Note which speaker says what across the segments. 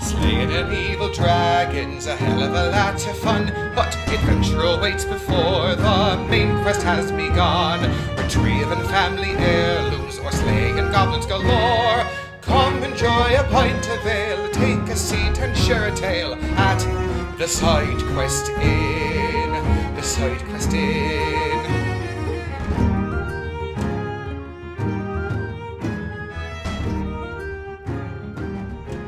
Speaker 1: Slaying an evil dragon's a hell of a lot of fun, but adventure awaits before the main quest has begun. Retrieving family heirlooms or slaying goblins galore. Come enjoy a pint of ale, take a seat and share a tale at the Side Quest Inn. The Side Quest Inn.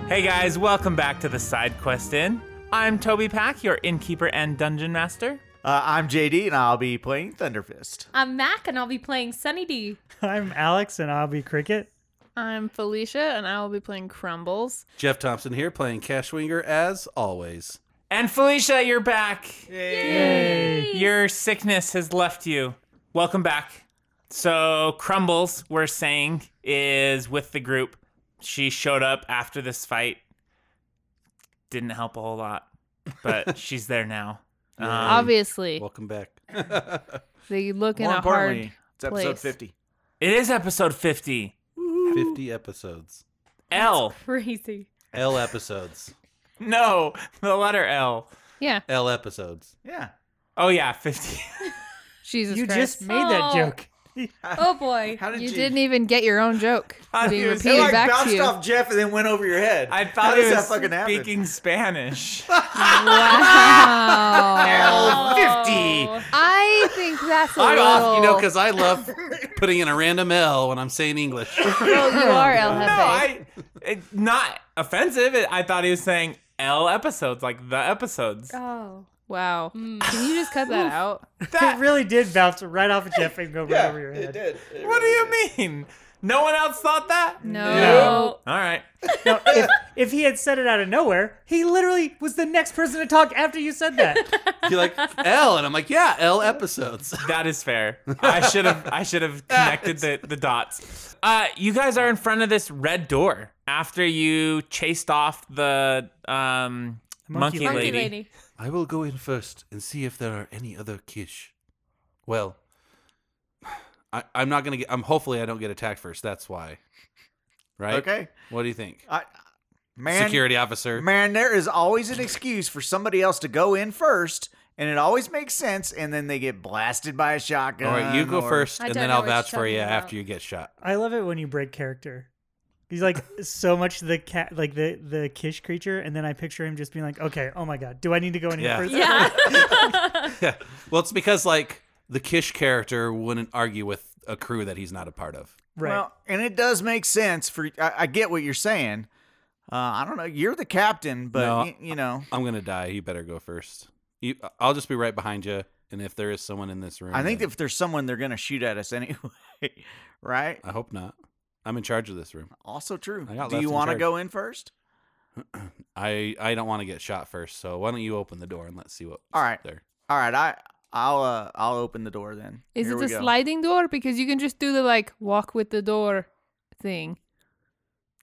Speaker 2: Hey guys, welcome back to the Side Quest Inn. I'm Toby Pack, your innkeeper and dungeon master.
Speaker 3: Uh, I'm JD, and I'll be playing Thunderfist.
Speaker 4: I'm Mac, and I'll be playing Sunny D.
Speaker 5: I'm Alex, and I'll be Cricket.
Speaker 6: I'm Felicia, and I will be playing Crumbles.
Speaker 7: Jeff Thompson here playing Cashwinger as always.
Speaker 2: And Felicia, you're back. Your sickness has left you. Welcome back. So, Crumbles, we're saying, is with the group. She showed up after this fight. Didn't help a whole lot, but she's there now. Um,
Speaker 6: Obviously,
Speaker 7: Welcome back.
Speaker 6: they look in
Speaker 3: More
Speaker 6: a hard.
Speaker 3: importantly, it's episode
Speaker 6: place.
Speaker 3: 50.
Speaker 2: it is episode 50.
Speaker 7: 50 episodes.
Speaker 2: L.
Speaker 4: Crazy.
Speaker 7: L episodes.
Speaker 2: No, the letter L.
Speaker 6: Yeah,
Speaker 7: L episodes.
Speaker 3: Yeah.
Speaker 2: Oh, yeah, 50.
Speaker 6: Jesus
Speaker 5: you
Speaker 6: Christ.
Speaker 5: just made that
Speaker 4: Oh.
Speaker 5: joke.
Speaker 4: Oh boy.
Speaker 3: How did
Speaker 6: you didn't even get your own joke
Speaker 2: I
Speaker 6: being
Speaker 2: was-
Speaker 6: repeated
Speaker 3: it like
Speaker 6: back to
Speaker 3: bounced
Speaker 6: you.
Speaker 3: off Jeff and then went over your head.
Speaker 2: I
Speaker 3: How
Speaker 2: thought
Speaker 3: does
Speaker 2: it was
Speaker 3: that fucking happen?
Speaker 2: speaking Spanish.
Speaker 4: Oh.
Speaker 6: Wow.
Speaker 2: L50.
Speaker 6: I think that's a
Speaker 7: I'm
Speaker 6: little.
Speaker 7: off, you know, because I love putting in a random L when I'm saying English.
Speaker 6: Well, you are El
Speaker 2: No, I it, not offensive. It, I thought he was saying L episodes, like the episodes.
Speaker 4: Oh.
Speaker 6: wow. Can you just cut that out?
Speaker 5: it really did bounce right off of Jeff and go right over your head.
Speaker 3: did.
Speaker 2: What do you mean? No one else thought that?
Speaker 6: No.
Speaker 4: No.
Speaker 2: All right.
Speaker 5: No, if, if he had said it out of nowhere, he literally was the next person to talk after you said that.
Speaker 7: You're like, L. And I'm like, yeah, L episodes.
Speaker 2: That is fair. I should have I should have connected the, the dots. Uh, you guys are in front of this red door after you chased off the um, monkey,
Speaker 5: Monkey
Speaker 4: Monkey
Speaker 2: lady.
Speaker 4: lady.
Speaker 7: I will go in first and see if there are any other kish. Well, I, I'm not going to get, I'm hopefully I don't get attacked first. That's why. Right?
Speaker 3: Okay.
Speaker 7: What do you think?
Speaker 3: I, man,
Speaker 7: Security officer.
Speaker 3: man, there is always an excuse for somebody else to go in first, and it always makes sense, and then they get blasted by a shotgun.
Speaker 7: All right, you go
Speaker 3: Um, or-
Speaker 7: first,
Speaker 4: I
Speaker 7: and
Speaker 4: don't
Speaker 7: then
Speaker 4: know
Speaker 7: I'll
Speaker 4: what you're
Speaker 7: vouch for
Speaker 4: talking
Speaker 7: you
Speaker 4: about.
Speaker 7: after you get shot.
Speaker 5: I love it when you break character. He's like so much the cat, like the the Kish creature, and then I picture him just being like, "Okay, oh my god, do I need to go in
Speaker 7: Yeah.
Speaker 5: here first?
Speaker 4: Yeah.
Speaker 7: Yeah. Well, it's because like the Kish character wouldn't argue with a crew that he's not a part of.
Speaker 5: Right.
Speaker 3: Well, and it does make sense for. I, I get what you're saying. Uh, I don't know. You're the captain, but
Speaker 7: No.
Speaker 3: y- you know,
Speaker 7: I'm gonna die. You better go first. You, I'll just be right behind you. And if there is someone in this room,
Speaker 3: I think
Speaker 7: then-
Speaker 3: if there's someone, they're gonna shoot at us anyway, right?
Speaker 7: I hope not. I'm in charge of this room.
Speaker 3: Also true.
Speaker 7: I got
Speaker 3: Do
Speaker 7: left
Speaker 3: you
Speaker 7: in
Speaker 3: want to
Speaker 7: charge.
Speaker 3: go in first?
Speaker 7: I I don't want to get shot first. So why don't you open the door and let's see what.
Speaker 3: All right.
Speaker 7: There.
Speaker 3: All right, I I'll uh, I'll open the door then.
Speaker 6: Is
Speaker 3: Here
Speaker 6: it
Speaker 3: we
Speaker 6: a
Speaker 3: go.
Speaker 6: sliding door? Because you can just do the like walk with the door thing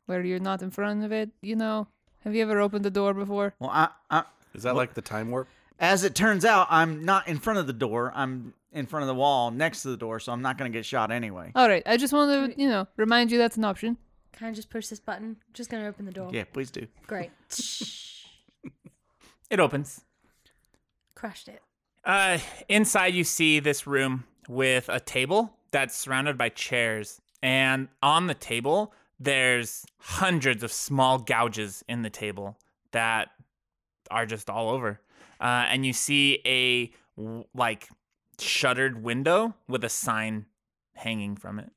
Speaker 6: where you're not in front of it, you know? Have you ever opened the door before?
Speaker 3: Well, I, I,
Speaker 7: Is that like the time warp?
Speaker 3: as it turns out, I'm not in front of the door. I'm in front of the wall next to the door, so I'm not gonna get shot anyway.
Speaker 6: All right. I just want to, you know, remind you that's an option.
Speaker 4: Can I just push this button? Just gonna open the door.
Speaker 3: Yeah, please do.
Speaker 4: Great.
Speaker 2: It opens.
Speaker 4: Crushed it.
Speaker 2: Uh, inside, you see this room with a table that's surrounded by chairs, and on the table, there's hundreds of small gouges in the table that are just all over. Uh, and you see a w- like shuttered window with a sign hanging from it.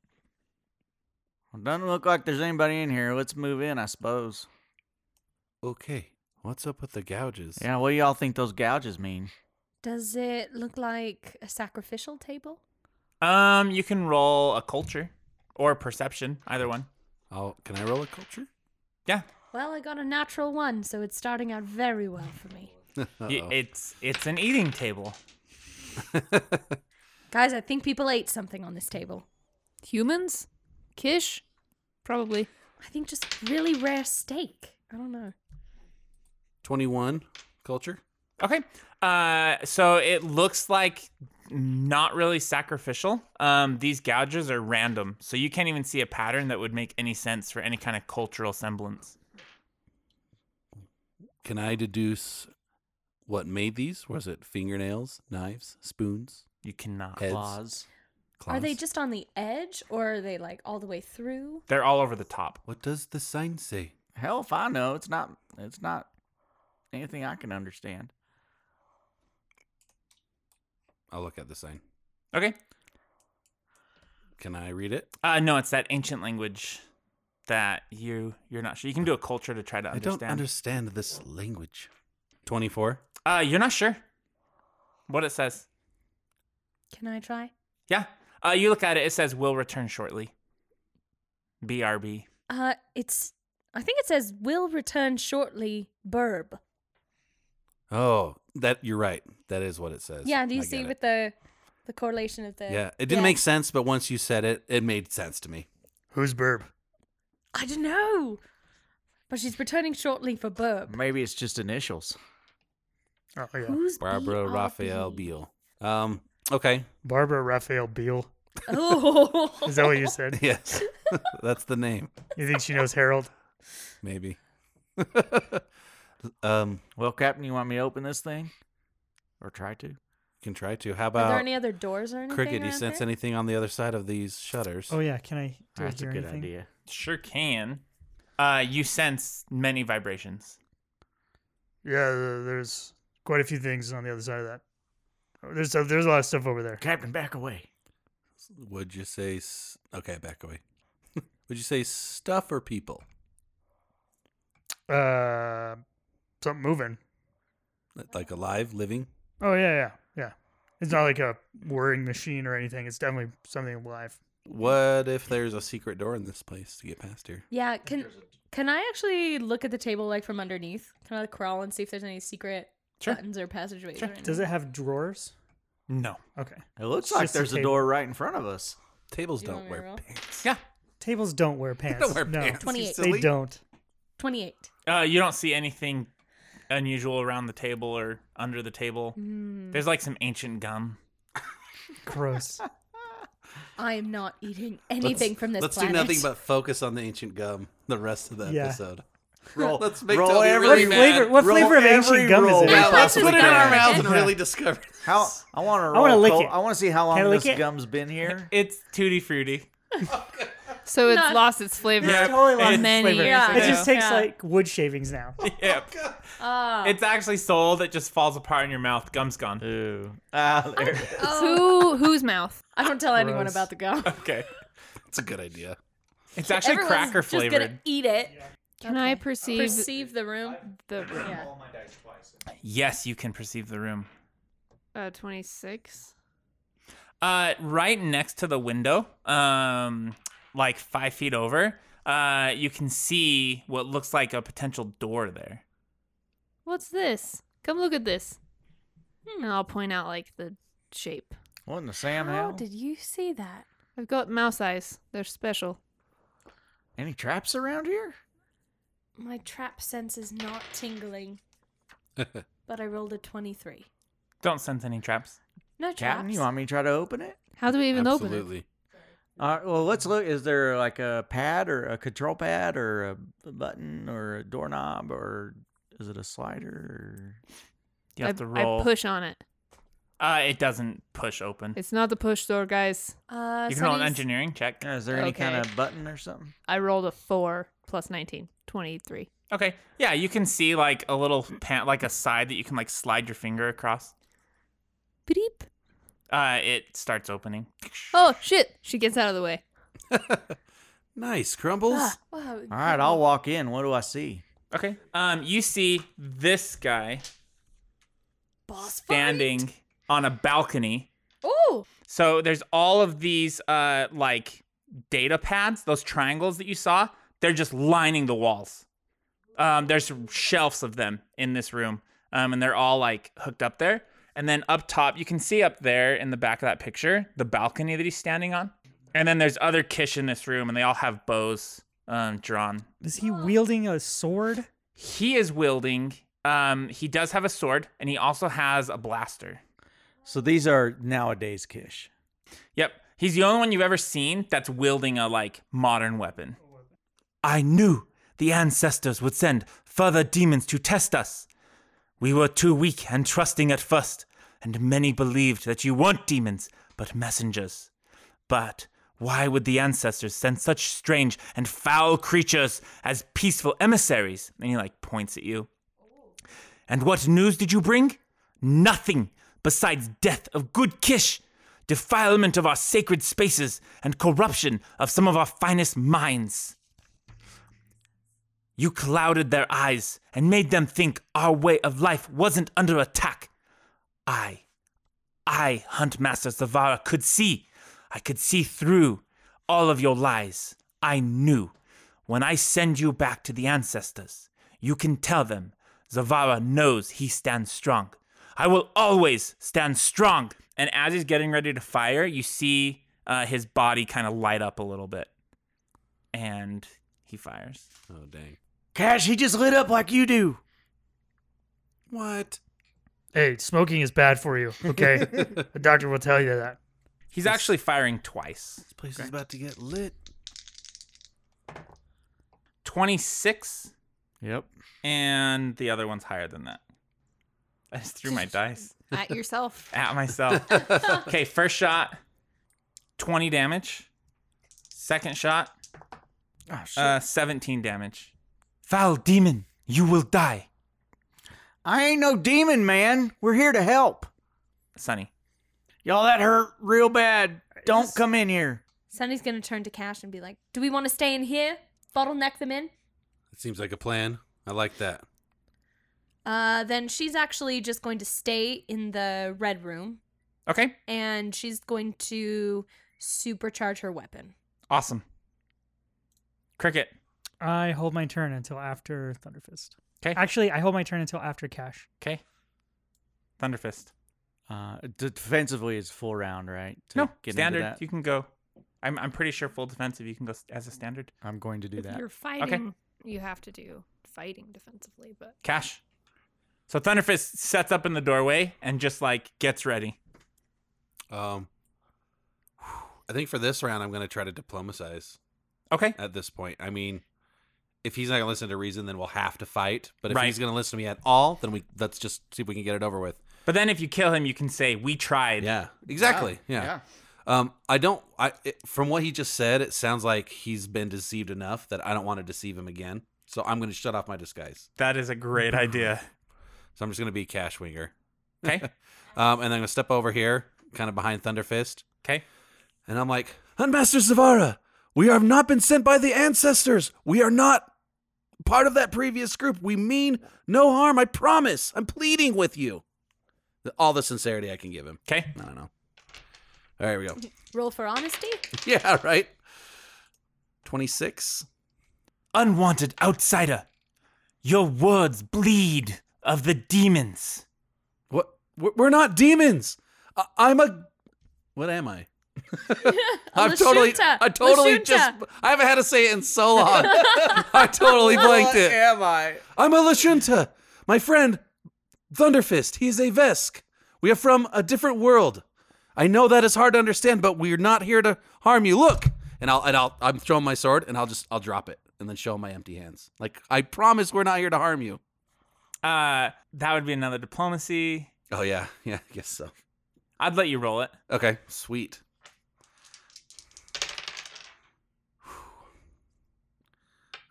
Speaker 3: Well, doesn't look like there's anybody in here. Let's move in, I suppose.
Speaker 7: Okay. What's up with the gouges?
Speaker 3: Yeah, what do y'all think those gouges mean?
Speaker 4: Does it look like a sacrificial table?
Speaker 2: Um, you can roll a culture or perception, either one.
Speaker 7: I'll, can I roll a culture?
Speaker 2: Yeah,
Speaker 4: Well, I got a natural one, so it's starting out very well for me.
Speaker 2: Y- it's it's an eating table.
Speaker 4: Guys, I think people ate something on this table.
Speaker 6: Humans? Kish? Probably.
Speaker 4: I think just really rare steak. I don't know.
Speaker 7: Twenty-one culture.
Speaker 2: Okay. Uh, so it looks like not really sacrificial. Um, these gouges are random, so you can't even see a pattern that would make any sense for any kind of cultural semblance.
Speaker 7: Can I deduce what made these? Was it fingernails, knives, spoons,
Speaker 2: You cannot.
Speaker 7: heads?
Speaker 8: Claws.
Speaker 7: claws?
Speaker 4: Are they just on the edge or are they like all the way through?
Speaker 2: They're all over the top.
Speaker 7: What does the sign say?
Speaker 8: Hell if I know. It's not it's not anything I can understand.
Speaker 7: I'll look at the sign.
Speaker 2: Okay.
Speaker 7: Can I read it?
Speaker 2: Uh, no, it's that ancient language that you you're not sure. You can do a culture to try to understand.
Speaker 7: I don't understand this language. 24.
Speaker 2: Uh, you're not sure what it says.
Speaker 4: Can I try?
Speaker 2: Yeah. Uh, you look at it. It says "will return shortly." BRB.
Speaker 4: Uh, it's. I think it says will return shortly. Burb.
Speaker 7: Oh, that you're right. That is what it says.
Speaker 4: Yeah. Do you
Speaker 7: I
Speaker 4: see
Speaker 7: get
Speaker 4: with the the correlation of the?
Speaker 7: it. Yeah, it didn't make sense, but once you said it, it made sense to me.
Speaker 5: Who's Burb?
Speaker 4: I don't know. But she's returning shortly for burb.
Speaker 8: Maybe it's just initials.
Speaker 5: Oh yeah,
Speaker 4: Who's
Speaker 7: Barbara
Speaker 4: BRB?
Speaker 7: Raphael Beal. Um, okay.
Speaker 5: Barbara Raphael Beal.
Speaker 4: Oh.
Speaker 5: Is that what you said?
Speaker 7: Yes. That's the name.
Speaker 5: You think she knows Harold?
Speaker 7: Maybe. um,
Speaker 8: Well, Captain, you want me to open this thing? Or try to?
Speaker 7: can try to. How
Speaker 4: Are there
Speaker 7: about
Speaker 4: any other doors or anything?
Speaker 7: Cricket? You
Speaker 4: around
Speaker 7: sense
Speaker 4: here?
Speaker 7: anything on the other side of these shutters?
Speaker 5: Oh yeah. Can I? Do I
Speaker 8: That's a
Speaker 5: hear
Speaker 8: good
Speaker 5: anything?
Speaker 8: idea.
Speaker 2: Sure can. Uh, you sense many vibrations.
Speaker 5: Yeah. th- There's quite a few things on the other side of that. There's a, there's a lot of stuff over there.
Speaker 8: Captain, back away.
Speaker 7: Would you say s- okay? Back away. Would you say stuff or people?
Speaker 5: Uh, something moving.
Speaker 7: Like alive, living?
Speaker 5: Oh yeah, yeah, yeah. It's not like a whirring machine or anything. It's definitely something alive.
Speaker 7: What if there's a secret door in this place to get past here?
Speaker 4: Yeah. Can Can I actually look at the table like from underneath? Can I crawl and see if there's any secret
Speaker 2: Sure.
Speaker 4: buttons or passageways? Or
Speaker 5: Does it have drawers?
Speaker 2: No.
Speaker 5: Okay.
Speaker 8: It looks
Speaker 5: It's
Speaker 8: like
Speaker 5: just a
Speaker 8: there's a
Speaker 5: table.
Speaker 8: door right in front of us.
Speaker 7: Tables
Speaker 4: You
Speaker 7: don't
Speaker 4: want me to
Speaker 7: wear
Speaker 4: roll?
Speaker 7: pants.
Speaker 2: Yeah.
Speaker 5: Tables don't wear pants.
Speaker 7: don't wear
Speaker 5: no,
Speaker 7: pants.
Speaker 4: 28.
Speaker 5: They don't.
Speaker 4: Twenty-eight.
Speaker 2: Uh, you don't see anything unusual around the table or under the table.
Speaker 4: Hmm.
Speaker 2: There's like some ancient gum.
Speaker 5: Gross.
Speaker 4: I am not eating anything
Speaker 7: Let's-
Speaker 4: from this
Speaker 7: Let's
Speaker 4: planet.
Speaker 7: do nothing but focus on the ancient gum the rest of the
Speaker 5: Yeah.
Speaker 7: episode.
Speaker 8: Roll,
Speaker 7: Let's make
Speaker 8: roll
Speaker 7: Toby
Speaker 8: every
Speaker 7: really
Speaker 5: What
Speaker 7: mad.
Speaker 5: flavor- what
Speaker 8: roll
Speaker 5: flavor of ancient
Speaker 8: every
Speaker 5: gum is
Speaker 8: roll
Speaker 5: it?
Speaker 8: we
Speaker 7: Yeah, let's
Speaker 4: That's
Speaker 7: put
Speaker 8: possibly
Speaker 7: it in
Speaker 4: what
Speaker 7: our
Speaker 4: I
Speaker 8: can.
Speaker 7: mouths
Speaker 4: said.
Speaker 7: and really discover.
Speaker 8: How I want to roll.
Speaker 5: wanna lick
Speaker 8: co-
Speaker 5: it.
Speaker 8: I want to see how long
Speaker 5: Can I lick
Speaker 8: this
Speaker 5: it?
Speaker 8: gum's been here.
Speaker 2: It's tutti frutti.
Speaker 6: So it's
Speaker 4: No.
Speaker 6: lost its flavor.
Speaker 2: Yeah.
Speaker 5: totally lost its
Speaker 6: Many
Speaker 5: flavor.
Speaker 6: years
Speaker 4: Yeah.
Speaker 5: It
Speaker 6: ago.
Speaker 5: just takes
Speaker 4: Yeah.
Speaker 5: like wood shavings now.
Speaker 2: Yep.
Speaker 4: Ah.
Speaker 2: It's actually sold. It just falls apart in your mouth. Gum's gone.
Speaker 8: Ooh. Ah, there.
Speaker 6: Who whose mouth?
Speaker 4: Oh, I don't tell anyone about the gum.
Speaker 2: Okay.
Speaker 7: That's a good idea.
Speaker 2: It's actually
Speaker 4: Everyone's
Speaker 2: cracker
Speaker 4: just gonna
Speaker 2: flavored.
Speaker 4: eat it.
Speaker 6: Can I
Speaker 4: Okay.
Speaker 6: perceive
Speaker 4: Perceive the room.
Speaker 6: the room?
Speaker 4: Yeah.
Speaker 2: Yes, you can perceive the room.
Speaker 6: Uh, twenty six.
Speaker 2: Uh, right next to the window, um, like five feet over, uh, you can see what looks like a potential door there.
Speaker 6: What's this? Come look at this. And I'll point out like the shape.
Speaker 8: What in the Sam
Speaker 4: How
Speaker 8: hell?
Speaker 4: did you see that?
Speaker 6: I've got mouse eyes. They're special.
Speaker 8: Any traps around here?
Speaker 4: My trap sense is not tingling, but I rolled a twenty-three.
Speaker 2: Don't sense any traps.
Speaker 4: No traps.
Speaker 8: Captain, you want me to try to open it?
Speaker 6: How do we even open
Speaker 7: Absolutely.
Speaker 8: All right. Well, let's look. Is there like a pad or a control pad or a b- button or a doorknob or is it a slider?
Speaker 6: it?
Speaker 2: You have to
Speaker 6: I,
Speaker 2: roll.
Speaker 6: I push on it.
Speaker 2: Uh, it doesn't push open.
Speaker 6: It's not the push door, guys.
Speaker 4: Uh,
Speaker 2: you can roll an
Speaker 4: Sunny's-
Speaker 2: engineering check.
Speaker 8: Or, is there any kind
Speaker 6: Okay.
Speaker 8: of button or something?
Speaker 6: I rolled a four plus 19, 23.
Speaker 2: Okay. Yeah, you can see like a little pan, like a side that you can like slide your finger across.
Speaker 6: Beep.
Speaker 2: Uh, it starts opening.
Speaker 6: Oh shit! She gets out of the way.
Speaker 7: Nice crumbles.
Speaker 4: Ah, wow,
Speaker 8: All right, I'll walk in. What do I see?
Speaker 2: Okay. Um, you see this guy
Speaker 4: boss fight.
Speaker 2: standing on a balcony.
Speaker 4: Ooh,
Speaker 2: So there's all of these uh like data pads, those triangles that you saw, they're just lining the walls. Um there's shelves of them in this room. Um and they're all like hooked up there. And then up top, you can see up there in the back of that picture, the balcony that he's standing on. And then there's other Kish in this room and they all have bows um drawn.
Speaker 5: Is he wielding a sword?
Speaker 2: He is wielding um he does have a sword and he also has a blaster.
Speaker 8: So these are nowadays Kish.
Speaker 2: Yep. He's the only one you've ever seen that's wielding a like modern weapon. I knew the ancestors would send further demons to test us. We were too weak and trusting at first, and many believed that you weren't demons, but messengers. But why would the ancestors send such strange and foul creatures as peaceful emissaries? And he like points at you. And what news did you bring? Nothing besides death of good Kish, defilement of our sacred spaces, and corruption of some of our finest minds. You clouded their eyes and made them think our way of life wasn't under attack. I, I, Huntmaster Zavara, could see. I could see through all of your lies. I knew. When I send you back to the ancestors, you can tell them Zavara knows he stands strong. I will always stand strong. And as he's getting ready to fire, you see uh, his body kind of light up a little bit. And he fires.
Speaker 7: Oh dang!
Speaker 3: Cash, he just lit up like you do.
Speaker 7: What?
Speaker 5: Hey, smoking is bad for you. Okay, the doctor will tell you that.
Speaker 2: He's actually firing twice.
Speaker 7: This place is about to get lit.
Speaker 2: 26,
Speaker 8: Yep.
Speaker 2: and the other one's higher than that. I just threw my dice
Speaker 6: At yourself.
Speaker 2: at myself. okay, first shot, 20 damage. Second shot, uh, 17 damage. Foul demon, you will die.
Speaker 3: I ain't no demon, man. We're here to help.
Speaker 2: Sunny.
Speaker 3: Y'all, that hurt real bad. Don't come in here.
Speaker 4: Sunny's gonna turn to Cash and be like, "Do we want to stay in here? Bottleneck them in."
Speaker 7: It seems like a plan. I like that.
Speaker 4: Uh, then she's actually just going to stay in the red room,
Speaker 2: Okay,
Speaker 4: and she's going to supercharge her weapon.
Speaker 2: awesome. Cricket.
Speaker 5: I hold my turn until after Thunderfist.
Speaker 2: 'Kay.
Speaker 5: Actually, I hold my turn until after Cash.
Speaker 2: Okay. Thunderfist.
Speaker 8: Uh, d- defensively, it's full round, right? to
Speaker 2: No,
Speaker 8: get into
Speaker 2: standard.
Speaker 8: that?
Speaker 2: You can go. I'm, I'm pretty sure full defensive. You can go s- as a standard.
Speaker 8: I'm going to do
Speaker 6: If
Speaker 8: that.
Speaker 6: You're fighting. You have to do fighting defensively, but
Speaker 2: Cash. So Thunderfist sets up in the doorway and just like gets ready.
Speaker 7: Um, I think for this round, I'm going to try to diplomacize.
Speaker 2: Okay.
Speaker 7: At this point, I mean, if he's not going to listen to reason, then we'll have to fight. But if
Speaker 2: Right.
Speaker 7: he's going to listen to me at all, then we let's just see if we can get it over with.
Speaker 2: But then if you kill him, you can say, We tried.
Speaker 7: Yeah, exactly. Yeah. Um, I don't. I it, from what he just said, it sounds like he's been deceived enough that I don't want to deceive him again. So I'm going to shut off my disguise.
Speaker 2: That is a great idea.
Speaker 7: So I'm just going to be Cash Winger.
Speaker 2: Okay.
Speaker 7: Um, and I'm going to step over here, kind of behind Thunderfist,
Speaker 2: Okay.
Speaker 7: and I'm like, Huntmaster Zavara, we have not been sent by the ancestors. We are not part of that previous group. We mean no harm. I promise. I'm pleading with you. All the sincerity I can give him.
Speaker 2: Okay.
Speaker 7: I don't know. All right, here we go.
Speaker 4: Roll for honesty.
Speaker 7: Yeah, right. 26.
Speaker 2: Unwanted outsider. Your words bleed of the demons.
Speaker 7: What? We're we're not demons. I- I'm a. What am I? I'm totally.
Speaker 4: Lashunta.
Speaker 7: I totally
Speaker 4: Lashunta.
Speaker 7: just. I haven't had to say it in so long. I totally blanked it.
Speaker 3: am I?
Speaker 7: I'm a Lashunta. My friend, Thunderfist, he is a Vesk. We are from a different world. I know that is hard to understand, but we're not here to harm you. Look, and I'll and I'll I'm throwing my sword and I'll just I'll drop it and then show him my empty hands. Like I promise, we're not here to harm you.
Speaker 2: Uh, that would be another diplomacy.
Speaker 7: Oh yeah, yeah, I guess so.
Speaker 2: I'd let you roll it.
Speaker 7: Okay, sweet.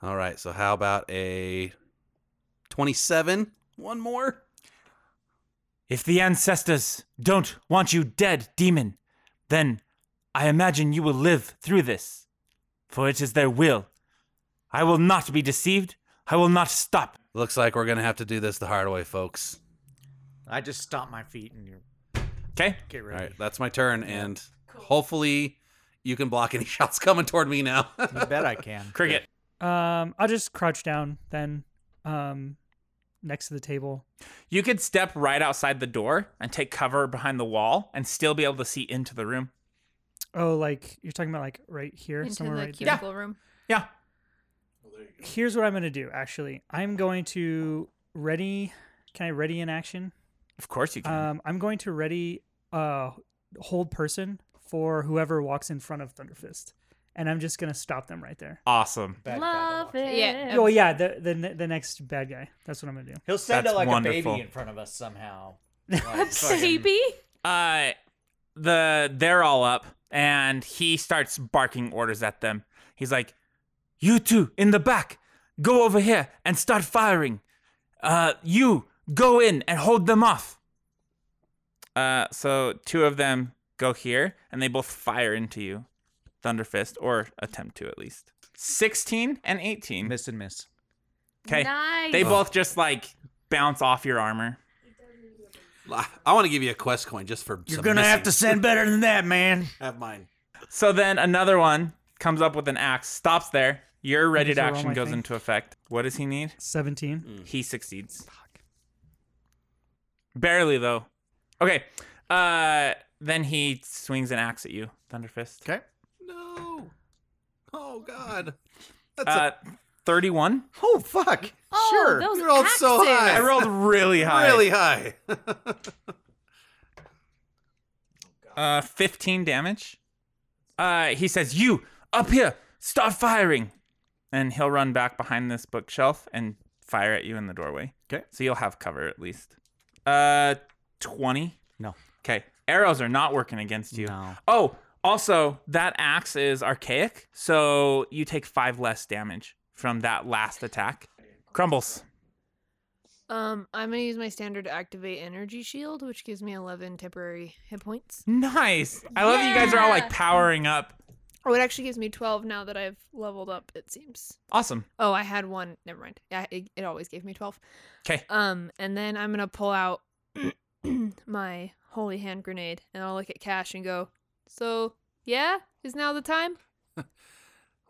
Speaker 7: All right, so how about a 27? One more?
Speaker 2: If the ancestors don't want you dead, demon, then I imagine you will live through this, for it is their will. I will not be deceived. I will not stop.
Speaker 7: Looks like we're going to have to do this the hard way, folks.
Speaker 3: I just stomped my feet and you
Speaker 2: Okay?
Speaker 3: get
Speaker 7: All
Speaker 3: ready.
Speaker 7: right, that's my turn, and hopefully you can block any shots coming toward me now.
Speaker 3: I bet I can.
Speaker 2: Cricket.
Speaker 5: Um, I'll just crouch down then, um, next to the table.
Speaker 2: You could step right outside the door and take cover behind the wall and still be able to see into the room.
Speaker 5: Oh, like you're talking about like right here,
Speaker 6: into
Speaker 5: somewhere
Speaker 6: the
Speaker 5: right there.
Speaker 6: cubicle room.
Speaker 2: Yeah.
Speaker 5: Here's what I'm gonna do. Actually, I'm going to ready. Can I ready in action?
Speaker 2: Of course you can.
Speaker 5: Um, I'm going to ready uh hold person for whoever walks in front of Thunderfist, and I'm just gonna stop them right there.
Speaker 2: Awesome.
Speaker 1: Bad
Speaker 4: Love
Speaker 1: problem.
Speaker 4: it.
Speaker 6: Yeah.
Speaker 5: Oh yeah, the the ne- the next bad guy. That's what I'm gonna do.
Speaker 8: He'll send
Speaker 2: That's
Speaker 8: it like a
Speaker 2: wonderful.
Speaker 8: baby in front of us somehow.
Speaker 4: A baby?
Speaker 2: Uh, the they're all up, and he starts barking orders at them. He's like, "You two in the back, go over here and start firing. Uh, you go in and hold them off." Uh, so two of them go here, and they both fire into you, Thunderfist, or attempt to at least. Sixteen and eighteen.
Speaker 8: Miss and miss.
Speaker 2: Okay,
Speaker 4: Nice.
Speaker 2: they both just like bounce off your armor.
Speaker 7: I want to give you a quest coin just for.
Speaker 3: You're
Speaker 7: some
Speaker 3: gonna have to
Speaker 7: missing.
Speaker 3: send better than that, man.
Speaker 7: have mine.
Speaker 2: So then another one comes up with an axe, stops there. Your ready
Speaker 5: These
Speaker 2: to
Speaker 5: are all
Speaker 2: action
Speaker 5: my
Speaker 2: goes
Speaker 5: things.
Speaker 2: into effect. What does he need?
Speaker 5: Seventeen.
Speaker 6: Mm.
Speaker 2: He succeeds. Barely though. Okay. Uh, then he swings an axe at you, Thunderfist.
Speaker 3: Okay.
Speaker 7: No. Oh God. That's a-
Speaker 2: Uh, thirty-one.
Speaker 3: Oh fuck.
Speaker 4: Oh,
Speaker 3: sure.
Speaker 4: those
Speaker 7: You're all so
Speaker 4: axes.
Speaker 7: high.
Speaker 2: I rolled really high.
Speaker 7: really high.
Speaker 2: Uh, fifteen damage. Uh, he says, "You up here, start firing," and he'll run back behind this bookshelf and fire at you in the doorway.
Speaker 8: Okay.
Speaker 2: So you'll have cover at least. Uh, twenty.
Speaker 8: No.
Speaker 2: Okay. Arrows are not working against you.
Speaker 8: No.
Speaker 2: Oh, also that axe is archaic, so you take five less damage from that last attack. Crumbles.
Speaker 6: Um, I'm gonna use my standard to activate energy shield, which gives me 11 temporary hit points.
Speaker 2: Nice. I love that you guys are all
Speaker 4: Yeah.
Speaker 2: like powering up.
Speaker 6: Oh, it actually gives me 12 now that I've leveled up. It seems.
Speaker 2: Awesome.
Speaker 6: Oh, I had one. Never mind. Yeah, it, it always gave me 12.
Speaker 2: Okay.
Speaker 6: Um, and then I'm gonna pull out my holy hand grenade, and I'll look at Cash and go, "So, yeah, is now the time?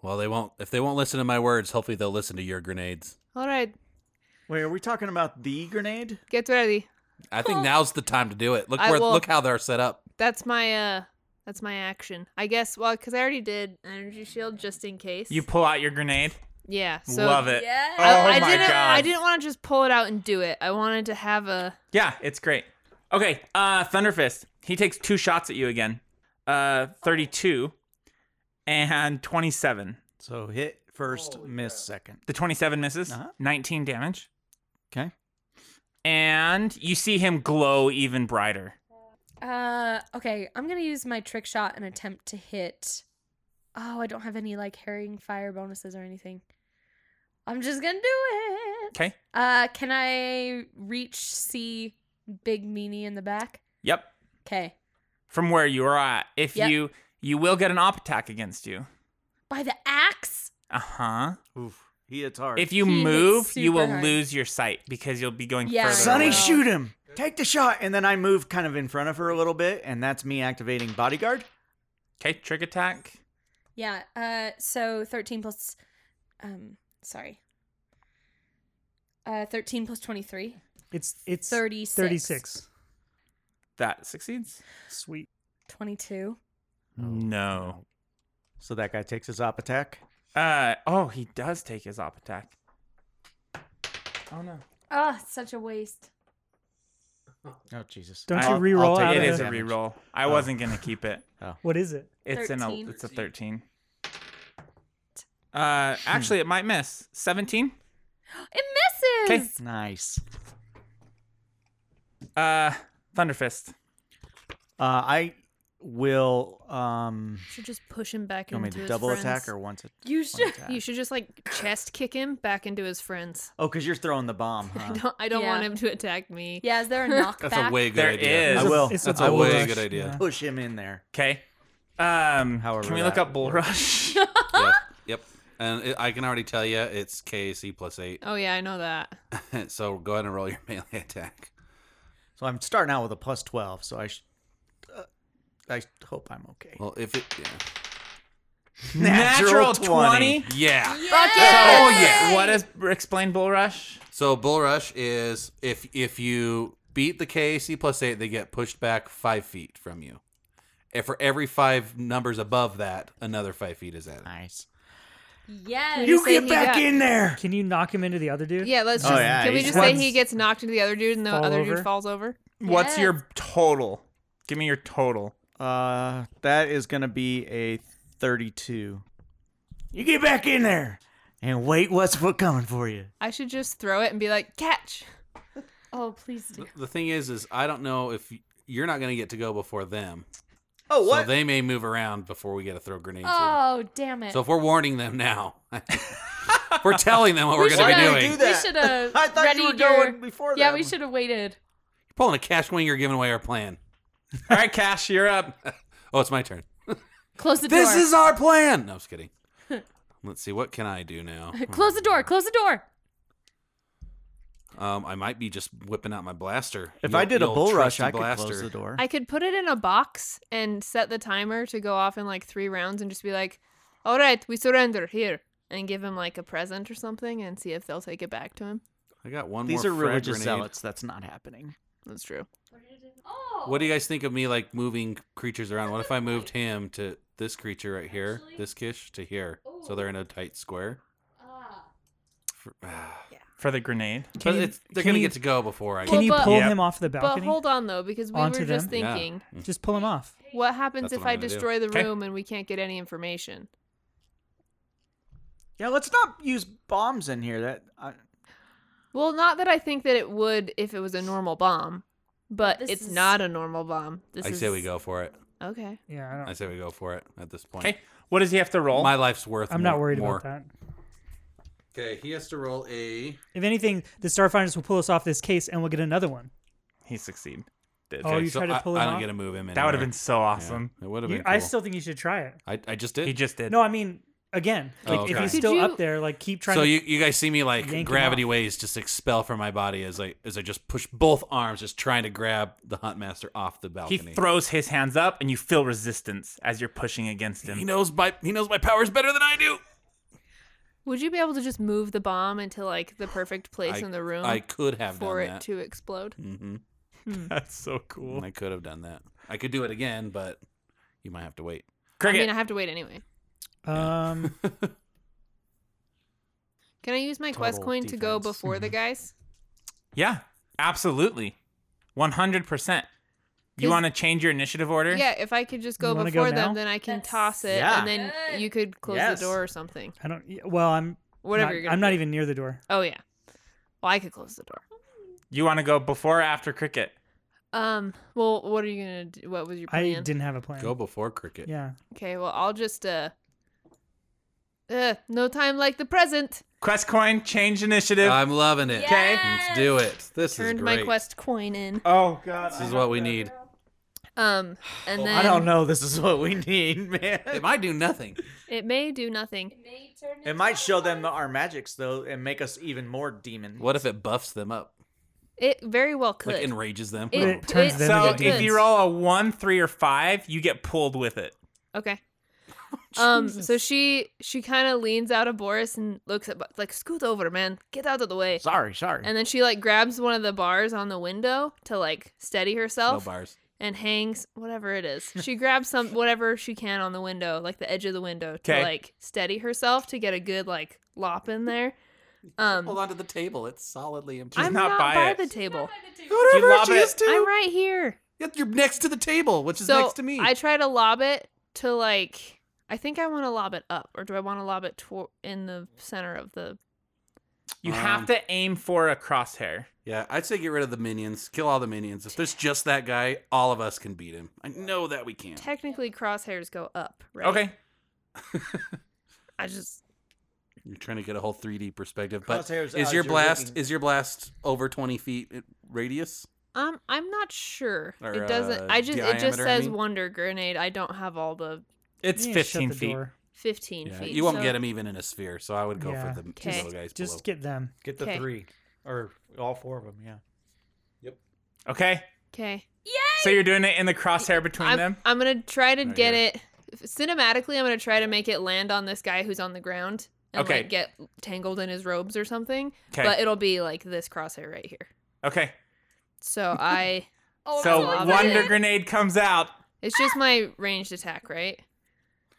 Speaker 7: well, they won't. If they won't listen to my words, hopefully they'll listen to your grenades.
Speaker 6: All right,
Speaker 8: Wait, are we talking about the grenade?
Speaker 6: get ready.
Speaker 7: I think
Speaker 6: Oh.
Speaker 7: now's the time to do it. Look
Speaker 6: I
Speaker 7: where,
Speaker 6: will-
Speaker 7: look how they're set up.
Speaker 6: That's my uh, that's my action. I guess. Well, because I already did energy shield just in case.
Speaker 2: You pull out your grenade.
Speaker 6: yeah. So
Speaker 2: love it.
Speaker 4: Yes.
Speaker 2: Oh
Speaker 6: I, I
Speaker 2: my
Speaker 6: didn't.
Speaker 2: God.
Speaker 6: I didn't want to just pull it out and do it. I wanted to have a.
Speaker 2: Yeah, it's great. Okay, uh Thunderfist. He takes two shots at you again. Uh 32 and 27.
Speaker 8: So hit first, miss second.
Speaker 2: The 27 misses.
Speaker 8: Uh-huh.
Speaker 2: 19 damage.
Speaker 8: Okay.
Speaker 2: And you see him glow even brighter.
Speaker 4: Uh, okay, I'm gonna use my trick shot and attempt to hit. Oh, I don't have any like herring fire bonuses or anything. I'm just gonna do it.
Speaker 2: Okay?
Speaker 4: Uh, can I reach see Big Meanie in the back?
Speaker 2: Yep.
Speaker 4: Okay,
Speaker 2: From where you are at. If
Speaker 4: Yep.
Speaker 2: you you will get an op attack against you.
Speaker 4: by the axe.
Speaker 2: Uh-huh.
Speaker 8: Oof. He hits hard.
Speaker 2: If you
Speaker 4: He hits
Speaker 2: move, you
Speaker 4: super
Speaker 2: will
Speaker 4: hard.
Speaker 2: lose your sight because you'll be going
Speaker 4: Yeah, I
Speaker 2: further.
Speaker 4: know.
Speaker 3: Sonny,
Speaker 2: away.
Speaker 4: sh-
Speaker 3: shoot him. Take the shot, and then I move kind of in front of her a little bit, and that's me activating bodyguard.
Speaker 2: okay, trick attack.
Speaker 4: Yeah. Uh, so 13 plus, um, sorry. Uh, 13 plus 23.
Speaker 5: It's it's
Speaker 4: 36.
Speaker 5: 36.
Speaker 2: That succeeds?
Speaker 5: Sweet.
Speaker 4: 22.
Speaker 8: Oh.
Speaker 2: No.
Speaker 8: So that guy takes his op attack.
Speaker 2: Uh oh, he does take his op attack. Oh no.
Speaker 4: Oh, such a waste.
Speaker 8: Oh Jesus!
Speaker 5: Don't
Speaker 2: I'll-
Speaker 5: you re-roll
Speaker 8: I'll
Speaker 5: out
Speaker 8: take
Speaker 2: It
Speaker 5: of
Speaker 2: is
Speaker 5: the-
Speaker 2: a reroll. I
Speaker 8: Oh.
Speaker 2: wasn't gonna keep it.
Speaker 5: What is it?
Speaker 2: It's an
Speaker 4: Thirteen.
Speaker 2: a, it's a thirteen. Uh, actually, it might miss. Seventeen.
Speaker 4: It
Speaker 2: Okay.
Speaker 4: misses.
Speaker 8: Nice.
Speaker 2: Uh, Thunderfist.
Speaker 8: Uh, I will. Um,
Speaker 6: Should just push him back
Speaker 8: you want me
Speaker 6: into
Speaker 8: to
Speaker 6: his
Speaker 8: double attack
Speaker 6: friends.
Speaker 8: or once it?
Speaker 4: You
Speaker 8: one
Speaker 4: should.
Speaker 8: attack?
Speaker 6: You should just like chest kick him back into his friends.
Speaker 8: Oh, because you're throwing the bomb.
Speaker 6: I
Speaker 8: Huh?
Speaker 6: don't. I don't
Speaker 4: Yeah.
Speaker 6: want him to attack me.
Speaker 4: Yeah, is there a
Speaker 7: That's
Speaker 4: knockback?
Speaker 7: a way good
Speaker 2: There
Speaker 7: idea.
Speaker 2: is.
Speaker 8: I will.
Speaker 5: It's
Speaker 7: That's
Speaker 5: bull
Speaker 7: a way
Speaker 5: rush,
Speaker 7: good idea.
Speaker 8: Push him in there.
Speaker 2: Okay. Um,
Speaker 8: However
Speaker 2: can we look
Speaker 8: that
Speaker 2: up Bull Rush?
Speaker 7: yep. yep. And it, I can already tell you it's KC plus eight.
Speaker 6: Oh yeah, I know that.
Speaker 7: so go ahead and roll your melee attack.
Speaker 8: So I'm starting out with a plus twelve. So I, sh- uh, I hope I'm okay.
Speaker 7: Well, if it. Yeah.
Speaker 8: Natural 20.
Speaker 7: Yeah.
Speaker 2: Oh yeah. What is explain Bull Rush?
Speaker 7: So bull rush is if if you beat the KAC plus eight, they get pushed back five feet from you. And for every five numbers above that, another five feet is added.
Speaker 8: Nice.
Speaker 4: Yes.
Speaker 6: You say he got-
Speaker 8: in there.
Speaker 5: Can you knock him into the other dude?
Speaker 6: Yeah, let's
Speaker 8: Oh,
Speaker 6: just.
Speaker 8: yeah,
Speaker 6: can we
Speaker 8: he's-
Speaker 6: just say
Speaker 5: Once-
Speaker 6: he gets knocked into the other dude and the
Speaker 5: Fall
Speaker 6: other
Speaker 5: over?
Speaker 6: dude falls over?
Speaker 2: What's
Speaker 4: Yes.
Speaker 2: your total? Give me your total.
Speaker 8: Uh, that is gonna be a thirty-two. You get back in there and wait what's for coming for you.
Speaker 6: I should just throw it and be like, catch.
Speaker 4: Oh, please do.
Speaker 7: The thing is, is I don't know if you're not going to get to go before them.
Speaker 3: Oh,
Speaker 7: So they may move around before we get to throw grenades. in.
Speaker 4: Oh, damn it.
Speaker 7: So if we're warning them now, we're telling them what
Speaker 4: We
Speaker 7: we're going to be
Speaker 4: should've-
Speaker 7: doing.
Speaker 3: Why do
Speaker 7: You're
Speaker 4: We
Speaker 3: that?
Speaker 4: should have
Speaker 3: I thought you were going before
Speaker 4: Yeah,
Speaker 3: them.
Speaker 4: we should have waited.
Speaker 7: pulling a cash wing. You're giving away our plan.
Speaker 2: All right, Cash, you're up.
Speaker 7: Oh, it's my turn.
Speaker 4: Close the
Speaker 7: This
Speaker 4: door.
Speaker 7: is our plan. No, I was kidding. Let's see. What can I do now?
Speaker 4: Close the door. Close the door.
Speaker 7: Um, I might be just whipping out my blaster.
Speaker 8: If
Speaker 7: Your-
Speaker 8: I did a
Speaker 7: your
Speaker 8: bull rush,
Speaker 7: trusty
Speaker 8: I could close the door.
Speaker 6: I could put it in a box and set the timer to go off in like three rounds and just be like, all right, we surrender here. And give him like a present or something and see if they'll take it back to him.
Speaker 7: I got one
Speaker 8: These
Speaker 7: more
Speaker 8: are
Speaker 7: frag
Speaker 8: religious
Speaker 7: grenade.
Speaker 8: zealots. That's not happening.
Speaker 6: That's true.
Speaker 4: Oh.
Speaker 7: What do you guys think of me like moving creatures around? What if I moved him to this creature right here, this Kish to here, so they're in a tight square?
Speaker 6: Ah.
Speaker 7: For-
Speaker 2: For the grenade.
Speaker 7: but
Speaker 5: Can you-
Speaker 7: it's, they're
Speaker 5: can
Speaker 7: gonna
Speaker 5: you-
Speaker 7: get to go before I.
Speaker 5: Can
Speaker 6: Well,
Speaker 5: you
Speaker 6: but-
Speaker 5: pull
Speaker 2: Yep.
Speaker 5: him off the
Speaker 6: But
Speaker 5: balcony?
Speaker 6: hold on though, because we
Speaker 5: Onto
Speaker 6: were just
Speaker 5: them?
Speaker 7: Yeah.
Speaker 6: thinking,
Speaker 5: Just pull him off.
Speaker 6: what happens
Speaker 7: That's
Speaker 6: if
Speaker 7: what I'm
Speaker 6: I
Speaker 7: gonna do.
Speaker 6: destroy the
Speaker 2: 'Kay.
Speaker 6: room and we can't get any information?
Speaker 8: Yeah, let's not use bombs in here. That I,
Speaker 6: Well, not that I think that it would if it was a normal bomb, but
Speaker 4: This
Speaker 6: it's
Speaker 4: is-
Speaker 6: not a normal bomb. This
Speaker 7: I
Speaker 6: is...
Speaker 7: say we go for it.
Speaker 6: Okay.
Speaker 5: Yeah, I don't.
Speaker 7: I say we go for it at this point.
Speaker 2: Okay. What does he have to roll?
Speaker 7: My life's worth.
Speaker 5: I'm not
Speaker 7: more-
Speaker 5: worried
Speaker 7: more.
Speaker 5: about that.
Speaker 7: Okay, he has to roll a.
Speaker 5: If anything, the Starfinders will pull us off this case, and we'll get another one.
Speaker 2: he succeeded.
Speaker 5: Oh, you
Speaker 7: so
Speaker 5: tried to
Speaker 7: I-
Speaker 5: pull him
Speaker 7: I don't
Speaker 5: off?
Speaker 7: get to move him.
Speaker 2: That would have
Speaker 7: anywhere.
Speaker 2: been so awesome.
Speaker 7: Yeah, it would have
Speaker 5: You-
Speaker 7: been.
Speaker 5: I
Speaker 7: cool.
Speaker 5: still think you should try it.
Speaker 7: I, I just did.
Speaker 2: He just did.
Speaker 5: No, I mean, again,
Speaker 7: Oh,
Speaker 5: like if
Speaker 7: okay.
Speaker 5: he's
Speaker 7: Could
Speaker 5: still
Speaker 6: you-
Speaker 5: up there, like keep trying.
Speaker 7: so
Speaker 5: to,
Speaker 7: you, you guys see me
Speaker 5: yank him
Speaker 7: like gravity
Speaker 5: off.
Speaker 7: waves just expel from my body as I as I just push both arms, just trying to grab the huntmaster off the
Speaker 2: he
Speaker 7: balcony.
Speaker 2: throws his hands up, and you feel resistance as you're pushing against him.
Speaker 7: He knows my he knows my powers better than I do.
Speaker 6: Would you be able to just move the bomb into like the perfect place
Speaker 7: I,
Speaker 6: in the room
Speaker 7: I could have
Speaker 6: for
Speaker 7: done
Speaker 6: it
Speaker 7: that.
Speaker 6: to explode?
Speaker 7: hmm
Speaker 2: That's so cool.
Speaker 7: I could have done that. I could do it again, but you might have to wait.
Speaker 6: I
Speaker 2: Cricket.
Speaker 6: mean, I have to wait anyway.
Speaker 5: um,
Speaker 6: Can I use my quest
Speaker 7: Total
Speaker 6: coin to go
Speaker 7: defense.
Speaker 6: before the
Speaker 5: Mm-hmm.
Speaker 6: guys?
Speaker 2: yeah, absolutely. 100%. You
Speaker 6: Is-
Speaker 2: want to change your initiative order?
Speaker 6: Yeah, if I could just go
Speaker 5: You wanna go
Speaker 6: before them,
Speaker 5: now?
Speaker 6: then I can
Speaker 4: That's
Speaker 6: toss it,
Speaker 8: Yeah.
Speaker 6: and then
Speaker 4: good.
Speaker 6: you could close
Speaker 8: Yes.
Speaker 6: the door or something.
Speaker 5: I don't. y- Well, I'm
Speaker 6: Whatever
Speaker 5: not-
Speaker 6: you're gonna.
Speaker 5: I'm not
Speaker 6: do.
Speaker 5: even near the door.
Speaker 6: Oh yeah. Well, I could close the door.
Speaker 2: You want to go before or after Cricket?
Speaker 6: Um. Well, what are you gonna do? What was your
Speaker 5: I
Speaker 6: plan?
Speaker 5: didn't have a plan.
Speaker 7: Go before cricket.
Speaker 5: Yeah.
Speaker 6: Okay. Well, I'll just uh. Uh, no time like the present.
Speaker 2: Quest coin, change initiative.
Speaker 7: I'm loving it.
Speaker 2: Okay.
Speaker 7: Let's do it. This
Speaker 6: Turned
Speaker 7: is
Speaker 6: my
Speaker 7: great.
Speaker 6: quest coin in.
Speaker 2: oh, God.
Speaker 7: This is what we need.
Speaker 6: Um, and then
Speaker 8: I don't know. This is what we need, man.
Speaker 7: It might do nothing.
Speaker 6: it may do nothing.
Speaker 8: It might show them our magics though, and make us even more demon.
Speaker 7: What if it buffs them up?
Speaker 6: It very well could.
Speaker 7: Like enrages them.
Speaker 6: It-
Speaker 5: It turns them
Speaker 2: So
Speaker 5: into
Speaker 2: if you roll a one, three, or five, you get pulled with it.
Speaker 6: Okay. Um. So she she kind of leans out of Boris and looks at Bo- like scoot over, man, get out of the way.
Speaker 8: Sorry, sorry.
Speaker 6: And then she like grabs one of the bars on the window to like steady
Speaker 7: no
Speaker 6: herself
Speaker 7: bars.
Speaker 6: and hangs whatever it is. She grabs some whatever she can on the window, like the edge of the window, to
Speaker 2: 'Kay.
Speaker 6: like steady herself to get a good like lop in there. Um,
Speaker 7: Hold on to the table. It's solidly empty.
Speaker 6: I'm
Speaker 2: not
Speaker 6: not,
Speaker 2: by
Speaker 6: by
Speaker 2: it.
Speaker 6: the table.
Speaker 2: You lob it.
Speaker 6: I'm right here.
Speaker 7: Yet You're next to the table, which is
Speaker 6: so
Speaker 7: next to me.
Speaker 6: I try to lob it to like I think I want to lob it up, or do I want to lob it toward in the center of the?
Speaker 2: You
Speaker 7: Um,
Speaker 2: have to aim for a crosshair.
Speaker 7: yeah, I'd say get rid of the minions. Kill all the minions. If there's just that guy, all of us can beat him. I know that we can.
Speaker 6: Technically, crosshairs go up, right?
Speaker 2: Okay.
Speaker 6: I just
Speaker 7: You're trying to get a whole 3D perspective, but
Speaker 8: Crosshairs
Speaker 7: is
Speaker 8: out, you're
Speaker 7: your blast
Speaker 8: looking.
Speaker 7: is your blast over 20 feet in radius?
Speaker 6: um I'm not sure.
Speaker 7: Or,
Speaker 6: it doesn't.
Speaker 7: uh,
Speaker 6: I just it just
Speaker 7: diameter, I
Speaker 6: says
Speaker 7: mean.
Speaker 6: wonder grenade. I don't have all the
Speaker 2: It's
Speaker 5: Yeah, shut
Speaker 2: 15
Speaker 5: the
Speaker 2: feet.
Speaker 5: door.
Speaker 6: fifteen
Speaker 7: Yeah,
Speaker 6: feet.
Speaker 7: you won't
Speaker 6: so-
Speaker 7: get him even in a sphere, so I would go
Speaker 5: Yeah.
Speaker 7: for the two
Speaker 6: Okay.
Speaker 7: little guys below.
Speaker 5: Just get them.
Speaker 8: Get
Speaker 6: the Okay.
Speaker 8: three or all four of them. Yeah.
Speaker 2: Okay.
Speaker 6: Okay.
Speaker 2: So you're doing it in the crosshair between
Speaker 6: I'm,
Speaker 2: them?
Speaker 6: I'm gonna try to
Speaker 7: Right
Speaker 6: get
Speaker 7: here.
Speaker 6: it cinematically. I'm gonna try to make it land on this guy who's on the ground and
Speaker 2: Okay.
Speaker 6: like get tangled in his robes or something.
Speaker 2: Okay.
Speaker 6: But it'll be like this crosshair right here.
Speaker 2: okay.
Speaker 6: So I.
Speaker 4: Oh,
Speaker 2: so
Speaker 6: that's
Speaker 2: Wonder
Speaker 6: awesome.
Speaker 2: Grenade comes out.
Speaker 6: It's just my ranged attack, right?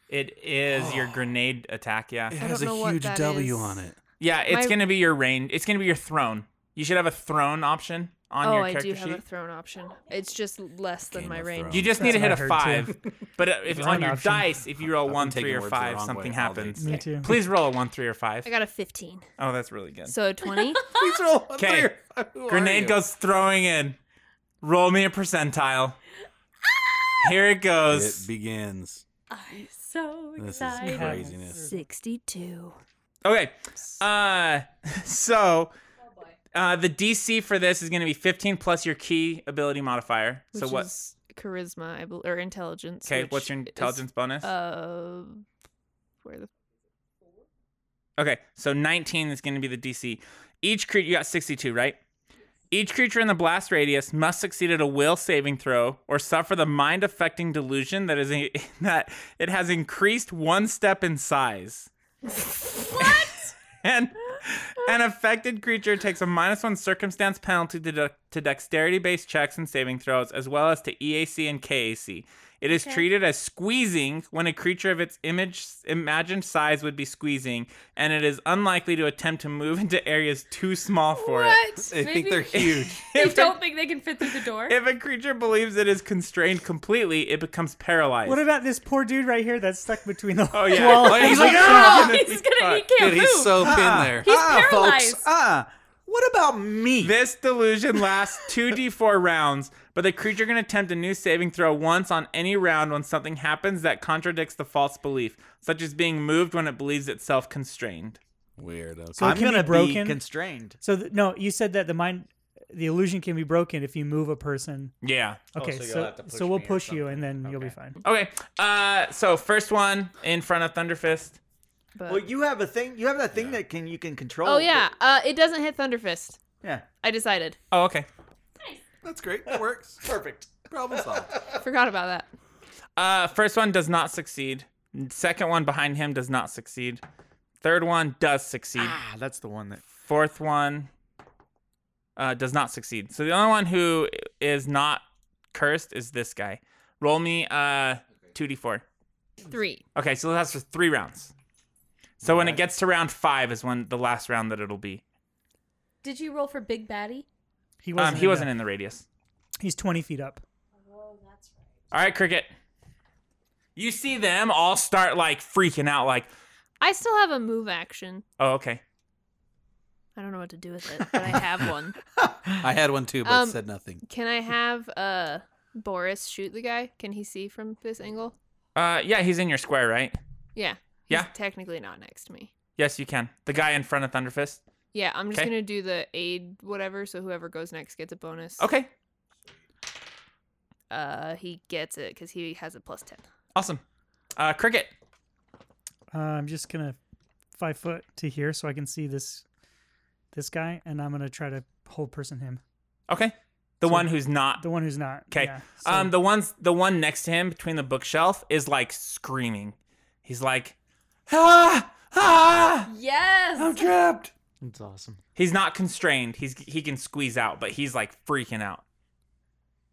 Speaker 2: It is your grenade attack, yeah.
Speaker 7: it
Speaker 6: I
Speaker 7: has
Speaker 6: don't
Speaker 7: a
Speaker 6: know what
Speaker 7: huge
Speaker 6: that
Speaker 7: W
Speaker 6: is.
Speaker 7: on it.
Speaker 2: Yeah, it's
Speaker 6: My-
Speaker 2: going to be your range. It's going to be your throne. You should have a throne option on
Speaker 6: oh,
Speaker 2: your
Speaker 6: I
Speaker 2: character
Speaker 6: do
Speaker 2: sheet.
Speaker 6: have a thrown option. It's just less than
Speaker 7: Game
Speaker 6: my
Speaker 7: of
Speaker 6: range.
Speaker 7: Thrones.
Speaker 2: You just need to hit a
Speaker 5: That's what I heard,
Speaker 2: five. But uh, if
Speaker 5: It's
Speaker 2: on
Speaker 5: an
Speaker 2: your
Speaker 5: option.
Speaker 2: dice, if you roll
Speaker 7: I've
Speaker 2: one,
Speaker 7: been
Speaker 2: three,
Speaker 7: taking
Speaker 2: or
Speaker 7: words the
Speaker 2: five,
Speaker 7: wrong
Speaker 2: something
Speaker 7: way all day.
Speaker 2: happens.
Speaker 5: Me too.
Speaker 2: Please roll a one, three, or five.
Speaker 6: I got a 15.
Speaker 2: Oh, that's really good.
Speaker 6: So 20.
Speaker 7: Please roll a
Speaker 2: Okay.
Speaker 7: three or five. Who are
Speaker 2: Grenade
Speaker 7: you?
Speaker 2: goes throwing in. Roll me a percentile.
Speaker 6: Ah!
Speaker 2: Here it
Speaker 7: It
Speaker 2: goes.
Speaker 7: begins.
Speaker 4: I'm so
Speaker 7: This is
Speaker 4: excited.
Speaker 7: craziness.
Speaker 6: 62.
Speaker 2: okay. Uh, so uh, the DC for this is going to be 15 plus your key ability modifier.
Speaker 6: Which
Speaker 2: so what?
Speaker 6: is charisma I bel or intelligence.
Speaker 2: Okay, what's
Speaker 6: which
Speaker 2: your
Speaker 6: is,
Speaker 2: intelligence bonus?
Speaker 6: uh, where the
Speaker 2: Okay, so 19 is going to be the DC. Each creature, you got 62, right? Each creature in the blast radius must succeed at a will saving throw or suffer the mind affecting delusion that is a, that it has increased one step in size. What? and an affected creature takes a minus one circumstance penalty to, de- to dexterity based checks and saving throws, as well as to EAC and KAC. It is
Speaker 4: Okay.
Speaker 2: treated as squeezing when a creature of its image imagined size would be squeezing, and it is unlikely to attempt to move into areas too small for it.
Speaker 4: What?
Speaker 7: They
Speaker 4: Maybe
Speaker 7: think they're huge.
Speaker 4: They
Speaker 2: If a-
Speaker 4: don't think they can fit through the door.
Speaker 2: If a creature believes it is constrained completely, it becomes paralyzed.
Speaker 5: What about this poor dude right here that's stuck between the
Speaker 2: oh yeah,
Speaker 5: wall?
Speaker 7: He's like,
Speaker 2: "Ah!"
Speaker 4: he's gonna. He
Speaker 2: Fuck.
Speaker 4: can't
Speaker 7: Dude, he's
Speaker 4: move.
Speaker 7: so thin
Speaker 6: Uh-uh.
Speaker 3: Ah.
Speaker 7: there.
Speaker 4: He's
Speaker 3: ah,
Speaker 4: paralyzed.
Speaker 3: folks. Ah, what about me?
Speaker 2: This delusion lasts 2d4 rounds, but the creature can attempt a new saving throw once on any round when something happens that contradicts the false belief, such as being moved when it believes itself constrained.
Speaker 7: Weird. Okay.
Speaker 5: So it
Speaker 3: I'm
Speaker 5: can
Speaker 3: gonna
Speaker 5: be broken.
Speaker 3: constrained.
Speaker 5: so th- no, you said that the mind, the illusion can be broken if you move a person.
Speaker 2: Yeah.
Speaker 8: Oh,
Speaker 5: Okay,
Speaker 8: so you'll
Speaker 5: so
Speaker 8: have to push
Speaker 5: so we'll
Speaker 8: me or
Speaker 5: push you, and
Speaker 8: something.
Speaker 5: then you'll be
Speaker 8: Okay.
Speaker 5: fine.
Speaker 2: Okay. Uh so first one in front of Thunderfist.
Speaker 6: but
Speaker 3: Well, you have a thing. You have that thing that can you can control.
Speaker 6: Oh yeah, uh, it doesn't hit Thunderfist.
Speaker 3: but- yeah.
Speaker 6: I decided.
Speaker 2: Oh, okay.
Speaker 7: That's great. That works.
Speaker 3: Perfect.
Speaker 7: Problem solved.
Speaker 6: Forgot about that.
Speaker 2: Uh first one does not succeed. Second one behind him does not succeed. Third one does succeed.
Speaker 3: Ah, that's the one that.
Speaker 2: Fourth one uh, does not succeed. So the only one who is not cursed is this guy. Roll me uh, 2d4.
Speaker 6: Three.
Speaker 2: Okay, so that's for three rounds. So when it gets to round five is when the last round that it'll be.
Speaker 4: Did you roll for Big Baddie?
Speaker 5: He
Speaker 2: Um,
Speaker 5: wasn't.
Speaker 2: he wasn't in the radius.
Speaker 5: He's twenty feet up.
Speaker 2: All right, Cricket. You see them all start like freaking out, like,
Speaker 6: I still have a move action.
Speaker 2: oh, okay.
Speaker 6: I don't know what to do with it, but I have one.
Speaker 7: I had one too, but
Speaker 6: Um,
Speaker 7: said nothing.
Speaker 6: Can I have uh Boris shoot the guy? Can he see from this angle?
Speaker 2: Uh, yeah, he's in your square, right?
Speaker 6: Yeah. He's
Speaker 2: Yeah.
Speaker 6: Technically not next to me.
Speaker 2: Yes, you can. The guy in front of Thunderfist.
Speaker 6: Yeah, I'm just
Speaker 2: Okay.
Speaker 6: gonna do the aid whatever, so whoever goes next gets a bonus.
Speaker 2: Okay,
Speaker 6: Uh, he gets it because he has a plus ten.
Speaker 2: awesome. Uh, Cricket.
Speaker 5: Uh, I'm just gonna five foot to here so I can see this this guy, and I'm gonna try to hold person him,
Speaker 2: Okay. The
Speaker 5: So-
Speaker 2: one who's not.
Speaker 5: the one who's not.
Speaker 2: Okay.
Speaker 5: Yeah, so-
Speaker 2: um, the one's the one next to him between the bookshelf is like screaming. He's like, ah, ah.
Speaker 4: Yes.
Speaker 7: trapped.
Speaker 8: That's awesome.
Speaker 2: He's not constrained. He's he can squeeze out, but he's like freaking out.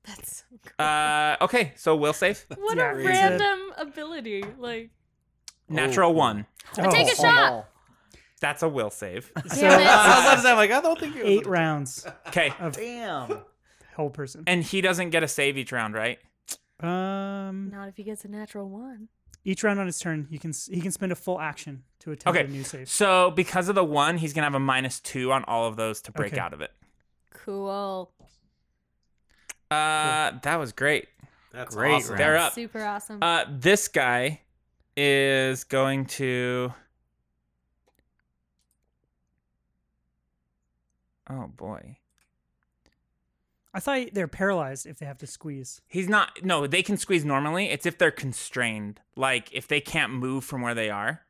Speaker 4: That's so cool.
Speaker 2: Uh, okay, so will save
Speaker 4: what
Speaker 5: not
Speaker 4: a
Speaker 5: reason.
Speaker 4: random ability. Like
Speaker 2: natural one.
Speaker 5: Oh,
Speaker 4: take a shot.
Speaker 2: That's a will save.
Speaker 4: Damn it.
Speaker 8: uh,
Speaker 7: I was about to say, I'm like, I don't think it was
Speaker 5: eight
Speaker 7: a-
Speaker 5: rounds
Speaker 2: Okay,
Speaker 5: of
Speaker 3: Damn.
Speaker 5: whole person.
Speaker 2: and he doesn't get a save each round, right?
Speaker 5: Um,
Speaker 4: Not if he gets a natural one.
Speaker 5: each round on his turn, he can s- he can spend a full action to attempt
Speaker 2: Okay.
Speaker 5: a new save.
Speaker 2: So because of the one, he's gonna have a minus two on all of those to break
Speaker 5: Okay.
Speaker 2: out of it.
Speaker 4: Cool.
Speaker 2: Uh, that was great.
Speaker 7: That's
Speaker 8: Great
Speaker 7: awesome.
Speaker 2: They're up.
Speaker 4: Super awesome.
Speaker 2: Uh, this guy is going to. Oh boy,
Speaker 5: I thought they're paralyzed if they have to squeeze.
Speaker 2: he's not. No, they can squeeze normally. It's if they're constrained, like if they can't move from where they are,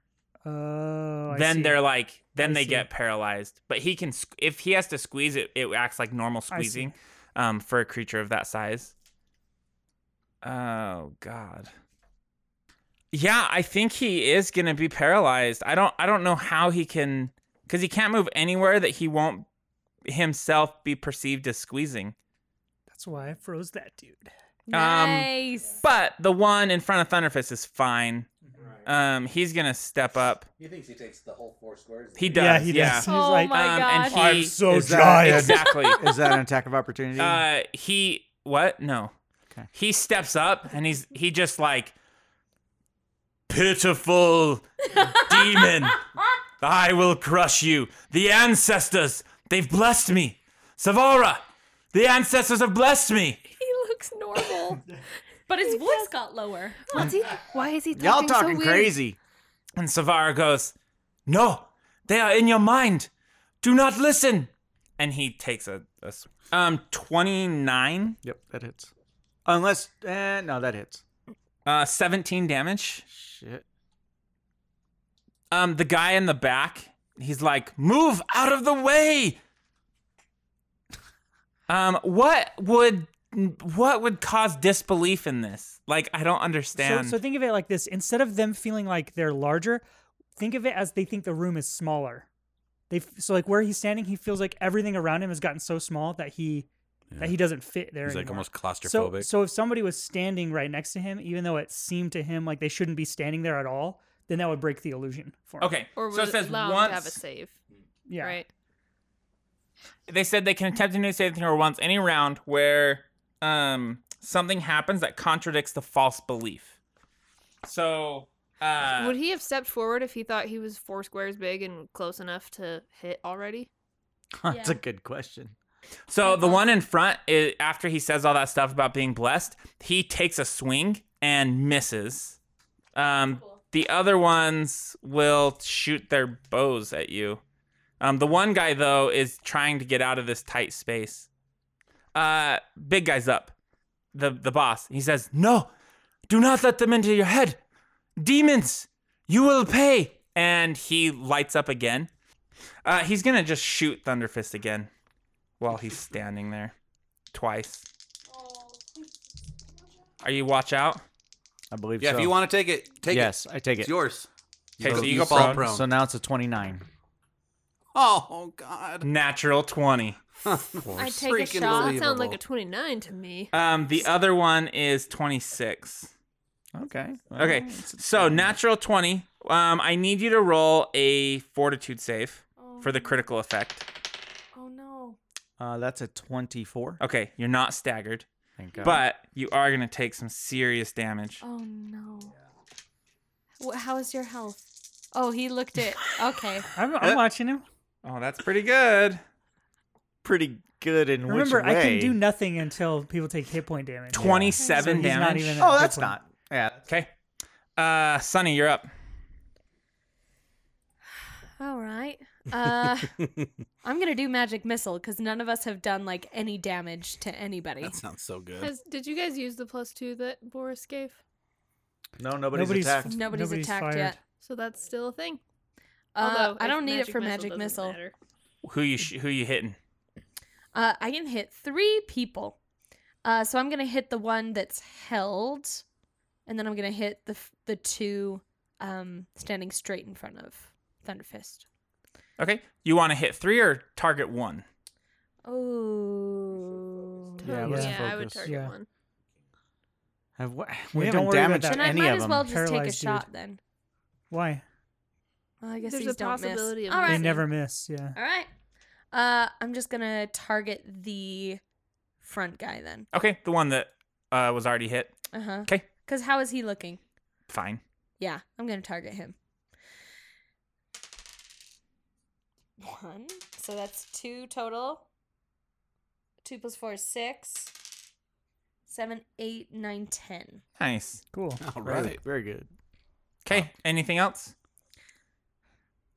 Speaker 5: Oh, I
Speaker 2: then
Speaker 5: see.
Speaker 2: they're like, then
Speaker 5: I
Speaker 2: they
Speaker 5: see.
Speaker 2: get paralyzed. But he can, squ- if he has to squeeze, it it acts like normal
Speaker 5: see.
Speaker 2: squeezing, um, for a creature of that size. Oh God. Yeah, I think he is gonna be paralyzed. I don't, I don't know how he can, because he can't move anywhere that he won't himself be perceived as squeezing.
Speaker 5: That's why I froze that dude.
Speaker 4: nice.
Speaker 2: But the one in front of Thunderfist is fine. Um, he's gonna step up.
Speaker 7: He thinks he takes the whole four squares.
Speaker 2: He does.
Speaker 5: Yeah, he does. He's
Speaker 6: Oh
Speaker 5: like,
Speaker 6: my
Speaker 2: um,
Speaker 6: God.
Speaker 2: and he
Speaker 5: I'm so
Speaker 8: Is that-
Speaker 5: giant.
Speaker 2: exactly.
Speaker 8: Is that an attack of opportunity?
Speaker 2: Uh, he what? No.
Speaker 8: Okay.
Speaker 2: He steps up and he's he just like pitiful demon. I will crush you. The ancestors they've blessed me. Savora, the ancestors have blessed me.
Speaker 4: He looks normal, but his voice got lower.
Speaker 6: What's he?
Speaker 2: Mm.
Speaker 6: Why is he talking
Speaker 3: Y'all
Speaker 6: so
Speaker 3: talking
Speaker 6: weird?
Speaker 3: crazy.
Speaker 2: And Savara goes, No, they are in your mind. Do not listen. And he takes a, a s- um twenty nine,
Speaker 8: yep, that hits. Unless, eh, no, that hits.
Speaker 2: uh seventeen damage.
Speaker 8: Shit.
Speaker 2: um the guy in the back he's like move out of the way um what would what would cause disbelief in this like i don't
Speaker 5: So,
Speaker 2: understand
Speaker 5: so think of it like this: instead of them feeling like they're larger, think of it as they think the room is smaller. They f- so like where he's standing, he feels like everything around him has gotten so small that he
Speaker 7: Yeah.
Speaker 5: that he doesn't fit there.
Speaker 7: He's like
Speaker 5: anymore.
Speaker 7: almost
Speaker 5: So,
Speaker 7: claustrophobic.
Speaker 5: so if somebody was standing right next to him, even though it seemed to him like they shouldn't be standing there at all, then that would break the illusion for him.
Speaker 2: okay
Speaker 6: Or was
Speaker 2: so it says
Speaker 6: allowed to have a
Speaker 2: once
Speaker 6: save,
Speaker 5: Yeah.
Speaker 6: right?
Speaker 2: they said they can attempt a new saving throw once any round where um something happens that contradicts the false belief so uh
Speaker 6: Would he have stepped forward if he thought he was four squares big and close enough to hit already?
Speaker 8: That's
Speaker 4: Yeah.
Speaker 8: a good question.
Speaker 2: So the one in front, i after he says all that stuff about being blessed, he takes a swing and misses. Um, the other ones will shoot their bows at you. Um, the one guy though is trying to get out of this tight space. Uh, big guy's up, the the boss. He says, "No, do not let them into your head, demons. You will pay." And he lights up again. Uh, he's gonna just shoot Thunderfist again while he's standing there twice. Are you watch out?
Speaker 8: I believe
Speaker 7: yeah,
Speaker 8: so.
Speaker 7: if you want to take it, take
Speaker 8: yes,
Speaker 7: it.
Speaker 8: I take it.
Speaker 7: It's yours.
Speaker 2: Okay, so you go
Speaker 7: fall
Speaker 2: prone.
Speaker 7: prone.
Speaker 8: So now it's a 29.
Speaker 7: oh God.
Speaker 2: Natural 20.
Speaker 4: I take a
Speaker 7: Freaking
Speaker 4: shot.
Speaker 6: That sounds like
Speaker 7: Unbelievable.
Speaker 6: a 29 to me.
Speaker 2: Um, the other one is 26.
Speaker 8: Okay. well,
Speaker 2: Okay,
Speaker 5: Mm,
Speaker 2: so natural 20. Um, I need you to roll a fortitude save for the critical effect.
Speaker 4: Oh no.
Speaker 8: Uh, that's a 24.
Speaker 7: Uh,
Speaker 2: Okay, you're not staggered,
Speaker 8: Thank God.
Speaker 2: but you are gonna take some serious damage.
Speaker 4: Oh no. Wh- How is your health? Oh, he looked it. Okay.
Speaker 5: I'm,
Speaker 2: Uh,
Speaker 5: I'm watching him.
Speaker 2: Oh, that's pretty good.
Speaker 8: pretty good in
Speaker 5: Remember,
Speaker 8: which
Speaker 5: I
Speaker 8: way?
Speaker 5: can do nothing until people take hit point damage.
Speaker 2: 27
Speaker 5: So he's not
Speaker 2: damage.
Speaker 5: even at
Speaker 8: Oh,
Speaker 5: hit
Speaker 8: that's
Speaker 5: point.
Speaker 8: not. Yeah.
Speaker 2: Okay. Uh, Sonny, you're up.
Speaker 4: All right. Uh, I'm gonna do magic missile because none of us have done like any damage to anybody.
Speaker 7: That sounds so good.
Speaker 6: Has, did you guys use the plus two that Boris gave?
Speaker 8: No, nobody's,
Speaker 5: Nobody's-
Speaker 8: attacked.
Speaker 4: Nobody's,
Speaker 5: Nobody's
Speaker 4: attacked
Speaker 5: fired.
Speaker 4: yet.
Speaker 6: So that's still a thing.
Speaker 4: Uh, I
Speaker 6: if
Speaker 4: don't need it for magic
Speaker 6: doesn't
Speaker 4: missile.
Speaker 6: matter.
Speaker 2: Who you sh- who you hitting?
Speaker 4: Uh, I can hit three people. Uh, so I'm gonna hit the one that's held, and then I'm gonna hit the f- the two um, standing straight in front of Thunderfist.
Speaker 2: Okay, you want to hit three or target one?
Speaker 4: Oh.
Speaker 5: Yeah,
Speaker 6: Totally.
Speaker 5: let's
Speaker 6: yeah, I would
Speaker 8: focus.
Speaker 6: target
Speaker 5: Yeah.
Speaker 6: one.
Speaker 8: Have what?
Speaker 5: Yeah,
Speaker 8: We
Speaker 5: don't
Speaker 8: haven't
Speaker 5: worry about
Speaker 8: damaged
Speaker 5: that.
Speaker 4: Then I
Speaker 8: any
Speaker 4: might
Speaker 8: of
Speaker 4: as
Speaker 8: them.
Speaker 4: well just take a
Speaker 5: Paralyzed dude.
Speaker 4: shot then.
Speaker 5: Why?
Speaker 4: Well, I guess
Speaker 6: There's
Speaker 4: these
Speaker 6: a
Speaker 4: don't miss.
Speaker 6: possibility of
Speaker 4: All
Speaker 5: They
Speaker 4: right.
Speaker 6: missing.
Speaker 5: never miss. Yeah.
Speaker 4: All right. Uh, I'm just gonna target the front guy then.
Speaker 2: Okay, the one that uh, was already hit.
Speaker 4: Uh huh.
Speaker 2: 'Kay.
Speaker 4: Cause how is he looking?
Speaker 2: Fine.
Speaker 4: Yeah, I'm gonna target him. One. So that's two total. Two plus four is six. Seven, eight, nine, ten.
Speaker 2: Nice.
Speaker 5: Cool.
Speaker 7: All
Speaker 8: Very-
Speaker 7: right.
Speaker 8: Very good.
Speaker 2: Okay, anything else?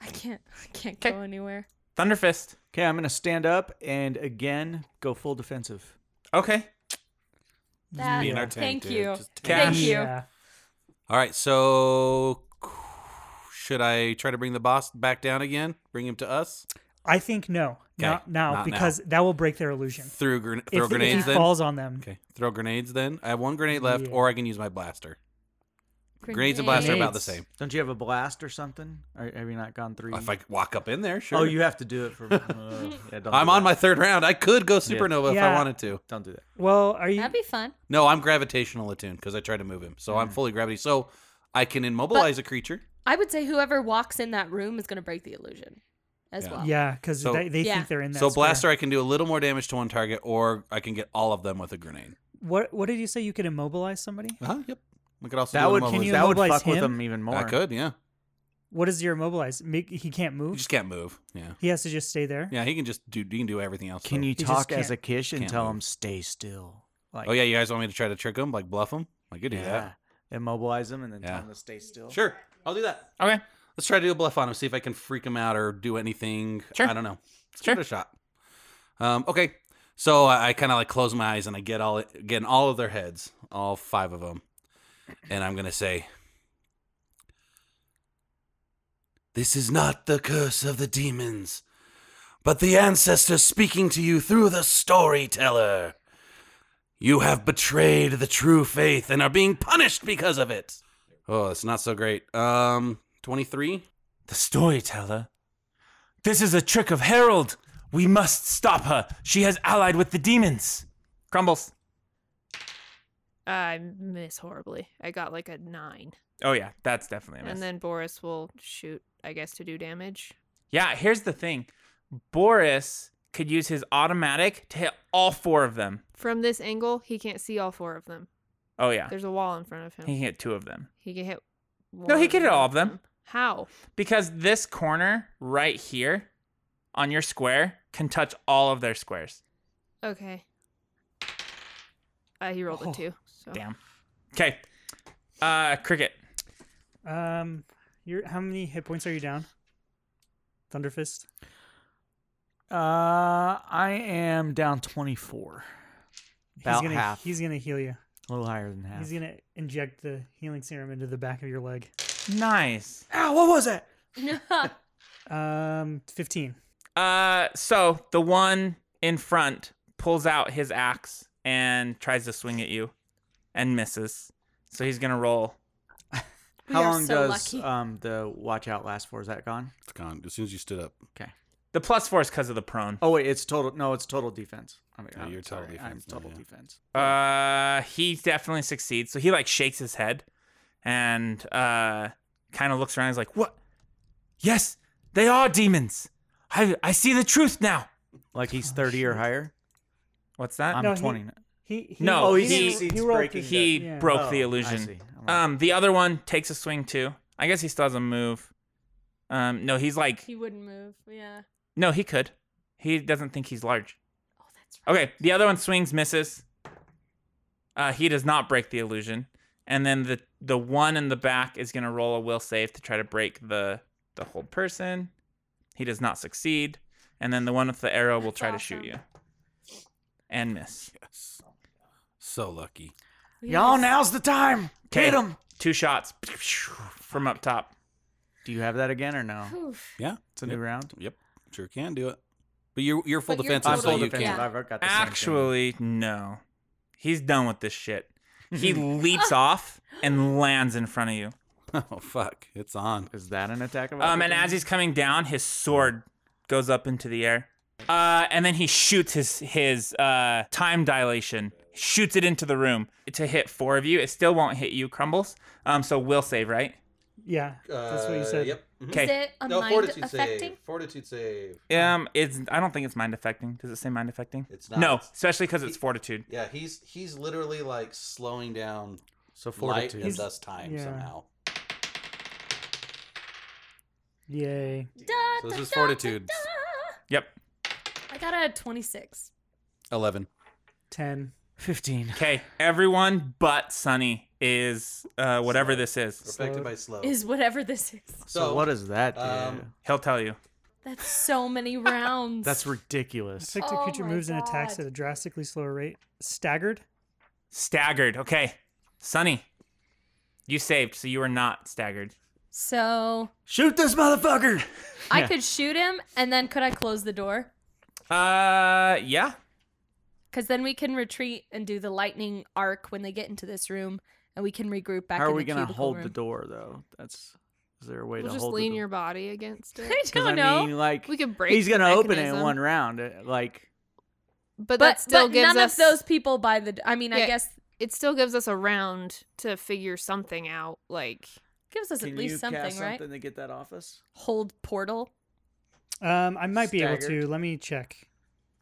Speaker 4: I can't. I can't
Speaker 2: 'Kay.
Speaker 4: go anywhere.
Speaker 2: Thunderfist.
Speaker 8: Okay, I'm going to stand up and again go full defensive.
Speaker 2: Okay.
Speaker 4: That.
Speaker 7: Being our tank,
Speaker 4: thank
Speaker 7: dude.
Speaker 4: you.
Speaker 7: Just
Speaker 4: Thank
Speaker 2: tank.
Speaker 4: you.
Speaker 5: Yeah.
Speaker 7: All right. So should I try to bring the boss back down again? Bring him to us?
Speaker 5: I think no, not now,
Speaker 7: not now.
Speaker 5: because that will break their illusion.
Speaker 7: Through gren-
Speaker 5: If,
Speaker 7: throw
Speaker 5: if
Speaker 7: grenades
Speaker 5: he
Speaker 7: then.
Speaker 5: falls on them,
Speaker 7: Okay. Throw grenades then. I have one grenade left,
Speaker 5: Yeah.
Speaker 7: or I can use my blaster. Grenades and blaster are about the same.
Speaker 8: Don't you have a blast or something? Or have you not gone three?
Speaker 7: If I walk up in there, sure.
Speaker 8: Oh, you have to do it for. uh, yeah, don't
Speaker 7: I'm
Speaker 8: do
Speaker 7: on
Speaker 8: that.
Speaker 7: my third round. I could go supernova if I
Speaker 5: Yeah.
Speaker 7: wanted to.
Speaker 8: Don't do that.
Speaker 5: well, are you?
Speaker 4: That'd be fun.
Speaker 7: No, I'm gravitational attuned because I tried to move him, so I'm fully gravity. So I can immobilize a creature.
Speaker 4: I would say whoever walks in that room is going to break the illusion as
Speaker 7: Yeah.
Speaker 4: well.
Speaker 5: Yeah, because
Speaker 7: So-
Speaker 5: they, they
Speaker 4: Yeah.
Speaker 5: think they're in that.
Speaker 7: So
Speaker 5: square.
Speaker 7: blaster, I can do a little more damage to one target, or I can get all of them with a grenade.
Speaker 5: What what did you say? You could immobilize somebody.
Speaker 7: Uh-huh, yep. I could also
Speaker 8: That
Speaker 7: do
Speaker 8: would
Speaker 5: Can
Speaker 7: immobilize-
Speaker 5: you
Speaker 8: that would
Speaker 5: immobilize
Speaker 8: fuck with
Speaker 5: him?
Speaker 8: them even more.
Speaker 7: I could, yeah.
Speaker 5: What is your immobilize? Make, he can't
Speaker 7: You
Speaker 5: move.
Speaker 7: just can't move. Yeah.
Speaker 5: he has to just stay there.
Speaker 7: Yeah, he can just do. He can do everything else.
Speaker 8: Can
Speaker 7: though.
Speaker 8: you
Speaker 5: just
Speaker 8: talk as a
Speaker 5: can't-
Speaker 8: kish and
Speaker 7: can't
Speaker 8: tell
Speaker 7: move.
Speaker 8: him stay still? Like,
Speaker 7: Oh yeah, you guys want me to try to trick him, like bluff him? I could do
Speaker 8: yeah. Immobilize him and then
Speaker 7: Yeah.
Speaker 8: tell him to stay still.
Speaker 7: that. Sure, I'll do that.
Speaker 2: Okay.
Speaker 7: Let's try to do a bluff on him, see if I can freak him out or do anything.
Speaker 2: Sure.
Speaker 7: I don't know. Let's
Speaker 2: Sure.
Speaker 7: give it a shot. Um, okay. So I, I kind of like close my eyes and I get all get in all of their heads, all five of them, and I'm gonna say, "This is not the curse of the demons, but the ancestors speaking to you through the storyteller. You have betrayed the true faith and are being punished because of it." Oh, that's not so great. Um, twenty three.
Speaker 9: The storyteller? This is a trick of Harold! We must stop her! She has allied with the demons!
Speaker 2: Crumbles.
Speaker 6: I miss horribly. I got like a nine.
Speaker 2: Oh yeah, that's definitely a miss.
Speaker 6: And then Boris will shoot, I guess, to do damage.
Speaker 2: yeah, here's the thing. Boris could use his automatic to hit all four of them.
Speaker 6: From this angle, he can't see all four of them.
Speaker 2: Oh yeah.
Speaker 6: There's a wall in front of
Speaker 2: He
Speaker 6: him.
Speaker 2: can hit two of them.
Speaker 6: He can hit.
Speaker 2: No, he
Speaker 6: one
Speaker 2: can hit all of them.
Speaker 6: How?
Speaker 2: Because this corner right here on your square can touch all of their squares.
Speaker 6: Okay. Uh, he rolled
Speaker 5: Oh,
Speaker 6: a two. So.
Speaker 2: Damn. Okay. Uh cricket.
Speaker 5: Um, you're how many hit points are you down? Thunderfist.
Speaker 8: Uh, I am down 24. About
Speaker 5: he's gonna
Speaker 8: half.
Speaker 5: he's gonna heal you.
Speaker 8: A little higher than half.
Speaker 5: He's gonna inject the healing serum into the back of your leg.
Speaker 2: Nice.
Speaker 8: Ow, what was that?
Speaker 5: Um, fifteen.
Speaker 2: Uh so the one in front pulls out his axe and tries to swing at you and misses. So he's going to roll.
Speaker 4: We
Speaker 8: How
Speaker 4: are
Speaker 8: long
Speaker 4: so
Speaker 8: does
Speaker 4: lucky.
Speaker 8: um the watch out last for? Is that gone?
Speaker 7: It's gone as soon as you stood up.
Speaker 2: The plus 4 is cuz of the prone.
Speaker 8: Oh wait, it's total. No, it's total defense. I mean,
Speaker 7: Yeah,
Speaker 8: I'm
Speaker 7: you're total
Speaker 8: sorry,
Speaker 7: defense
Speaker 8: I'm
Speaker 7: now,
Speaker 8: total
Speaker 7: yeah.
Speaker 8: defense.
Speaker 2: Uh, he definitely succeeds. So he like shakes his head and uh, kind of looks around. He's like, "What?
Speaker 9: Yes, they are demons! I, I see the truth now!
Speaker 8: Like he's 30 or higher.
Speaker 2: What's that?"
Speaker 8: I'm
Speaker 5: No, he-
Speaker 8: 20.
Speaker 5: He, he
Speaker 2: No, Oh, he he-
Speaker 8: succeeds
Speaker 5: rolled
Speaker 8: breaking
Speaker 5: to-
Speaker 8: the-
Speaker 2: he
Speaker 5: yeah.
Speaker 2: broke the
Speaker 8: Oh, I
Speaker 2: illusion.
Speaker 8: see. I'm like-
Speaker 2: Um, the other one takes a swing too. I guess he still has a move. Um, no, he's like,
Speaker 4: He wouldn't move. Yeah.
Speaker 2: no, he could. He doesn't think he's large.
Speaker 4: Oh, that's right.
Speaker 2: Okay, the other one swings, misses. Uh, he does not break the illusion, and then the the one in the back is gonna roll a will save to try to break the the whole person. He does not succeed, and then the one with the arrow will
Speaker 4: That's
Speaker 2: try to
Speaker 4: awesome.
Speaker 2: shoot you and miss.
Speaker 7: Yes. So lucky.
Speaker 8: Y'all, now's the time.
Speaker 2: Okay.
Speaker 8: Hit him.
Speaker 2: Two shots from up top.
Speaker 8: Do you have that again or no?
Speaker 4: Oof.
Speaker 7: Yeah.
Speaker 8: It's a new round.
Speaker 7: Yep. Sure can do it. But you're you're full
Speaker 4: But you're
Speaker 7: defensive,
Speaker 4: I'm
Speaker 8: I'm
Speaker 4: full
Speaker 7: so
Speaker 8: full
Speaker 7: you
Speaker 8: defense.
Speaker 4: defensive.
Speaker 7: can't.
Speaker 8: I've got the same thing.
Speaker 2: Actually, no. He's done with this shit. He leaps off and lands in front of you.
Speaker 7: Oh fuck! It's on.
Speaker 8: is that an attack of?
Speaker 2: Um, and
Speaker 8: opportunity?
Speaker 2: as he's coming down, his sword goes up into the air. Uh, and then he shoots his his uh, time dilation, shoots it into the room to hit four of you. It still won't hit you, Crumbles. Um, so will save, right?
Speaker 5: Yeah, that's what you said.
Speaker 4: Is
Speaker 2: Okay.
Speaker 4: it a mind affecting?
Speaker 10: Fortitude save.
Speaker 2: Um, it's I don't think it's mind affecting. Does it say mind affecting?
Speaker 10: It's not.
Speaker 2: No, especially because it's fortitude.
Speaker 10: Yeah, he's he's literally like slowing down
Speaker 8: so
Speaker 10: light and
Speaker 8: fortitude.
Speaker 10: thus time
Speaker 5: yeah.
Speaker 10: somehow.
Speaker 5: Yay.
Speaker 4: Da,
Speaker 7: So
Speaker 4: da,
Speaker 7: this is
Speaker 4: da,
Speaker 7: fortitude.
Speaker 4: da.
Speaker 2: Yep.
Speaker 4: I got a 26.
Speaker 7: Eleven.
Speaker 5: Ten.
Speaker 8: 15.
Speaker 2: Okay. Everyone but Sunny is uh, whatever this is.
Speaker 10: Affected by
Speaker 7: Oh.
Speaker 10: slow.
Speaker 4: Is whatever this is.
Speaker 8: So, what is that? Dude?
Speaker 10: um,
Speaker 2: He'll tell you.
Speaker 4: That's so many rounds.
Speaker 8: That's ridiculous.
Speaker 5: Affected
Speaker 4: Oh
Speaker 5: creature
Speaker 4: my
Speaker 5: moves and attacks
Speaker 4: God.
Speaker 5: at a drastically slower rate. Staggered.
Speaker 2: Staggered. Okay. Sunny, you saved, so you are not staggered.
Speaker 4: so
Speaker 8: Shoot this motherfucker.
Speaker 4: I could shoot him, and then could I close the door?
Speaker 2: Uh, yeah.
Speaker 4: Because then we can retreat and do the lightning arc when they get into this room, and we can regroup back.
Speaker 8: How are
Speaker 4: in
Speaker 8: we
Speaker 4: going to
Speaker 8: hold the door though? That's is there a way
Speaker 6: We'll
Speaker 8: to
Speaker 6: just
Speaker 8: hold
Speaker 6: lean
Speaker 8: the door?
Speaker 6: your body against it.
Speaker 4: I
Speaker 8: 'Cause
Speaker 4: don't
Speaker 8: I
Speaker 4: know.
Speaker 8: mean, like
Speaker 6: We could break.
Speaker 8: he's
Speaker 6: the
Speaker 8: gonna open it in
Speaker 6: mechanism,
Speaker 8: one round. uh, Like
Speaker 4: but
Speaker 6: But, that still
Speaker 4: but
Speaker 6: gives
Speaker 4: none
Speaker 6: us
Speaker 4: of those people by the. d- I mean, I
Speaker 6: Yeah.
Speaker 4: guess
Speaker 6: It still gives us a round to figure something out. Like
Speaker 4: Gives us
Speaker 8: Can
Speaker 4: at
Speaker 8: you
Speaker 4: least something,
Speaker 8: cast
Speaker 4: right?
Speaker 8: something to get that off us?
Speaker 4: Hold portal.
Speaker 5: Um, I might be able
Speaker 8: Staggered.
Speaker 5: to. Let me check.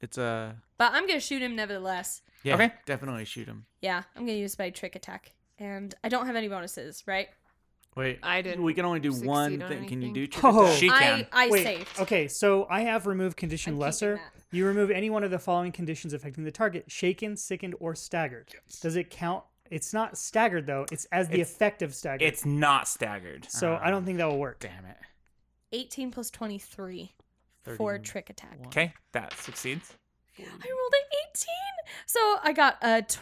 Speaker 8: It's a
Speaker 4: But I'm gonna shoot him nevertheless.
Speaker 8: yeah.
Speaker 2: Okay.
Speaker 8: Definitely shoot him.
Speaker 4: Yeah, I'm gonna use my trick attack. And I don't have any bonuses, right?
Speaker 8: Wait,
Speaker 6: I didn't
Speaker 8: We can only do
Speaker 6: succeed
Speaker 8: one
Speaker 6: on
Speaker 8: thing. Can you do?
Speaker 6: anything.
Speaker 8: trick
Speaker 5: Oh.
Speaker 8: attack?
Speaker 2: She can.
Speaker 4: I, I
Speaker 5: Wait,
Speaker 4: saved.
Speaker 5: Okay, so I have removed condition
Speaker 4: I'm keeping
Speaker 5: lesser.
Speaker 4: that.
Speaker 5: You remove any one of the following conditions affecting the target: shaken, sickened, or staggered. Does it count? It's not staggered though. It's as the effect of staggered.
Speaker 2: It's not staggered. Uh-huh.
Speaker 5: so I don't think that will work.
Speaker 8: Damn it.
Speaker 4: 18 plus 23 for trick attack.
Speaker 2: Okay, that succeeds.
Speaker 4: I rolled an 18. So I got a tw-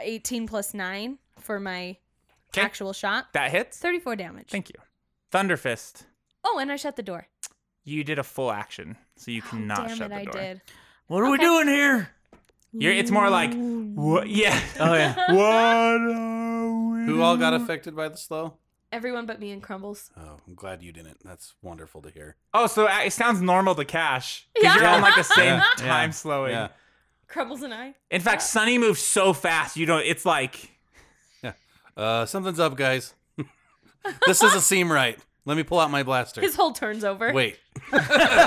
Speaker 4: 18 plus 9 for my
Speaker 2: 'Kay.
Speaker 4: actual shot.
Speaker 2: That hits.
Speaker 4: 34 damage.
Speaker 2: Thank you. Thunderfist,
Speaker 4: oh, and I shut the door.
Speaker 2: you did a full action, so you cannot
Speaker 4: Oh, Damn
Speaker 2: shut
Speaker 4: it,
Speaker 2: the door.
Speaker 4: I did.
Speaker 8: What are we
Speaker 4: Okay.
Speaker 8: doing here?
Speaker 2: You're, it's more like, what? Yeah.
Speaker 8: Oh yeah.
Speaker 7: What? are we
Speaker 10: Who all got
Speaker 7: doing?
Speaker 10: affected by the slow?
Speaker 4: Everyone but me and Crumbles.
Speaker 7: Oh, I'm glad you didn't. That's wonderful to hear.
Speaker 2: Oh, so it sounds normal to Cash because you're
Speaker 4: Yeah.
Speaker 2: on like the same
Speaker 7: Yeah, yeah,
Speaker 2: time slowing.
Speaker 7: yeah.
Speaker 4: Crumbles and I.
Speaker 2: In fact, Sunny moves so fast, you don't. It's like
Speaker 7: Uh, something's up, guys. this doesn't seem right. Let me pull out my blaster.
Speaker 4: His whole turn's over.
Speaker 7: Wait. Why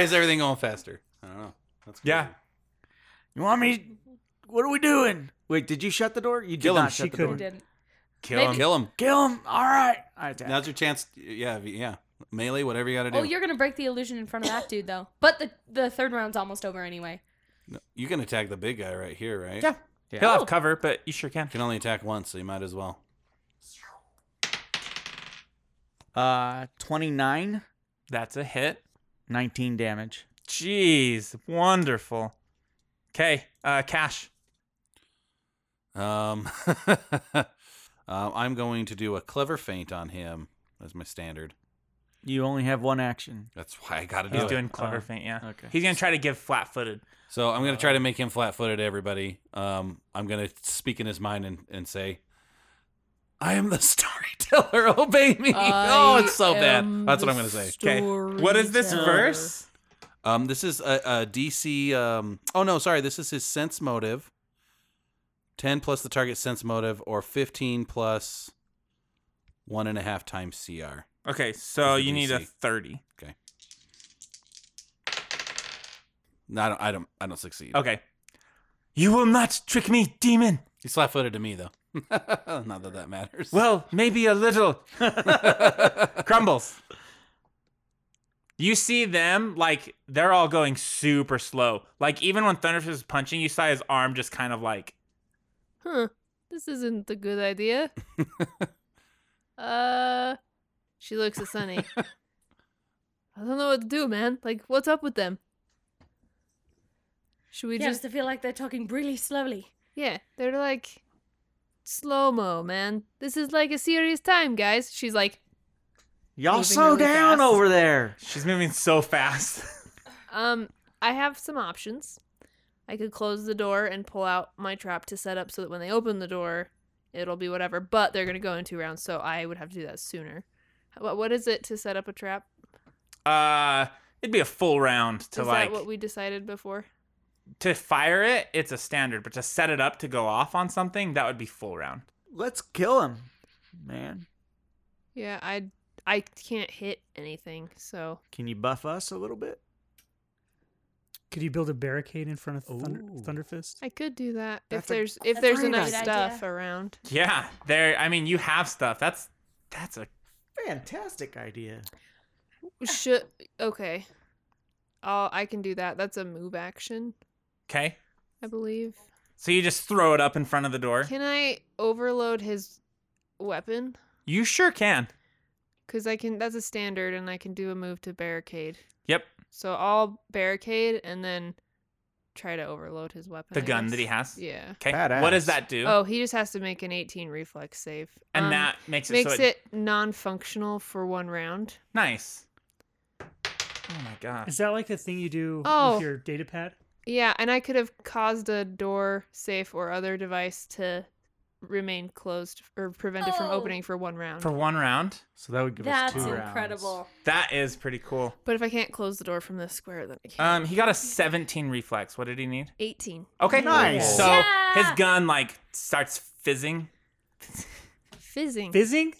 Speaker 7: is everything going faster? I don't know. That's
Speaker 2: Yeah.
Speaker 7: crazy.
Speaker 8: You want me? What are we doing? Wait, did you shut the door? You did
Speaker 7: Kill him.
Speaker 8: not shut
Speaker 5: She
Speaker 8: the
Speaker 4: He
Speaker 5: couldn't.
Speaker 8: door.
Speaker 4: didn't.
Speaker 2: kill
Speaker 4: Maybe-
Speaker 2: him.
Speaker 7: Kill him.
Speaker 8: Kill him. All right. I attack.
Speaker 7: Now's your chance. Yeah, yeah. Melee, whatever you got to do.
Speaker 4: Oh, you're gonna break the illusion in front of that dude though. But the the third round's almost over anyway.
Speaker 7: No, you can attack the big guy right here, right?
Speaker 2: Yeah. He'll have cover, but you sure can.
Speaker 7: You can only attack once, so you might as well.
Speaker 8: Uh, 29,
Speaker 2: That's a hit.
Speaker 8: 19 damage.
Speaker 2: Jeez, wonderful. Okay, uh, Cash.
Speaker 7: Um, uh, I'm going to do a clever feint on him as my standard.
Speaker 8: You only have one action.
Speaker 7: That's why I got to do
Speaker 2: He's
Speaker 7: it.
Speaker 2: doing clever feint. Yeah.
Speaker 8: okay.
Speaker 2: He's gonna try to give flat-footed.
Speaker 7: So I'm gonna try to make him flat-footed. Everybody, um, I'm gonna speak in his mind and, and say, "I am the storyteller. Obey me." oh, it's so bad. That's what I'm gonna say.
Speaker 2: Okay. What is this verse?
Speaker 7: Um, this is a, a DC. Um, oh no, sorry. This is his sense motive. Ten plus the target sense motive, or fifteen plus one and a half times CR.
Speaker 2: Okay, so
Speaker 7: It's a
Speaker 2: you need a
Speaker 7: DC.
Speaker 2: thirty.
Speaker 7: No, I don't. I don't. I don't succeed.
Speaker 2: Okay.
Speaker 9: You will not trick me, demon.
Speaker 7: He's flat-footed to me though. Not that that matters.
Speaker 9: Well, maybe a little.
Speaker 2: crumbles. You see them like they're all going super slow. Like even when Thunderfist is punching, you saw his arm just kind of like
Speaker 6: Huh. This isn't the good idea. uh she looks at Sunny. I don't know what to do, man. Like what's up with them? Should we
Speaker 4: yeah,
Speaker 6: just
Speaker 4: just I feel like they're talking really slowly.
Speaker 6: Yeah, they're like slow mo, man. This is like a serious time, guys. She's like,
Speaker 8: Y'all
Speaker 6: Moving
Speaker 8: slow
Speaker 6: really
Speaker 8: down
Speaker 6: fast.
Speaker 8: over there.
Speaker 2: she's moving so fast.
Speaker 6: um, I have some options. I could close the door and pull out my trap to set up so that when they open the door, it'll be whatever. But they're gonna go in two rounds, so I would have to do that sooner. What what is it to set up a trap?
Speaker 2: Uh it'd be a full round to
Speaker 6: is
Speaker 2: like
Speaker 6: that what we decided before?
Speaker 2: to fire it, it's a standard, but to set it up to go off on something, that would be full round.
Speaker 8: Let's kill him, man.
Speaker 6: Yeah, I I can't hit anything, so
Speaker 8: Can you buff us a little bit?
Speaker 5: Could you build a barricade in front of Thunder,
Speaker 8: Ooh.
Speaker 5: Thunderfist?
Speaker 6: I could do that if
Speaker 8: That's a-
Speaker 6: there's if
Speaker 4: That's
Speaker 6: there's
Speaker 4: a
Speaker 6: enough
Speaker 4: great
Speaker 6: stuff
Speaker 4: idea.
Speaker 6: around.
Speaker 2: Yeah. There I mean you have stuff. That's that's a
Speaker 8: Fantastic idea.
Speaker 6: Should okay. Oh, I can do that. That's a move action,
Speaker 2: okay.
Speaker 6: I believe.
Speaker 2: So you just throw it up in front of the door.
Speaker 6: Can I overload his weapon?
Speaker 2: You sure can.
Speaker 6: Cause I can. That's a standard, and I can do a move to barricade.
Speaker 2: Yep.
Speaker 6: So I'll barricade and then try to overload his weapon.
Speaker 2: The
Speaker 6: I
Speaker 2: gun
Speaker 6: guess.
Speaker 2: that he has.
Speaker 6: Yeah.
Speaker 2: Okay.
Speaker 8: Badass.
Speaker 2: What does that do?
Speaker 6: Oh, he just has to make an 18 reflex save.
Speaker 2: and
Speaker 6: Um,
Speaker 2: that makes it
Speaker 6: makes
Speaker 2: so
Speaker 6: it, non-functional for one round.
Speaker 2: Nice. Oh my gosh.
Speaker 5: Is that like a thing you do
Speaker 6: Oh.
Speaker 5: with your data pad?
Speaker 6: Yeah, and I could have caused a door, safe, or other device to remain closed or prevent it from
Speaker 4: Oh.
Speaker 6: opening for one round.
Speaker 2: For one round?
Speaker 8: So that would give
Speaker 4: That's
Speaker 8: us two
Speaker 4: incredible.
Speaker 2: That is pretty cool.
Speaker 6: But if I can't close the door from this square, then I can't.
Speaker 2: Um, he got a 17 reflex. What did he need?
Speaker 6: 18.
Speaker 2: Okay.
Speaker 8: Nice.
Speaker 2: So
Speaker 4: Yeah.
Speaker 2: his gun like starts fizzing.
Speaker 6: Fizzing.
Speaker 5: fizzing.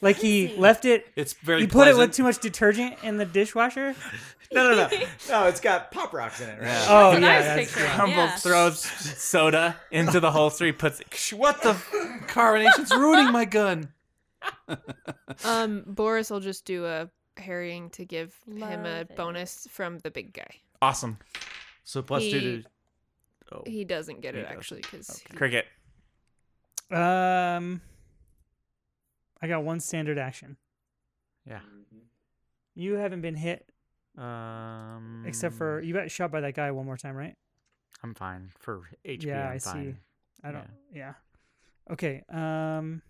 Speaker 5: Like he left it.
Speaker 7: It's very
Speaker 5: He put it
Speaker 7: pleasant.
Speaker 5: with too much detergent in the dishwasher.
Speaker 3: No, no, no. No, it's got pop rocks in it, right?
Speaker 5: Oh
Speaker 4: That's what I
Speaker 5: yeah,
Speaker 4: was
Speaker 5: that's-
Speaker 4: picturing.
Speaker 2: Crumble
Speaker 4: yeah.
Speaker 2: throws soda into the holster. He puts it.
Speaker 7: What the coronation's ruining my gun.
Speaker 6: Um, Boris will just do a harrying to give him
Speaker 4: Love
Speaker 6: a
Speaker 4: it.
Speaker 6: bonus from the big guy.
Speaker 2: Awesome.
Speaker 8: So plus
Speaker 6: He-
Speaker 8: two to. Oh.
Speaker 6: He doesn't get
Speaker 8: He
Speaker 6: it
Speaker 8: doesn't.
Speaker 6: actually because
Speaker 2: Cricket.
Speaker 5: Um, I got one standard action.
Speaker 8: Yeah.
Speaker 5: You haven't been hit
Speaker 8: Um.
Speaker 5: except
Speaker 3: Mm.
Speaker 5: for you got shot by that guy one more time, right?
Speaker 8: I'm fine for HP.
Speaker 5: Yeah,
Speaker 8: I'm
Speaker 5: I see.
Speaker 8: fine.
Speaker 5: I don't. Yeah. Okay. Um,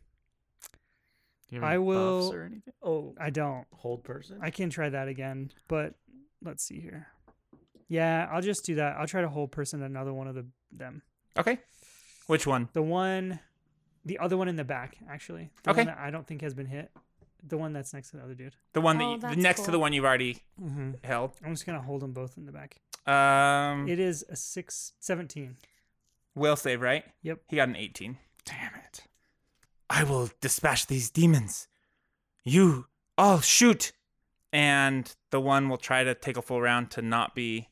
Speaker 8: Do you
Speaker 5: I
Speaker 8: any buffs
Speaker 5: will-
Speaker 8: or anything?
Speaker 5: Oh, I don't.
Speaker 8: Hold person.
Speaker 5: I can try that again, but let's see here. Yeah, I'll just do that. I'll try to hold person another one of the them.
Speaker 2: Okay. Which one?
Speaker 5: The one, the other one in the back, actually. The
Speaker 2: Okay.
Speaker 5: One that I don't think has been hit. The one that's next to the other dude.
Speaker 2: The one that
Speaker 4: Oh,
Speaker 2: you-
Speaker 4: that's
Speaker 2: next to
Speaker 4: cool.
Speaker 2: the one you've already
Speaker 5: Mm-hmm.
Speaker 2: held.
Speaker 5: I'm just gonna hold them both in the back.
Speaker 2: Um,
Speaker 5: It is a six seventeen.
Speaker 2: will save right.
Speaker 5: Yep.
Speaker 2: He got an 18.
Speaker 9: Damn it. I will dispatch these demons. You all shoot.
Speaker 2: and the one will try to take a full round to not be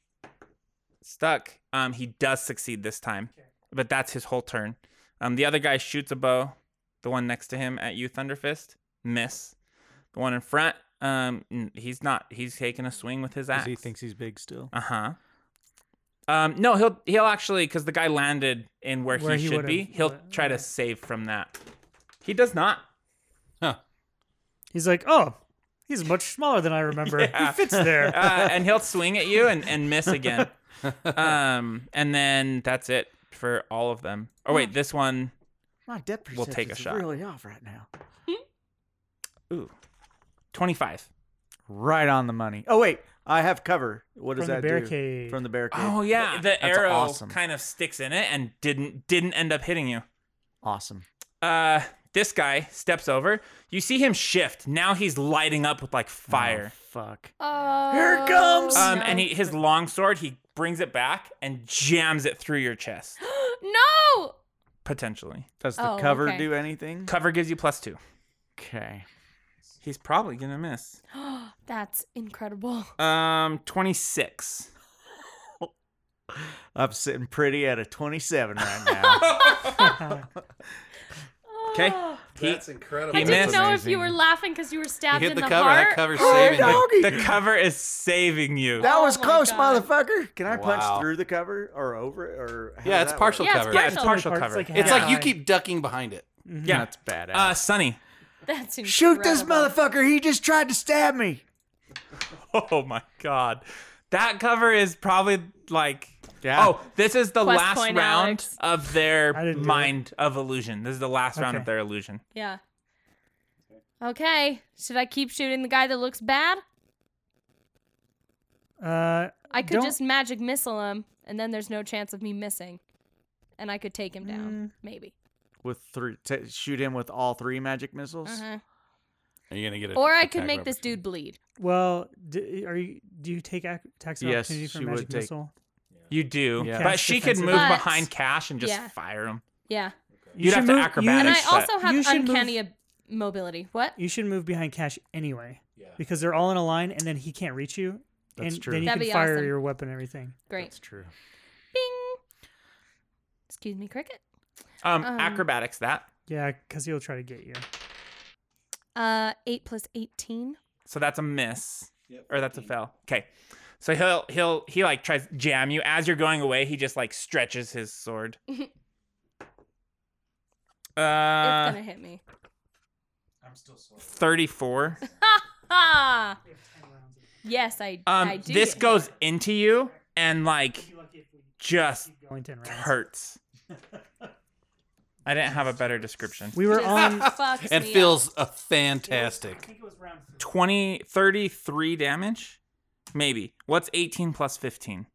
Speaker 2: stuck. Um, he does succeed this time, but that's his whole turn. Um, the other guy shoots a bow, the one next to him at you, Thunderfist, miss. The one in front, um, n- he's not. He's taking a swing with his axe.
Speaker 8: he thinks he's big still.
Speaker 2: Uh huh. Um, no, he'll he'll actually because the guy landed in where,
Speaker 5: Where
Speaker 2: he,
Speaker 5: he
Speaker 2: should
Speaker 5: would've-
Speaker 2: be. He'll
Speaker 5: wha-
Speaker 2: try to
Speaker 5: okay.
Speaker 2: save from that. He does not.
Speaker 5: He's like, oh, he's much smaller than I remember.
Speaker 2: Yeah.
Speaker 5: He fits there.
Speaker 2: uh, and he'll swing at you and, and miss again. Um, and then that's it for all of them. Oh wait, this one.
Speaker 8: My depth
Speaker 2: We'll take a
Speaker 8: perception's
Speaker 2: shot.
Speaker 8: Really off right now.
Speaker 2: Ooh, 25.
Speaker 8: Right on the money. Oh wait, I have cover. What does
Speaker 5: From the
Speaker 8: that
Speaker 5: barricade.
Speaker 8: do? From the barricade.
Speaker 2: Oh yeah, the,
Speaker 8: That's
Speaker 2: arrow
Speaker 8: awesome.
Speaker 2: kind of sticks in it and didn't didn't end up hitting you.
Speaker 8: Awesome.
Speaker 2: Uh, this guy steps over. You see him shift. Now he's lighting up with like
Speaker 8: Oh,
Speaker 2: fire.
Speaker 8: fuck.
Speaker 4: Oh,
Speaker 8: Here it comes!
Speaker 2: Um, and he his long sword he brings it back and jams it through your chest
Speaker 4: no.
Speaker 2: potentially.
Speaker 8: Does the
Speaker 4: Oh,
Speaker 8: cover
Speaker 4: okay.
Speaker 8: do anything?
Speaker 2: Cover gives you plus two.
Speaker 8: Okay.
Speaker 2: He's probably gonna miss.
Speaker 4: That's incredible.
Speaker 2: Um, 26.
Speaker 8: I'm sitting pretty at a 27 right
Speaker 4: Oh
Speaker 8: now.
Speaker 2: Okay. He,
Speaker 10: That's incredible.
Speaker 2: he
Speaker 4: I didn't
Speaker 2: missed.
Speaker 4: know if you were laughing because you were stabbed
Speaker 7: hit
Speaker 4: in
Speaker 7: the
Speaker 4: the,
Speaker 7: cover.
Speaker 4: heart.
Speaker 7: That cover's saving him.
Speaker 2: the cover is saving you.
Speaker 8: that
Speaker 4: Oh
Speaker 8: was
Speaker 4: my
Speaker 8: close,
Speaker 4: God.
Speaker 8: motherfucker. Can I
Speaker 10: Wow.
Speaker 8: punch through the cover or over it or? how
Speaker 7: Yeah,
Speaker 8: does
Speaker 7: it's
Speaker 8: that
Speaker 7: partial
Speaker 8: work?
Speaker 4: Yeah, it's
Speaker 7: cover.
Speaker 4: partial.
Speaker 2: yeah, it's partial
Speaker 5: It's
Speaker 2: cover.
Speaker 5: like
Speaker 7: It's like you
Speaker 5: Yeah.
Speaker 7: keep ducking behind it.
Speaker 2: yeah.
Speaker 8: That's badass.
Speaker 2: Uh, Sunny.
Speaker 4: That's incredible.
Speaker 8: Shoot this motherfucker! He just tried to stab me.
Speaker 2: Oh my god. That cover is probably like
Speaker 8: Yeah.
Speaker 2: Oh, this is the
Speaker 4: Quest
Speaker 2: last
Speaker 4: point,
Speaker 2: round
Speaker 4: Alex.
Speaker 2: of
Speaker 5: I
Speaker 2: their
Speaker 5: didn't do it.
Speaker 2: mind of illusion. This is the last round of
Speaker 5: Okay.
Speaker 2: their illusion.
Speaker 4: Yeah. Okay. Should I keep shooting the guy that looks bad?
Speaker 5: Uh,
Speaker 4: I could
Speaker 5: Don't-
Speaker 4: just magic missile him, and then there's no chance of me missing, and I could take him down. Maybe.
Speaker 8: With three, t- shoot him with all three magic missiles.
Speaker 4: Uh-huh.
Speaker 7: Are you gonna get it?
Speaker 4: Or I could make this dude bleed.
Speaker 5: well, d are you? Do you take ac- tax of
Speaker 8: Yes,
Speaker 5: opportunity for
Speaker 8: she would
Speaker 5: magic
Speaker 8: take-
Speaker 5: missile?
Speaker 2: You do.
Speaker 8: Yeah.
Speaker 2: But
Speaker 5: Cast
Speaker 2: she could
Speaker 5: defensive.
Speaker 2: move
Speaker 4: But-
Speaker 2: behind Cash and just
Speaker 4: yeah.
Speaker 2: fire him.
Speaker 4: Yeah.
Speaker 2: You'd
Speaker 5: should
Speaker 2: have to
Speaker 5: move-
Speaker 2: acrobatics.
Speaker 4: And I
Speaker 2: Finish that.
Speaker 4: also have
Speaker 5: You should move-
Speaker 4: uncanny ab- mobility. What?
Speaker 5: You should move behind Cash anyway. Because they're all in a line, and then he can't reach you.
Speaker 8: That's
Speaker 5: and
Speaker 8: true.
Speaker 5: Then you
Speaker 4: That'd
Speaker 5: can
Speaker 4: be
Speaker 5: fire
Speaker 4: awesome.
Speaker 5: your weapon and everything.
Speaker 4: Great.
Speaker 8: true.
Speaker 4: Bing. Excuse me, cricket.
Speaker 2: um,
Speaker 4: um,
Speaker 2: acrobatics that.
Speaker 5: Yeah, because he'll try to get you.
Speaker 4: Uh, eight plus eighteen.
Speaker 2: So that's a miss. Or that's a fail. Okay. So he'll he'll he like tries to jam you as you're going away. He just like stretches his sword.
Speaker 4: it's
Speaker 2: uh,
Speaker 4: gonna hit me.
Speaker 2: thirty-four.
Speaker 4: Ah. Yes, I.
Speaker 2: Um,
Speaker 4: I do.
Speaker 2: this
Speaker 4: get
Speaker 2: goes into you and like just
Speaker 5: Going ten rounds.
Speaker 2: hurts. I didn't have a better description.
Speaker 5: We were
Speaker 4: Just-
Speaker 5: on.
Speaker 4: hit. Fucks
Speaker 7: It
Speaker 4: me
Speaker 7: feels uh, fantastic.
Speaker 5: think it was round
Speaker 2: 20, 33 damage, maybe. What's eighteen plus fifteen?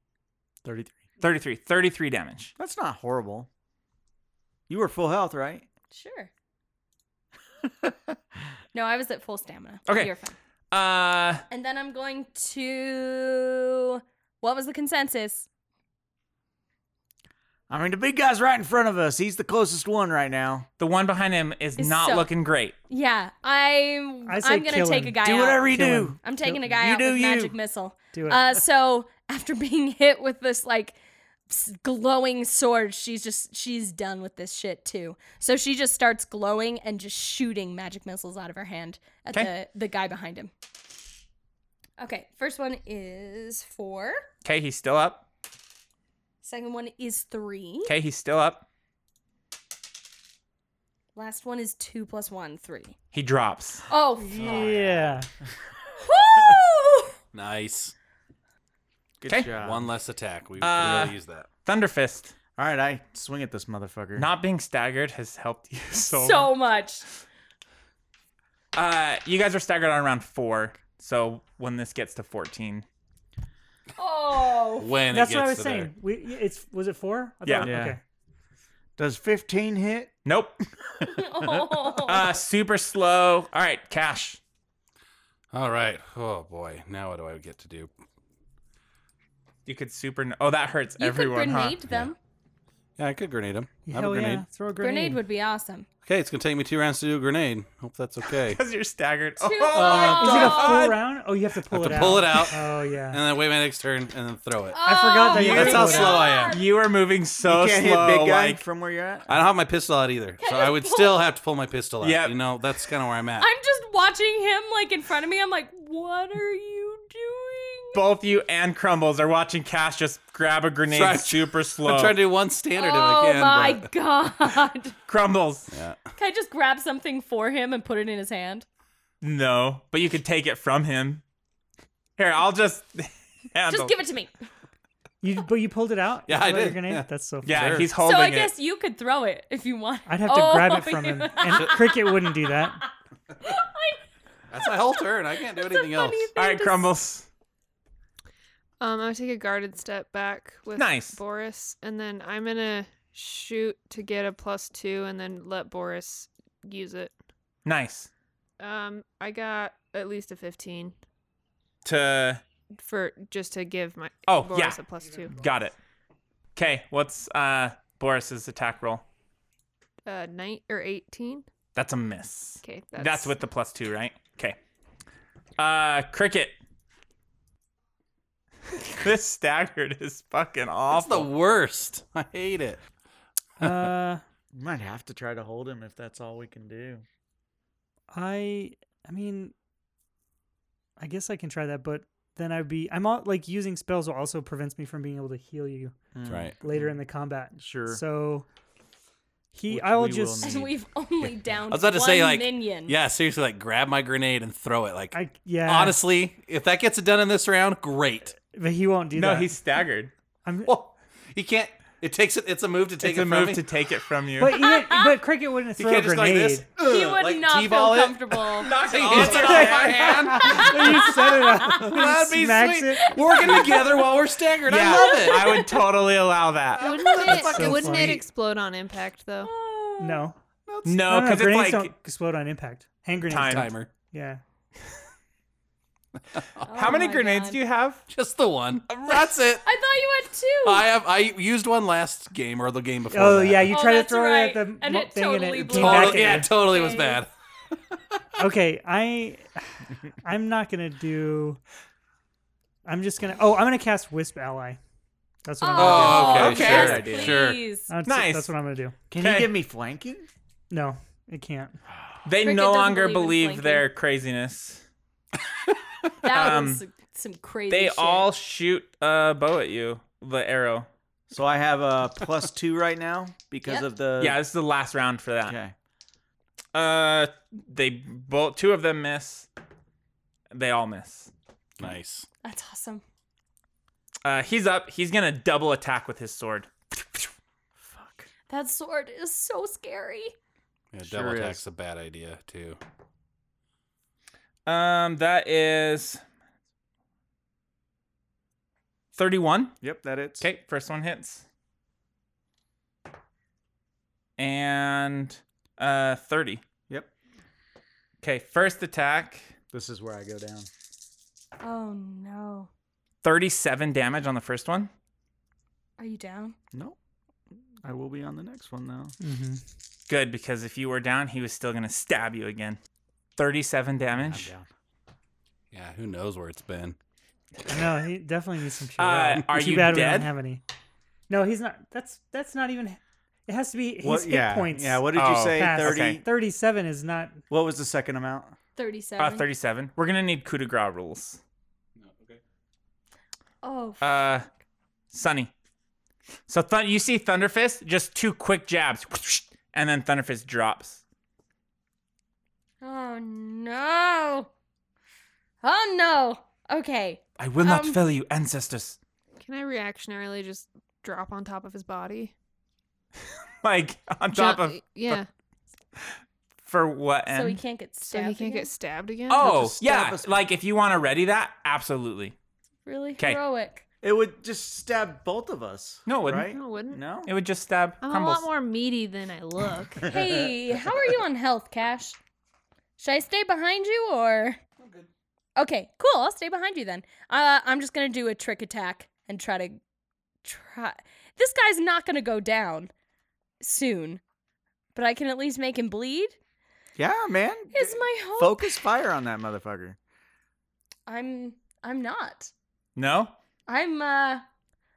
Speaker 8: 33.
Speaker 2: 33. 33 damage.
Speaker 8: That's not horrible. You were full health, right?
Speaker 4: up. Sure. no, I was at full stamina.
Speaker 2: Okay.
Speaker 4: You're fine.
Speaker 2: Uh,
Speaker 4: And then I'm going to. What was the consensus?
Speaker 3: I mean, the big guy's right in front of us. He's the closest one right now.
Speaker 2: The one behind him is
Speaker 4: It's
Speaker 2: not
Speaker 4: so-
Speaker 2: looking great.
Speaker 4: Yeah, I'm.
Speaker 5: I say
Speaker 4: I'm gonna
Speaker 5: kill
Speaker 4: take
Speaker 5: him.
Speaker 4: a guy
Speaker 3: Do
Speaker 4: out.
Speaker 3: whatever you
Speaker 5: Kill
Speaker 3: do.
Speaker 5: him.
Speaker 4: I'm taking a guy
Speaker 3: You
Speaker 4: out
Speaker 3: do
Speaker 4: with
Speaker 3: you.
Speaker 4: magic missile.
Speaker 5: Do it.
Speaker 4: Uh, so after being hit with this like s- glowing sword, she's just she's done with this shit too. So she just starts glowing and just shooting magic missiles out of her hand at
Speaker 2: Okay.
Speaker 4: the the guy behind him. Okay, first one is four.
Speaker 2: Okay, he's still up.
Speaker 4: Second one is three.
Speaker 2: Okay, he's still up.
Speaker 4: Last one is two plus one, three.
Speaker 2: He drops.
Speaker 4: Oh,
Speaker 5: Yeah.
Speaker 4: whoo!
Speaker 7: Nice.
Speaker 3: Good
Speaker 2: 'Kay.
Speaker 5: Uh,
Speaker 3: job.
Speaker 7: One less attack. We
Speaker 2: Uh,
Speaker 7: can really use that.
Speaker 2: Thunderfist,
Speaker 3: All right, I swing at this motherfucker.
Speaker 2: not being staggered has helped you so.
Speaker 4: so much.
Speaker 2: uh, you guys are staggered on round four. So when this gets to fourteen,
Speaker 4: Oh,
Speaker 7: When
Speaker 5: That's
Speaker 7: it gets
Speaker 5: what I was
Speaker 7: to
Speaker 5: saying. We, it's was it four? I
Speaker 2: Yeah.
Speaker 5: thought-
Speaker 3: Yeah.
Speaker 5: Okay.
Speaker 3: Does 15 hit?
Speaker 2: nope.
Speaker 4: Oh.
Speaker 2: Uh, super slow. All right, Cash.
Speaker 7: There. All right. Oh boy. Now what do I get to do?
Speaker 2: You could super. Oh, that hurts
Speaker 4: you could
Speaker 2: everyone. huh?
Speaker 4: grenade them.
Speaker 7: Yeah, I could grenade him. I have a
Speaker 5: Hell
Speaker 7: grenade.
Speaker 5: yeah! Throw a
Speaker 4: Grenade.
Speaker 5: grenade.
Speaker 4: would be awesome.
Speaker 7: Okay, it's gonna take me two rounds to do a grenade. Hope that's okay.
Speaker 2: Because you're staggered.
Speaker 4: Too
Speaker 2: Oh,
Speaker 4: long.
Speaker 5: Is it a full
Speaker 2: God.
Speaker 5: round? Oh, you have to pull
Speaker 7: have
Speaker 5: it
Speaker 7: to
Speaker 5: out.
Speaker 7: pull it out.
Speaker 5: Oh
Speaker 7: and
Speaker 5: yeah.
Speaker 7: then wait my next turn and then throw it.
Speaker 5: I forgot that
Speaker 4: Oh
Speaker 5: you
Speaker 4: my
Speaker 7: That's how
Speaker 5: could
Speaker 7: slow I am.
Speaker 4: God.
Speaker 2: You are moving so
Speaker 3: you can't
Speaker 2: slow.
Speaker 3: hit big guy
Speaker 2: like,
Speaker 3: from where you're at?
Speaker 7: I don't have my pistol out either, so I would still have to pull my pistol out.
Speaker 2: Yep.
Speaker 7: You know, that's kind of where I'm at.
Speaker 4: I'm just watching him like in front of me. I'm like, what are you doing?
Speaker 2: both you and Crumbles are watching Cash just grab a grenade
Speaker 7: Sorry.
Speaker 2: super slow.
Speaker 7: I'm trying to do one standard if I
Speaker 4: oh
Speaker 7: can.
Speaker 4: my
Speaker 7: but-
Speaker 4: god!
Speaker 2: Crumbles.
Speaker 4: Can I just grab something for him and put it in his hand?
Speaker 2: No, but you could take it from him. Here, I'll just handle.
Speaker 4: Just give it to me.
Speaker 5: You but you pulled it out.
Speaker 7: Yeah,
Speaker 5: You
Speaker 7: I
Speaker 5: let your
Speaker 7: did,
Speaker 5: Grenade.
Speaker 7: yeah.
Speaker 5: That's so. Funny.
Speaker 2: Yeah,
Speaker 7: Sure.
Speaker 2: he's
Speaker 4: So
Speaker 2: holding
Speaker 4: I
Speaker 2: it.
Speaker 4: guess you could throw it if you want.
Speaker 5: I'd have to
Speaker 4: Oh,
Speaker 5: grab it from
Speaker 4: you-
Speaker 5: him, and Cricket wouldn't do that.
Speaker 7: That's my whole turn. I can't do
Speaker 4: That's a
Speaker 7: anything else.
Speaker 4: funny
Speaker 2: All right,
Speaker 4: thing to
Speaker 2: Crumbles.
Speaker 6: Um, I would take a guarded step back with
Speaker 2: Nice.
Speaker 6: Boris, and then I'm gonna shoot to get a plus two, and then let Boris use it.
Speaker 2: Nice.
Speaker 6: Um, I got at least a fifteen
Speaker 2: To
Speaker 6: for just to give my
Speaker 2: Oh,
Speaker 6: Boris
Speaker 2: yeah.
Speaker 6: a plus two.
Speaker 2: got it. Okay, what's uh Boris's attack roll?
Speaker 6: Uh, nine or eighteen.
Speaker 2: That's a miss.
Speaker 6: Okay,
Speaker 2: That's, with the plus two, right? Okay. Uh, cricket. this staggered is fucking
Speaker 7: That's the
Speaker 2: awful.
Speaker 7: worst. I hate it.
Speaker 5: Uh,
Speaker 3: You might have to try to hold him if that's all we can do.
Speaker 5: I I mean, I guess I can try that, but then I'd be I'm all like using spells will also prevents me from being able to heal you
Speaker 7: Right.
Speaker 5: later in the combat.
Speaker 3: Sure.
Speaker 5: So he,
Speaker 3: Which
Speaker 5: I will
Speaker 3: we will
Speaker 5: just
Speaker 3: need.
Speaker 4: And we've only downed
Speaker 7: I was about to
Speaker 4: one
Speaker 7: say, like,
Speaker 4: minion.
Speaker 7: yeah, seriously, like grab my grenade and throw it. Like,
Speaker 5: I yeah.
Speaker 7: honestly, if that gets it done in this round, great.
Speaker 5: but he won't do
Speaker 2: no,
Speaker 5: that.
Speaker 2: he's staggered.
Speaker 5: I'm,
Speaker 7: Well, he can't. It takes it. It's a move to take
Speaker 2: It's
Speaker 7: it
Speaker 2: a
Speaker 7: from
Speaker 2: move
Speaker 7: me.
Speaker 2: to take it from you.
Speaker 5: but even, but cricket wouldn't
Speaker 7: He
Speaker 5: throw a
Speaker 7: can't just like
Speaker 5: grenade.
Speaker 7: this.
Speaker 4: He
Speaker 7: ugh,
Speaker 4: would
Speaker 7: like,
Speaker 4: not
Speaker 7: T-ball
Speaker 4: feel
Speaker 7: it.
Speaker 4: comfortable.
Speaker 2: Knock it
Speaker 7: It's
Speaker 2: off.
Speaker 7: in my hand.
Speaker 5: you set it up.
Speaker 7: That'd be
Speaker 5: smacks
Speaker 7: sweet.
Speaker 5: it.
Speaker 7: Working together while we're staggered.
Speaker 2: Yeah,
Speaker 7: I love it.
Speaker 2: I would totally allow that.
Speaker 6: Wouldn't it,
Speaker 5: fucking
Speaker 6: wouldn't it
Speaker 5: funny.
Speaker 6: explode on impact though?
Speaker 5: No,
Speaker 2: No,
Speaker 5: no,
Speaker 2: because
Speaker 5: no, grenades
Speaker 2: it's like
Speaker 5: don't explode on impact. Hand grenades.
Speaker 2: Time.
Speaker 5: don't.
Speaker 7: timer.
Speaker 5: Yeah.
Speaker 2: how
Speaker 4: Oh
Speaker 2: many grenades do you have?
Speaker 7: Just the one. That's it.
Speaker 4: I thought you
Speaker 7: I
Speaker 4: had two.
Speaker 7: have. I used one last game or the game before.
Speaker 5: Oh
Speaker 7: that.
Speaker 5: yeah, you
Speaker 4: Oh,
Speaker 5: tried to
Speaker 4: that's
Speaker 5: throw
Speaker 4: right.
Speaker 5: it at the
Speaker 4: And
Speaker 5: mo-
Speaker 4: it
Speaker 5: thing
Speaker 4: totally
Speaker 5: and it
Speaker 4: blew
Speaker 5: came
Speaker 4: up.
Speaker 5: back at
Speaker 7: Totally,
Speaker 5: you.
Speaker 7: yeah, totally was bad.
Speaker 5: okay i i'm not gonna do i'm just gonna oh i'm gonna cast wisp ally that's what i'm gonna
Speaker 7: Oh, okay,
Speaker 2: okay.
Speaker 4: yes,
Speaker 7: sure idea.
Speaker 4: please.
Speaker 5: do that's,
Speaker 2: nice.
Speaker 5: that's what i'm gonna do
Speaker 3: Can
Speaker 2: Okay.
Speaker 3: you give me flanking?
Speaker 5: no it can't
Speaker 2: They
Speaker 4: Cricket
Speaker 2: no
Speaker 4: doesn't
Speaker 2: longer
Speaker 4: believe in
Speaker 2: believe their craziness.
Speaker 4: That
Speaker 2: Um,
Speaker 4: was some crazy.
Speaker 2: They
Speaker 4: shit.
Speaker 2: all shoot a bow at you. The arrow.
Speaker 3: So I have a plus two right now because
Speaker 4: Yep.
Speaker 3: of
Speaker 8: Uh,
Speaker 3: the.
Speaker 2: yeah, this is the last round for that.
Speaker 3: Okay.
Speaker 2: Uh, they both two of them miss. They all miss.
Speaker 7: Nice.
Speaker 4: That's awesome.
Speaker 2: Uh, he's up. He's gonna double attack with his sword.
Speaker 4: That sword is so scary.
Speaker 7: Yeah,
Speaker 3: Sure
Speaker 7: double
Speaker 3: is.
Speaker 7: attack's a bad idea too.
Speaker 2: Um, that is thirty-one.
Speaker 3: Yep, that it's.
Speaker 2: Okay, first one hits, and uh, thirty.
Speaker 3: Yep.
Speaker 2: Okay, first attack,
Speaker 3: This is where I go down.
Speaker 4: Oh no.
Speaker 2: thirty-seven damage on the first one.
Speaker 4: Are you down?
Speaker 3: No.
Speaker 8: I will be on the next one now.
Speaker 5: Mm-hmm.
Speaker 2: Good, because if you were down, he was still gonna stab you again. Thirty-seven damage.
Speaker 7: Yeah, who knows where it's been?
Speaker 5: No, he definitely needs some shit.
Speaker 2: Uh, are
Speaker 5: Too
Speaker 2: you
Speaker 5: bad we
Speaker 2: dead?
Speaker 5: don't have any. No, he's not. That's that's not even. It has to be his
Speaker 8: What?
Speaker 5: hit
Speaker 8: Yeah.
Speaker 5: points.
Speaker 8: Yeah. What did you
Speaker 2: Oh,
Speaker 8: say?
Speaker 5: past.
Speaker 8: Thirty.
Speaker 2: Okay.
Speaker 5: Thirty-seven is not.
Speaker 8: What was the second amount?
Speaker 4: 37.
Speaker 2: Uh, Thirty-seven. We're gonna need coup de grace rules.
Speaker 4: Oh, f-
Speaker 2: Uh, Sunny. So th- you see Thunderfist, just two quick jabs, and then Thunderfist drops.
Speaker 4: oh no. Oh no. Okay.
Speaker 9: I will not
Speaker 4: Um,
Speaker 9: fail you, ancestors.
Speaker 6: Can I reactionarily just drop on top of his body?
Speaker 2: Like on top
Speaker 6: Ju-
Speaker 2: of
Speaker 6: yeah,
Speaker 2: for what
Speaker 4: So he
Speaker 2: end?
Speaker 4: can't get
Speaker 6: so
Speaker 4: stabbed.
Speaker 6: he can't
Speaker 4: again?
Speaker 6: get stabbed again.
Speaker 2: oh
Speaker 8: just stab
Speaker 2: yeah,
Speaker 8: us-
Speaker 2: like if you want to ready that, absolutely.
Speaker 4: really
Speaker 2: 'Kay.
Speaker 4: heroic.
Speaker 8: It would just stab both of us.
Speaker 2: No, it wouldn't.
Speaker 8: Right?
Speaker 6: No, it wouldn't.
Speaker 8: No.
Speaker 2: It would just stab
Speaker 6: I'm
Speaker 2: crumbles.
Speaker 6: a lot more meaty than I look.
Speaker 4: Hey, how are you on health, Cash? Should I stay behind you or? Okay, cool. I'll stay behind you then. Uh, I'm just gonna do a trick attack and try to try. This guy's not gonna go down soon, but I can at least make him bleed.
Speaker 8: Yeah, man.
Speaker 4: Is my hope?
Speaker 8: Focus fire on that motherfucker.
Speaker 4: I'm. I'm not.
Speaker 2: No.
Speaker 4: I'm. uh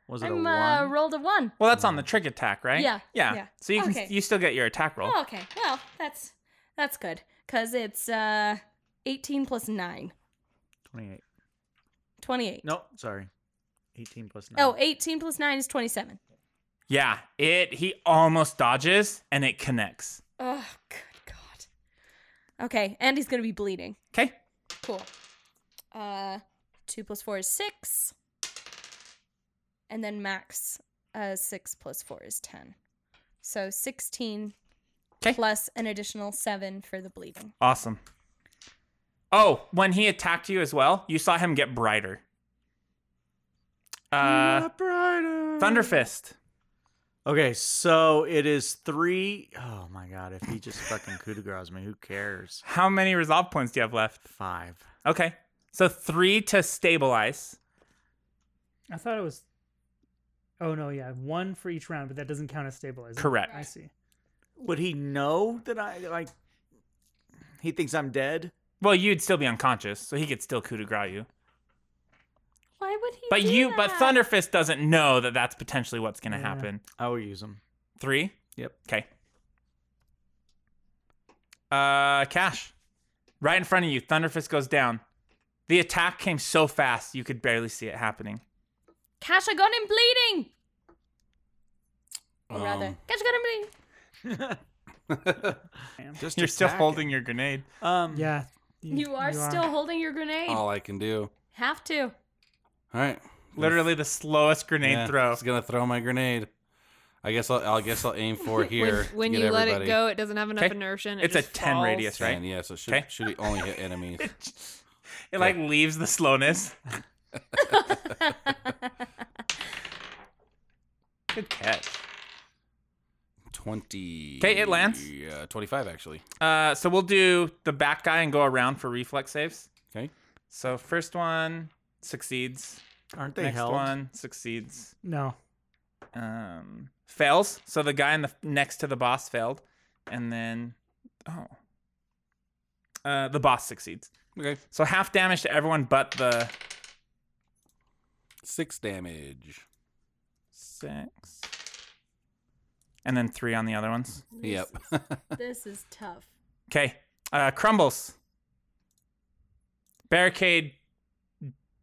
Speaker 8: Was it
Speaker 4: I'm.
Speaker 8: a
Speaker 4: uh
Speaker 8: one?
Speaker 4: Rolled a one.
Speaker 2: Well, that's on the trick attack, right?
Speaker 4: Yeah,
Speaker 2: Yeah.
Speaker 4: yeah.
Speaker 2: So you can
Speaker 4: Okay.
Speaker 2: you still get your attack roll.
Speaker 4: Oh, okay. Well, that's that's good because it's uh 18 plus nine.
Speaker 8: 28.
Speaker 4: 28.
Speaker 8: No, sorry. 18 plus 9.
Speaker 4: Oh, 18 plus 9 is 27.
Speaker 2: Yeah. It he almost dodges and it connects.
Speaker 4: Oh, good God. Okay, and he's going to be bleeding.
Speaker 2: Okay.
Speaker 4: Cool. Uh, 2 plus 4 is 6. And then max uh, 6 plus 4 is 10. So 16
Speaker 2: 'Kay.
Speaker 4: plus an additional 7 for the bleeding.
Speaker 2: Awesome. Oh, when he attacked you as well, you saw him get brighter.
Speaker 4: Mm.
Speaker 2: Uh, Thunderfist.
Speaker 8: Okay, so it is three oh my god, if he just fucking coup de grace me, who cares?
Speaker 2: How many resolve points do you have left?
Speaker 8: Five.
Speaker 2: Okay. So three to stabilize.
Speaker 5: I thought it was. Oh no, yeah, one for each round, but that doesn't count as stabilizing.
Speaker 2: Correct.
Speaker 5: I see.
Speaker 8: Would he know that I like? He thinks I'm dead.
Speaker 2: Well, you'd still be unconscious, so he could still coup de grace you.
Speaker 4: Why would he?
Speaker 2: But
Speaker 4: do
Speaker 2: you, but
Speaker 4: that?
Speaker 2: Thunderfist doesn't know that that's potentially what's going to
Speaker 5: Yeah.
Speaker 2: happen.
Speaker 8: I will use him.
Speaker 2: Three.
Speaker 8: Yep.
Speaker 2: Okay. Uh, Cash, right in front of you, Thunderfist goes down. The attack came so fast you could barely see it happening.
Speaker 4: Cash, I got him bleeding! Or rather,
Speaker 7: Um,
Speaker 4: Cash got him bleeding!
Speaker 8: Just
Speaker 2: You're still
Speaker 8: attack
Speaker 2: holding your grenade.
Speaker 8: him. Um,
Speaker 5: Yeah.
Speaker 4: You are still holding your grenade.
Speaker 7: all I can do.
Speaker 4: Have to.
Speaker 7: All right.
Speaker 2: Literally the slowest grenade
Speaker 7: Yeah,
Speaker 2: throw.
Speaker 7: Just gonna throw my grenade. I guess I'll, I'll guess I'll aim for here. to
Speaker 6: when
Speaker 7: get
Speaker 6: you let it
Speaker 7: everybody.
Speaker 6: go, it doesn't have enough
Speaker 2: Okay.
Speaker 6: inertia.
Speaker 2: It's a 10 radius, right?
Speaker 7: And yeah, so it should
Speaker 2: Okay.
Speaker 7: should be only hit enemies.
Speaker 2: It like leaves the slowness. Good catch.
Speaker 7: Twenty.
Speaker 2: 'Kay, it lands.
Speaker 7: Yeah, twenty-five actually.
Speaker 2: Uh, so we'll do the back guy and go around for reflex saves.
Speaker 7: Okay.
Speaker 2: So first one succeeds.
Speaker 8: Aren't they
Speaker 2: Next
Speaker 8: held?
Speaker 2: one succeeds.
Speaker 5: No.
Speaker 2: Um, fails. So the guy in the next to the boss failed, and then oh, uh, the boss succeeds.
Speaker 7: Okay.
Speaker 2: So half damage to everyone but the
Speaker 7: Six damage.
Speaker 2: six, and then three on the other ones.
Speaker 7: Yep.
Speaker 4: This is tough.
Speaker 2: Okay. Uh, crumbles. Barricade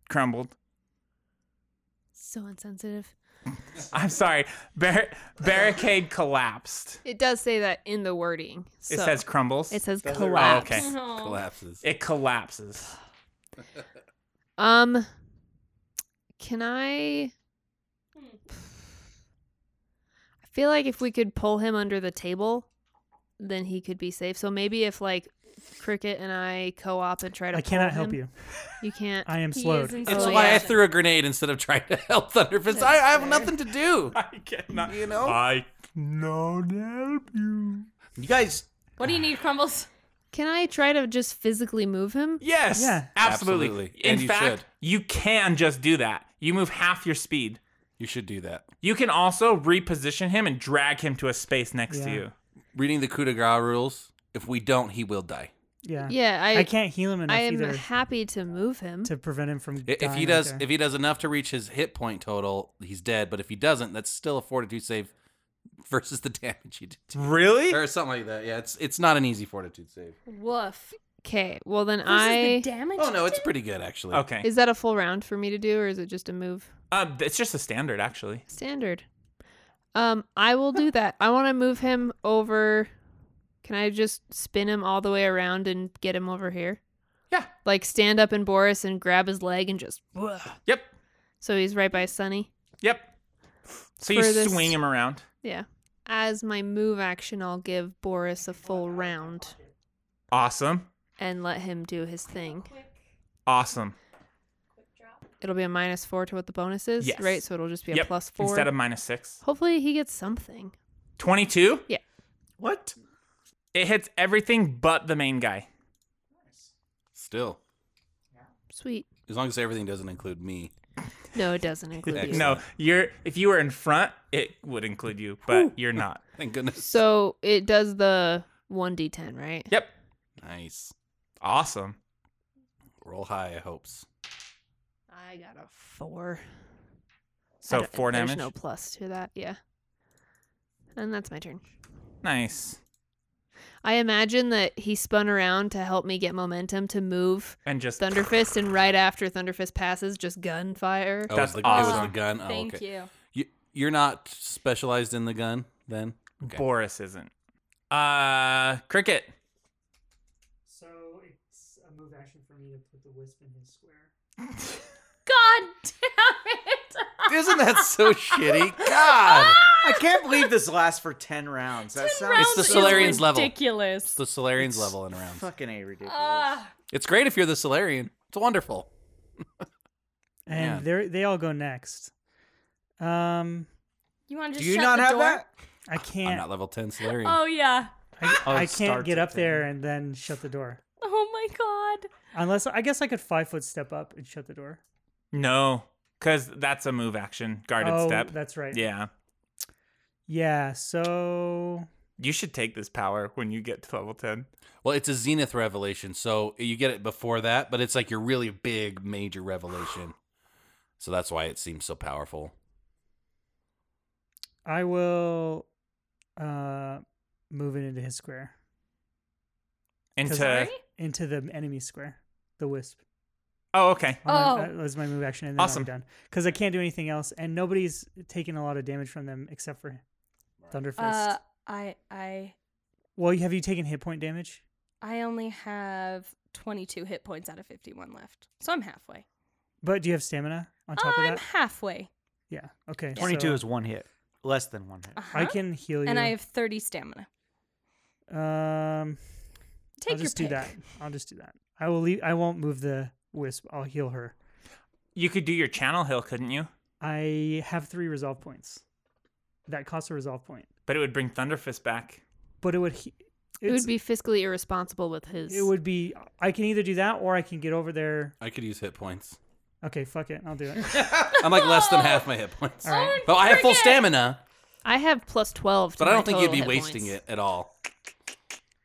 Speaker 2: crumbled.
Speaker 6: So insensitive.
Speaker 2: I'm sorry. Bar- barricade collapsed.
Speaker 6: It does say that in the wording.
Speaker 2: It
Speaker 6: so-
Speaker 2: says crumbles.
Speaker 6: it says
Speaker 2: really?
Speaker 6: collapse.
Speaker 2: Okay.
Speaker 4: Oh.
Speaker 7: Collapses.
Speaker 2: it collapses.
Speaker 6: Um, can I? I feel like if we could pull him under the table, then he could be safe. So maybe if like Cricket and I co-op and try to.
Speaker 5: I
Speaker 6: pull
Speaker 5: cannot help
Speaker 6: him-
Speaker 5: you.
Speaker 6: You can't.
Speaker 5: I am
Speaker 4: He is
Speaker 5: slowed.
Speaker 4: in
Speaker 7: It's
Speaker 6: Oh,
Speaker 4: slow
Speaker 7: why I
Speaker 4: motion.
Speaker 7: threw a grenade instead of trying to help Thunderfist. I, I have nothing to do.
Speaker 2: I cannot.
Speaker 7: You know?
Speaker 2: I cannot help you.
Speaker 8: You guys,
Speaker 4: What do you need, Crumbles?
Speaker 6: Can I try to just physically move him?
Speaker 2: Yes.
Speaker 5: Yeah.
Speaker 2: Absolutely.
Speaker 7: Absolutely.
Speaker 2: In
Speaker 7: And you
Speaker 2: fact,
Speaker 7: should.
Speaker 2: you can just do that. You move half your speed.
Speaker 7: You should do that.
Speaker 2: You can also reposition him and drag him to a space next to
Speaker 5: Yeah.
Speaker 2: you.
Speaker 7: Reading the coup de grace rules, if we don't, he will die.
Speaker 5: Yeah.
Speaker 6: Yeah, I
Speaker 5: I, can't heal him enough
Speaker 6: I am
Speaker 5: either
Speaker 6: happy to move him.
Speaker 5: to prevent him from.
Speaker 7: I- If
Speaker 5: dying
Speaker 7: he
Speaker 5: right
Speaker 7: does,
Speaker 5: there.
Speaker 7: if he does enough to reach his hit point total, he's dead. But if he doesn't, that's still a fortitude save versus the damage you did,
Speaker 2: Really?
Speaker 7: or something like that. Yeah, it's it's not an easy fortitude save.
Speaker 6: Woof. Okay, well then
Speaker 4: Versus the
Speaker 6: I
Speaker 4: damage.
Speaker 7: Oh no, it's pretty good actually.
Speaker 2: Okay.
Speaker 6: is that a full round for me to do, or is it just a move?
Speaker 2: Um, it's just a standard, actually.
Speaker 6: Standard. Um, I will do that. I want to move him over. Can I just spin him all the way around and get him over here?
Speaker 2: Yeah.
Speaker 6: Like stand up in Boris and grab his leg and just.
Speaker 2: Yep.
Speaker 6: So he's right by Sunny.
Speaker 2: Yep. So you
Speaker 6: For this-
Speaker 2: swing him around.
Speaker 6: Yeah. As my move action, I'll give Boris a full round
Speaker 2: Awesome.
Speaker 6: and let him do his thing.
Speaker 2: Awesome.
Speaker 6: It'll be a minus four to what the bonus is,
Speaker 2: Yes.
Speaker 6: right? So it'll just be a
Speaker 2: Yep.
Speaker 6: plus four.
Speaker 2: Instead of minus six.
Speaker 6: Hopefully he gets something.
Speaker 2: 22?
Speaker 6: Yeah.
Speaker 3: What?
Speaker 2: It hits everything but the main guy.
Speaker 7: Still,
Speaker 6: Sweet.
Speaker 7: as long as everything doesn't include me.
Speaker 6: No, it doesn't include you.
Speaker 2: No, you're if you were in front, it would include you, but you're not.
Speaker 7: Thank goodness.
Speaker 6: So it does the 1d10, right?
Speaker 2: Yep.
Speaker 7: Nice.
Speaker 2: Awesome.
Speaker 7: Roll high. I hopes.
Speaker 6: I got a four. I
Speaker 2: So
Speaker 6: don't-
Speaker 2: four damage.
Speaker 6: There's no plus to that, yeah. And that's my turn.
Speaker 2: Nice.
Speaker 6: I imagine that he spun around to help me get momentum to move
Speaker 2: And just
Speaker 6: Thunderfist, and right after Thunderfist passes, just gunfire.
Speaker 7: Oh,
Speaker 2: That's
Speaker 7: it was the, it was
Speaker 2: awesome.
Speaker 7: the gun. Oh,
Speaker 4: Thank
Speaker 7: okay.
Speaker 4: you.
Speaker 7: You. You are not specialized in the gun then. Okay.
Speaker 2: Boris isn't. Uh, cricket.
Speaker 5: So it's a move action for me to put the wisp in his square.
Speaker 4: God damn it!
Speaker 7: Isn't that so shitty? God,
Speaker 3: I can't believe this lasts for 10 rounds. That sounds
Speaker 7: It's the
Speaker 4: Rounds is
Speaker 7: Solarian's level. it's
Speaker 4: Ridiculous.
Speaker 7: the Solarian's level in rounds.
Speaker 3: fucking A ridiculous.
Speaker 4: Ah,
Speaker 7: It's great if you're the Solarian. It's wonderful. Man.
Speaker 5: And they they all go next. Um,
Speaker 4: you want to
Speaker 3: Do
Speaker 4: just
Speaker 3: you
Speaker 4: shut
Speaker 3: not
Speaker 4: the
Speaker 3: have
Speaker 4: door?
Speaker 3: that?
Speaker 5: I
Speaker 7: I'm
Speaker 5: can't.
Speaker 7: not level ten Solarian.
Speaker 4: Oh yeah.
Speaker 5: I,
Speaker 8: Oh,
Speaker 5: I
Speaker 8: it
Speaker 5: can't
Speaker 8: starts
Speaker 5: get
Speaker 8: at
Speaker 5: up there
Speaker 8: 10.
Speaker 5: and then shut the door.
Speaker 4: Oh my god.
Speaker 5: Unless I guess I could five foot step up and shut the door.
Speaker 2: No, because that's a move action, guarded
Speaker 5: oh,
Speaker 2: step.
Speaker 5: that's right.
Speaker 2: Yeah.
Speaker 5: Yeah. So
Speaker 2: You should take this power when you get to level 10.
Speaker 7: Well, it's a Zenith revelation, so you get it before that, but it's like your really big major revelation. So that's why it seems so powerful.
Speaker 5: I will uh move it into his square,
Speaker 2: Into.
Speaker 5: Sorry? into the enemy square, the wisp.
Speaker 2: Oh, okay.
Speaker 5: I'm-
Speaker 4: Oh.
Speaker 5: that was my move action, and then
Speaker 2: Awesome.
Speaker 5: I'm done because I can't do anything else, and nobody's taking a lot of damage from them except for Thunderfist.
Speaker 4: Uh, I I
Speaker 5: well, have you taken hit point damage?
Speaker 4: I only have 22 hit points out of 51 left, so I'm halfway.
Speaker 5: But do you have stamina on top
Speaker 4: I'm
Speaker 5: of that?
Speaker 4: halfway.
Speaker 5: Yeah. Okay.
Speaker 8: 22
Speaker 5: so
Speaker 8: is one hit. Less than one hit.
Speaker 4: Uh-huh.
Speaker 5: I can heal you.
Speaker 4: and I have 30 stamina.
Speaker 5: Um,
Speaker 4: Take
Speaker 5: I'll just
Speaker 4: your
Speaker 5: do that.
Speaker 4: pick.
Speaker 5: I'll just do that. I will leave. I won't move the wisp. I'll heal her.
Speaker 2: You could do your channel hill, couldn't you?
Speaker 5: I have three resolve points. That costs a resolve point,
Speaker 2: But it would bring Thunderfist back.
Speaker 5: but it would. He-
Speaker 6: It
Speaker 5: it's-
Speaker 6: would be fiscally irresponsible with his.
Speaker 5: It would be. I can either do that or I can get over there.
Speaker 7: I could use hit points.
Speaker 5: Okay, fuck it. I'll do it.
Speaker 7: I'm like less than half my hit points.
Speaker 5: All right.
Speaker 7: But I have full
Speaker 4: Forget-
Speaker 7: stamina,
Speaker 6: I have plus 12. To
Speaker 7: but I
Speaker 6: my
Speaker 7: don't think you'd
Speaker 6: total
Speaker 7: be
Speaker 6: hit
Speaker 7: wasting
Speaker 6: points.
Speaker 7: it at all.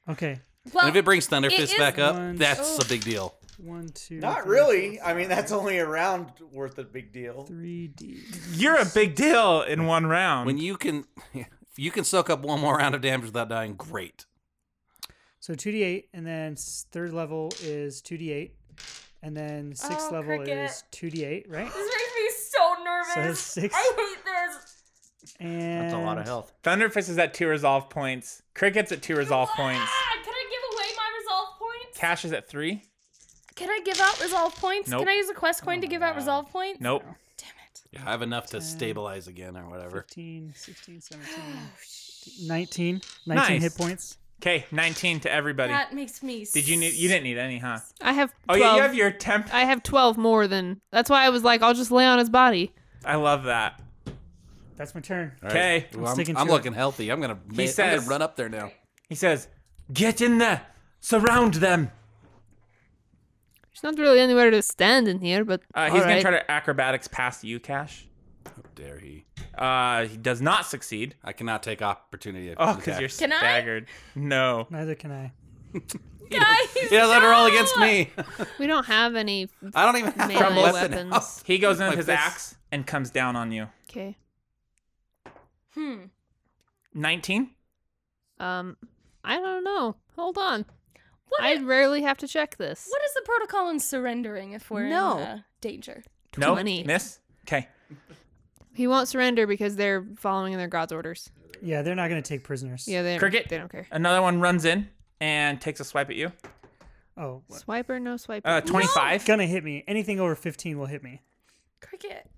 Speaker 5: Okay.
Speaker 4: Well,
Speaker 7: and if it brings Thunderfist
Speaker 4: is-
Speaker 7: back up,
Speaker 5: One-
Speaker 7: that's a big deal.
Speaker 5: One, two.
Speaker 3: Not
Speaker 5: three,
Speaker 3: really. I mean, that's only a round worth of big deal.
Speaker 5: Three D.
Speaker 2: You're a big deal in one round.
Speaker 7: When you can, if you can soak up one more round of damage without dying, great.
Speaker 5: So two D eight, and then s- third level is two D eight, and then sixth
Speaker 4: Oh,
Speaker 5: level
Speaker 4: cricket.
Speaker 5: is two D eight, right?
Speaker 4: this makes me so nervous.
Speaker 5: So it's six.
Speaker 4: I hate this.
Speaker 5: And
Speaker 8: That's a lot of health.
Speaker 2: Thunderfist is at two resolve points. Cricket's at two resolve points.
Speaker 4: Ah, can I give away my resolve points?
Speaker 2: Cash is at three.
Speaker 4: Can I give out resolve points?
Speaker 2: Nope. Oh
Speaker 4: Can I use a quest coin to give out resolve points?
Speaker 2: Nope.
Speaker 4: Damn it.
Speaker 7: Yeah, I have enough to stabilize again or whatever.
Speaker 5: 15, 16, 17,
Speaker 4: Oh,
Speaker 5: 19, 19
Speaker 2: Nice.
Speaker 5: hit points.
Speaker 2: Okay, 19 to everybody.
Speaker 4: That makes me.
Speaker 2: Did you need? You didn't need any, huh?
Speaker 6: I have 12.
Speaker 2: Oh yeah, you have your temp.
Speaker 6: I have 12 more than. That's why I was like, I'll just lay on his body.
Speaker 2: I love that.
Speaker 5: That's my turn.
Speaker 2: Okay.
Speaker 7: Ooh,
Speaker 5: sticking
Speaker 7: I'm,
Speaker 5: to
Speaker 7: I'm
Speaker 5: it.
Speaker 7: looking healthy. I'm gonna, ma- I'm
Speaker 2: says-
Speaker 7: gonna run up there now.
Speaker 2: He says, "Get in there, surround them."
Speaker 6: There's not really anywhere to stand in here, but.
Speaker 2: Uh, he's gonna try to acrobatics past you, Cash.
Speaker 7: How dare he?
Speaker 2: Uh, he does not succeed.
Speaker 7: I cannot take opportunity.
Speaker 2: Oh, because you're
Speaker 4: Can I?
Speaker 2: staggered. No.
Speaker 5: Neither can I.
Speaker 4: Guys,
Speaker 7: Yeah, let her roll against
Speaker 4: no!
Speaker 7: me.
Speaker 6: We don't have any
Speaker 7: I don't even have
Speaker 6: melee
Speaker 7: a weapon.
Speaker 6: weapons.
Speaker 7: out.
Speaker 2: He goes in with
Speaker 7: Like
Speaker 2: his
Speaker 7: this.
Speaker 2: axe and comes down on you.
Speaker 6: Okay.
Speaker 4: Hmm.
Speaker 2: 19?
Speaker 6: Um, I don't know. Hold on.
Speaker 4: What,
Speaker 6: I
Speaker 4: i-
Speaker 6: rarely have to check this.
Speaker 4: what is the protocol in surrendering if we're
Speaker 6: No.
Speaker 4: in uh, danger?
Speaker 2: No.
Speaker 6: 20.
Speaker 2: Miss? Okay.
Speaker 6: He won't surrender because they're following their god's orders.
Speaker 5: Yeah, they're not going to take prisoners.
Speaker 6: Yeah, they
Speaker 2: Cricket.
Speaker 6: They don't care.
Speaker 2: Another one runs in and takes a swipe at you.
Speaker 5: Oh, what?
Speaker 6: Swiper, no swiper.
Speaker 2: Uh, 25.
Speaker 5: gonna hit me. Anything over 15 will hit me.
Speaker 4: Cricket.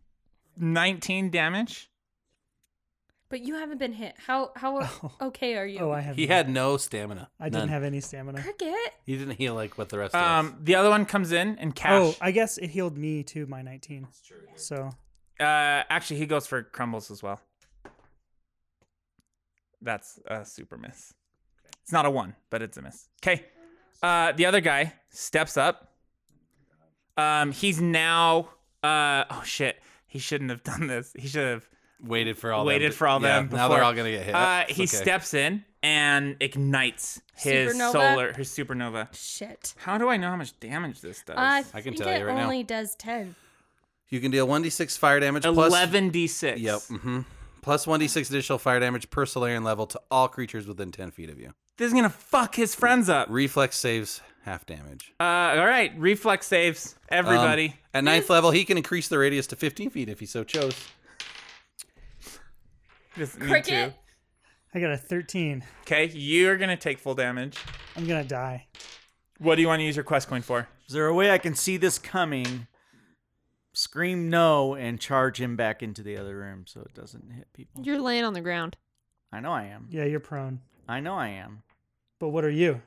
Speaker 2: 19 damage.
Speaker 4: But you haven't been hit. How how
Speaker 5: Oh.
Speaker 4: okay are you?
Speaker 5: Oh, I have.
Speaker 7: He
Speaker 5: none.
Speaker 7: had no stamina.
Speaker 5: I didn't
Speaker 7: None.
Speaker 5: have any stamina.
Speaker 4: Cricket.
Speaker 7: He didn't heal like what the rest of us.
Speaker 2: Um, the other one comes in and cash.
Speaker 5: Oh, I guess it healed me too. My 19. That's true. So
Speaker 2: Uh, actually, he goes for crumbles as well. That's a super miss. It's not a one, but it's a miss. Okay. Uh, the other guy steps up. Um, he's now. Uh, oh shit! He shouldn't have done this. He should have.
Speaker 7: Waited for all.
Speaker 2: Waited
Speaker 7: them.
Speaker 2: for all
Speaker 7: yeah,
Speaker 2: them
Speaker 7: Now they're
Speaker 2: before-
Speaker 7: all gonna get hit.
Speaker 2: Uh,
Speaker 7: It's
Speaker 2: he
Speaker 7: okay.
Speaker 2: steps in and ignites his
Speaker 4: Supernova?
Speaker 2: solar, his supernova.
Speaker 4: Shit.
Speaker 2: How do I know how much damage this does?
Speaker 4: I,
Speaker 7: I can
Speaker 4: think
Speaker 7: tell
Speaker 4: it
Speaker 7: you right now.
Speaker 4: only does ten.
Speaker 7: You can deal one d six fire damage plus
Speaker 2: Eleven d six.
Speaker 7: Yep. Mm-hmm. Plus one d six additional fire damage per Solarian level to all creatures within ten feet of you.
Speaker 2: This is gonna fuck his friends up.
Speaker 7: Reflex saves half damage.
Speaker 2: Uh, all right, reflex saves
Speaker 7: Um,
Speaker 2: everybody.
Speaker 7: at ninth level, he can increase the radius to fifteen feet if he so chose.
Speaker 2: Just need
Speaker 4: Cricket.
Speaker 2: to.
Speaker 5: I got a 13.
Speaker 2: Okay, you're gonna take full damage.
Speaker 5: I'm gonna die.
Speaker 2: What do you want to use your quest coin for?
Speaker 8: Is there a way I can see this coming? Scream no and charge him back into the other room so it doesn't hit people.
Speaker 6: You're laying on the ground.
Speaker 8: I know I am.
Speaker 5: Yeah, you're prone.
Speaker 8: I know I am.
Speaker 5: But what are you?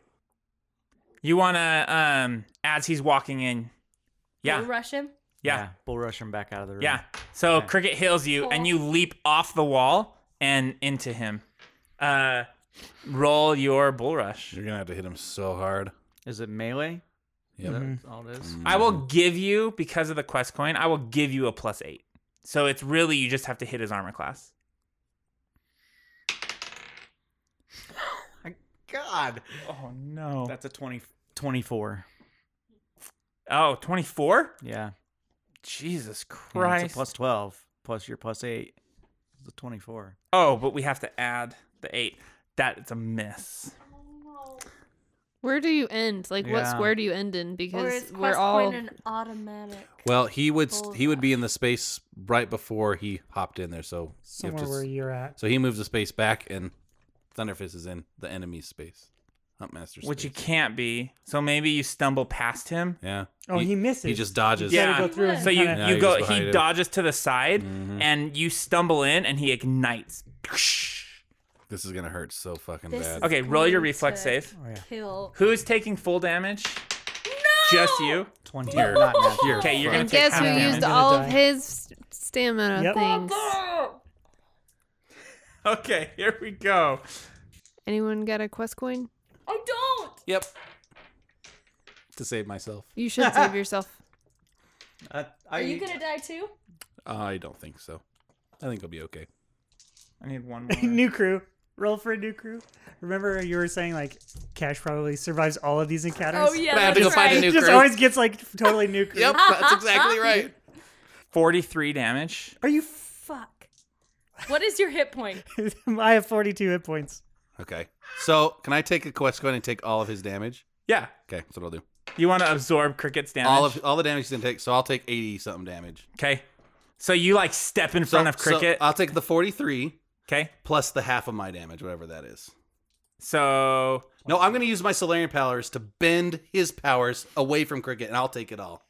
Speaker 2: You wanna um as he's walking in.
Speaker 4: We'll
Speaker 2: Yeah,
Speaker 4: rush him.
Speaker 2: yeah,
Speaker 8: Bull rush him back out of the room.
Speaker 2: yeah. So cricket heals you, and you leap off the wall and into him. Uh, roll your bull rush.
Speaker 7: You're gonna have to hit him so hard.
Speaker 8: Is it melee?
Speaker 7: Yeah.
Speaker 2: Mm-hmm.
Speaker 8: That's all it
Speaker 3: Mm.
Speaker 8: is.
Speaker 2: I
Speaker 7: Mm.
Speaker 2: will give you because of the quest coin. I will give you a plus eight. So it's really you just have to hit his armor class.
Speaker 8: God.
Speaker 2: Oh no.
Speaker 8: That's a 20, 24.
Speaker 2: oh, 24?
Speaker 8: Yeah.
Speaker 2: Jesus
Speaker 8: Yeah,
Speaker 2: Christ.
Speaker 8: it's a plus 12 plus your plus 8 is the 24
Speaker 2: oh, but we have to add the eight. That's a miss.
Speaker 6: Where do you end? Like, what
Speaker 8: Yeah.
Speaker 6: square do you end in?
Speaker 4: Or
Speaker 6: Because
Speaker 4: is
Speaker 6: we're
Speaker 4: quest
Speaker 6: all.
Speaker 4: coin an automatic?
Speaker 7: Well, he would
Speaker 4: Bull
Speaker 7: he would be in the space right before he hopped in there, so you have
Speaker 5: Somewhere
Speaker 7: to-
Speaker 5: where you're at.
Speaker 7: so he moves the space back, and Thunderfist is in the enemy's space, Huntmaster's.
Speaker 2: Which you
Speaker 7: space.
Speaker 2: can't be. So maybe you stumble past him.
Speaker 7: Yeah.
Speaker 5: Oh, he misses.
Speaker 7: He just dodges.
Speaker 2: Yeah.
Speaker 5: Gotta go through and
Speaker 2: So you,
Speaker 5: kinda-
Speaker 7: Yeah,
Speaker 2: you
Speaker 7: he
Speaker 2: go
Speaker 7: was behind
Speaker 2: he
Speaker 7: him.
Speaker 2: dodges to the side
Speaker 5: Mm-hmm.
Speaker 2: and you stumble in and he ignites.
Speaker 7: This is gonna hurt so fucking
Speaker 4: This
Speaker 7: bad.
Speaker 4: is-
Speaker 2: Okay, roll your
Speaker 4: Going
Speaker 2: reflex
Speaker 4: to-
Speaker 2: save. Oh,
Speaker 4: Kill.
Speaker 2: Who is taking full damage? No! Just you.
Speaker 8: 20
Speaker 7: You're-
Speaker 8: not natural.
Speaker 7: you're
Speaker 2: Okay, you're gonna
Speaker 6: And
Speaker 2: take
Speaker 6: guess
Speaker 2: half
Speaker 6: who
Speaker 5: I'm
Speaker 2: damage. Oh,
Speaker 6: used
Speaker 5: gonna
Speaker 6: all
Speaker 5: die.
Speaker 6: of his st- stamina
Speaker 5: Yep.
Speaker 6: things?
Speaker 2: Okay, here we go.
Speaker 6: Anyone got a quest coin?
Speaker 4: Oh, don't.
Speaker 7: Yep. To save myself.
Speaker 6: You should save yourself.
Speaker 8: Uh,
Speaker 4: Are
Speaker 8: I,
Speaker 4: you gonna die too?
Speaker 7: I don't think so. I think I'll be okay.
Speaker 2: I need one more.
Speaker 5: new crew. Roll for a new crew. Remember you were saying like Cash probably survives all of these encounters.
Speaker 4: Oh yeah,
Speaker 7: But I have
Speaker 4: that's
Speaker 7: to go
Speaker 4: right.
Speaker 7: find a new
Speaker 5: Just
Speaker 7: crew.
Speaker 5: always gets like totally new crew.
Speaker 7: Yep, that's exactly right.
Speaker 2: 43 damage.
Speaker 5: Are you? F-
Speaker 4: Fuck. What is your hit point?
Speaker 5: I have 42 hit points.
Speaker 7: Okay. So can I take a quest coin and take all of his damage?
Speaker 2: Yeah.
Speaker 7: Okay, that's what I'll do.
Speaker 2: You want to absorb Cricket's damage.
Speaker 7: All of all the damage he's gonna take, so I'll take eighty something damage.
Speaker 2: okay. So you like step in
Speaker 7: So-
Speaker 2: front of
Speaker 7: so uh,
Speaker 2: Cricket.
Speaker 7: I'll take the forty three
Speaker 2: okay.
Speaker 7: plus the half of my damage, whatever that is.
Speaker 2: So
Speaker 7: No, I'm gonna use my Solarian powers to bend his powers away from Cricket, and I'll take it all.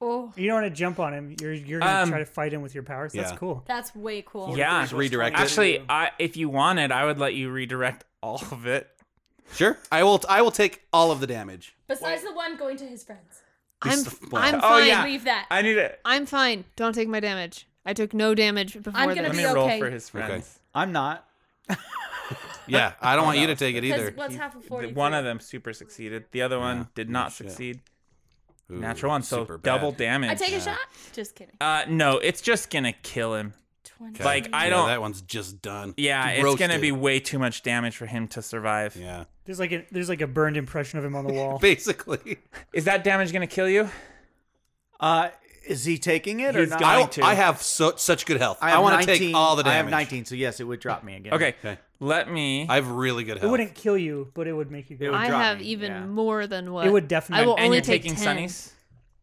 Speaker 4: Oh,
Speaker 5: You don't want to jump on him. You're you're gonna
Speaker 2: Um,
Speaker 5: try to fight him with your powers.
Speaker 7: yeah.
Speaker 5: That's cool.
Speaker 4: that's way cool.
Speaker 2: yeah.
Speaker 7: Just redirect it.
Speaker 2: Ah, Actually, I, if you wanted, I would let you redirect all of it.
Speaker 7: Sure. I will I will take all of the damage.
Speaker 4: Besides the one going to his friends.
Speaker 6: I'm,
Speaker 7: He's the-
Speaker 6: I'm fine.
Speaker 2: Oh, yeah.
Speaker 4: Leave that.
Speaker 2: I need it.
Speaker 6: I'm fine. Don't take my damage. I took no damage before
Speaker 4: I'm gonna
Speaker 2: Let
Speaker 6: this.
Speaker 2: me
Speaker 4: be
Speaker 2: roll
Speaker 4: okay.
Speaker 2: for his friends.
Speaker 8: I'm not.
Speaker 7: Yeah, I don't want you to take it
Speaker 4: Because
Speaker 7: either.
Speaker 4: what's half of
Speaker 2: Th-
Speaker 4: forty?
Speaker 2: One of them super succeeded. The other one did not
Speaker 7: Oh, shit.
Speaker 2: succeed.
Speaker 7: Ooh,
Speaker 2: Natural one, so
Speaker 7: super bad.
Speaker 2: double damage.
Speaker 4: I take a shot. Just kidding.
Speaker 2: uh, no, it's just gonna kill him.
Speaker 4: Twenty.
Speaker 7: Okay.
Speaker 2: Like, I
Speaker 7: Yeah,
Speaker 2: don't-
Speaker 7: That one's just done.
Speaker 2: Yeah, it's gonna be way too much damage for him to survive.
Speaker 7: Yeah,
Speaker 5: There's like a there's like a burned impression of him on the wall.
Speaker 7: basically.
Speaker 2: Is that damage gonna kill you?
Speaker 3: Uh, is he taking it or
Speaker 2: He's
Speaker 3: not?
Speaker 2: got-
Speaker 7: I,
Speaker 2: Going to.
Speaker 7: I have so, such good health.
Speaker 3: I,
Speaker 7: I,
Speaker 3: have
Speaker 7: want to take
Speaker 3: 19
Speaker 7: all the damage.
Speaker 3: I have 19, so yes, it would drop me again.
Speaker 2: Okay,
Speaker 7: Okay.
Speaker 2: let me.
Speaker 7: I have really good
Speaker 5: It
Speaker 7: health.
Speaker 5: wouldn't kill you, but it would make you
Speaker 3: It
Speaker 5: go.
Speaker 3: would
Speaker 6: I
Speaker 3: drop
Speaker 6: have
Speaker 3: me,
Speaker 6: even
Speaker 3: yeah.
Speaker 6: more than what
Speaker 5: It would definitely.
Speaker 6: I will
Speaker 2: and
Speaker 6: only
Speaker 2: you're
Speaker 6: take
Speaker 2: taking
Speaker 6: 10.
Speaker 2: Sunnies.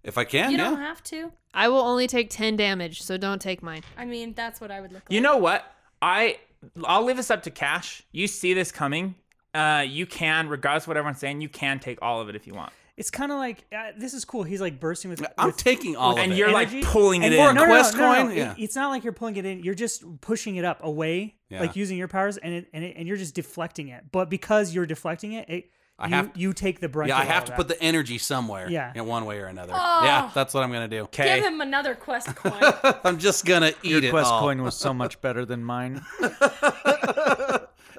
Speaker 7: If I can,
Speaker 4: You
Speaker 7: yeah.
Speaker 4: don't have to.
Speaker 6: I will only take ten damage, so don't take mine.
Speaker 4: I mean, that's what I would look like.
Speaker 2: You know what? I I'll leave this up to Cash. You see this coming. Uh, you can, regardless of what everyone's saying, you can take all of it if you want.
Speaker 5: It's kind of like uh, this is cool. He's like bursting with.
Speaker 7: I'm
Speaker 5: with
Speaker 7: taking all
Speaker 2: and
Speaker 7: of it.
Speaker 2: you're
Speaker 5: energy.
Speaker 2: like pulling it
Speaker 5: And
Speaker 2: in.
Speaker 5: for
Speaker 7: a quest coin?
Speaker 5: It-
Speaker 7: Yeah.
Speaker 5: it's not like you're pulling it in. You're just pushing it up away,
Speaker 7: Yeah.
Speaker 5: like using your powers, and it, and it, and you're just deflecting it. But because you're deflecting it, it
Speaker 7: I
Speaker 5: you,
Speaker 7: have-
Speaker 5: you take the brunt.
Speaker 7: yeah,
Speaker 5: of
Speaker 7: I have
Speaker 5: all
Speaker 7: to
Speaker 5: that.
Speaker 7: put the energy somewhere.
Speaker 5: Yeah.
Speaker 7: in one way or another.
Speaker 4: Oh.
Speaker 7: Yeah, that's what I'm gonna do.
Speaker 2: Okay.
Speaker 4: Give him another quest coin.
Speaker 7: I'm just gonna eat
Speaker 8: Your
Speaker 7: it
Speaker 8: quest
Speaker 7: all.
Speaker 8: coin was so much better than mine.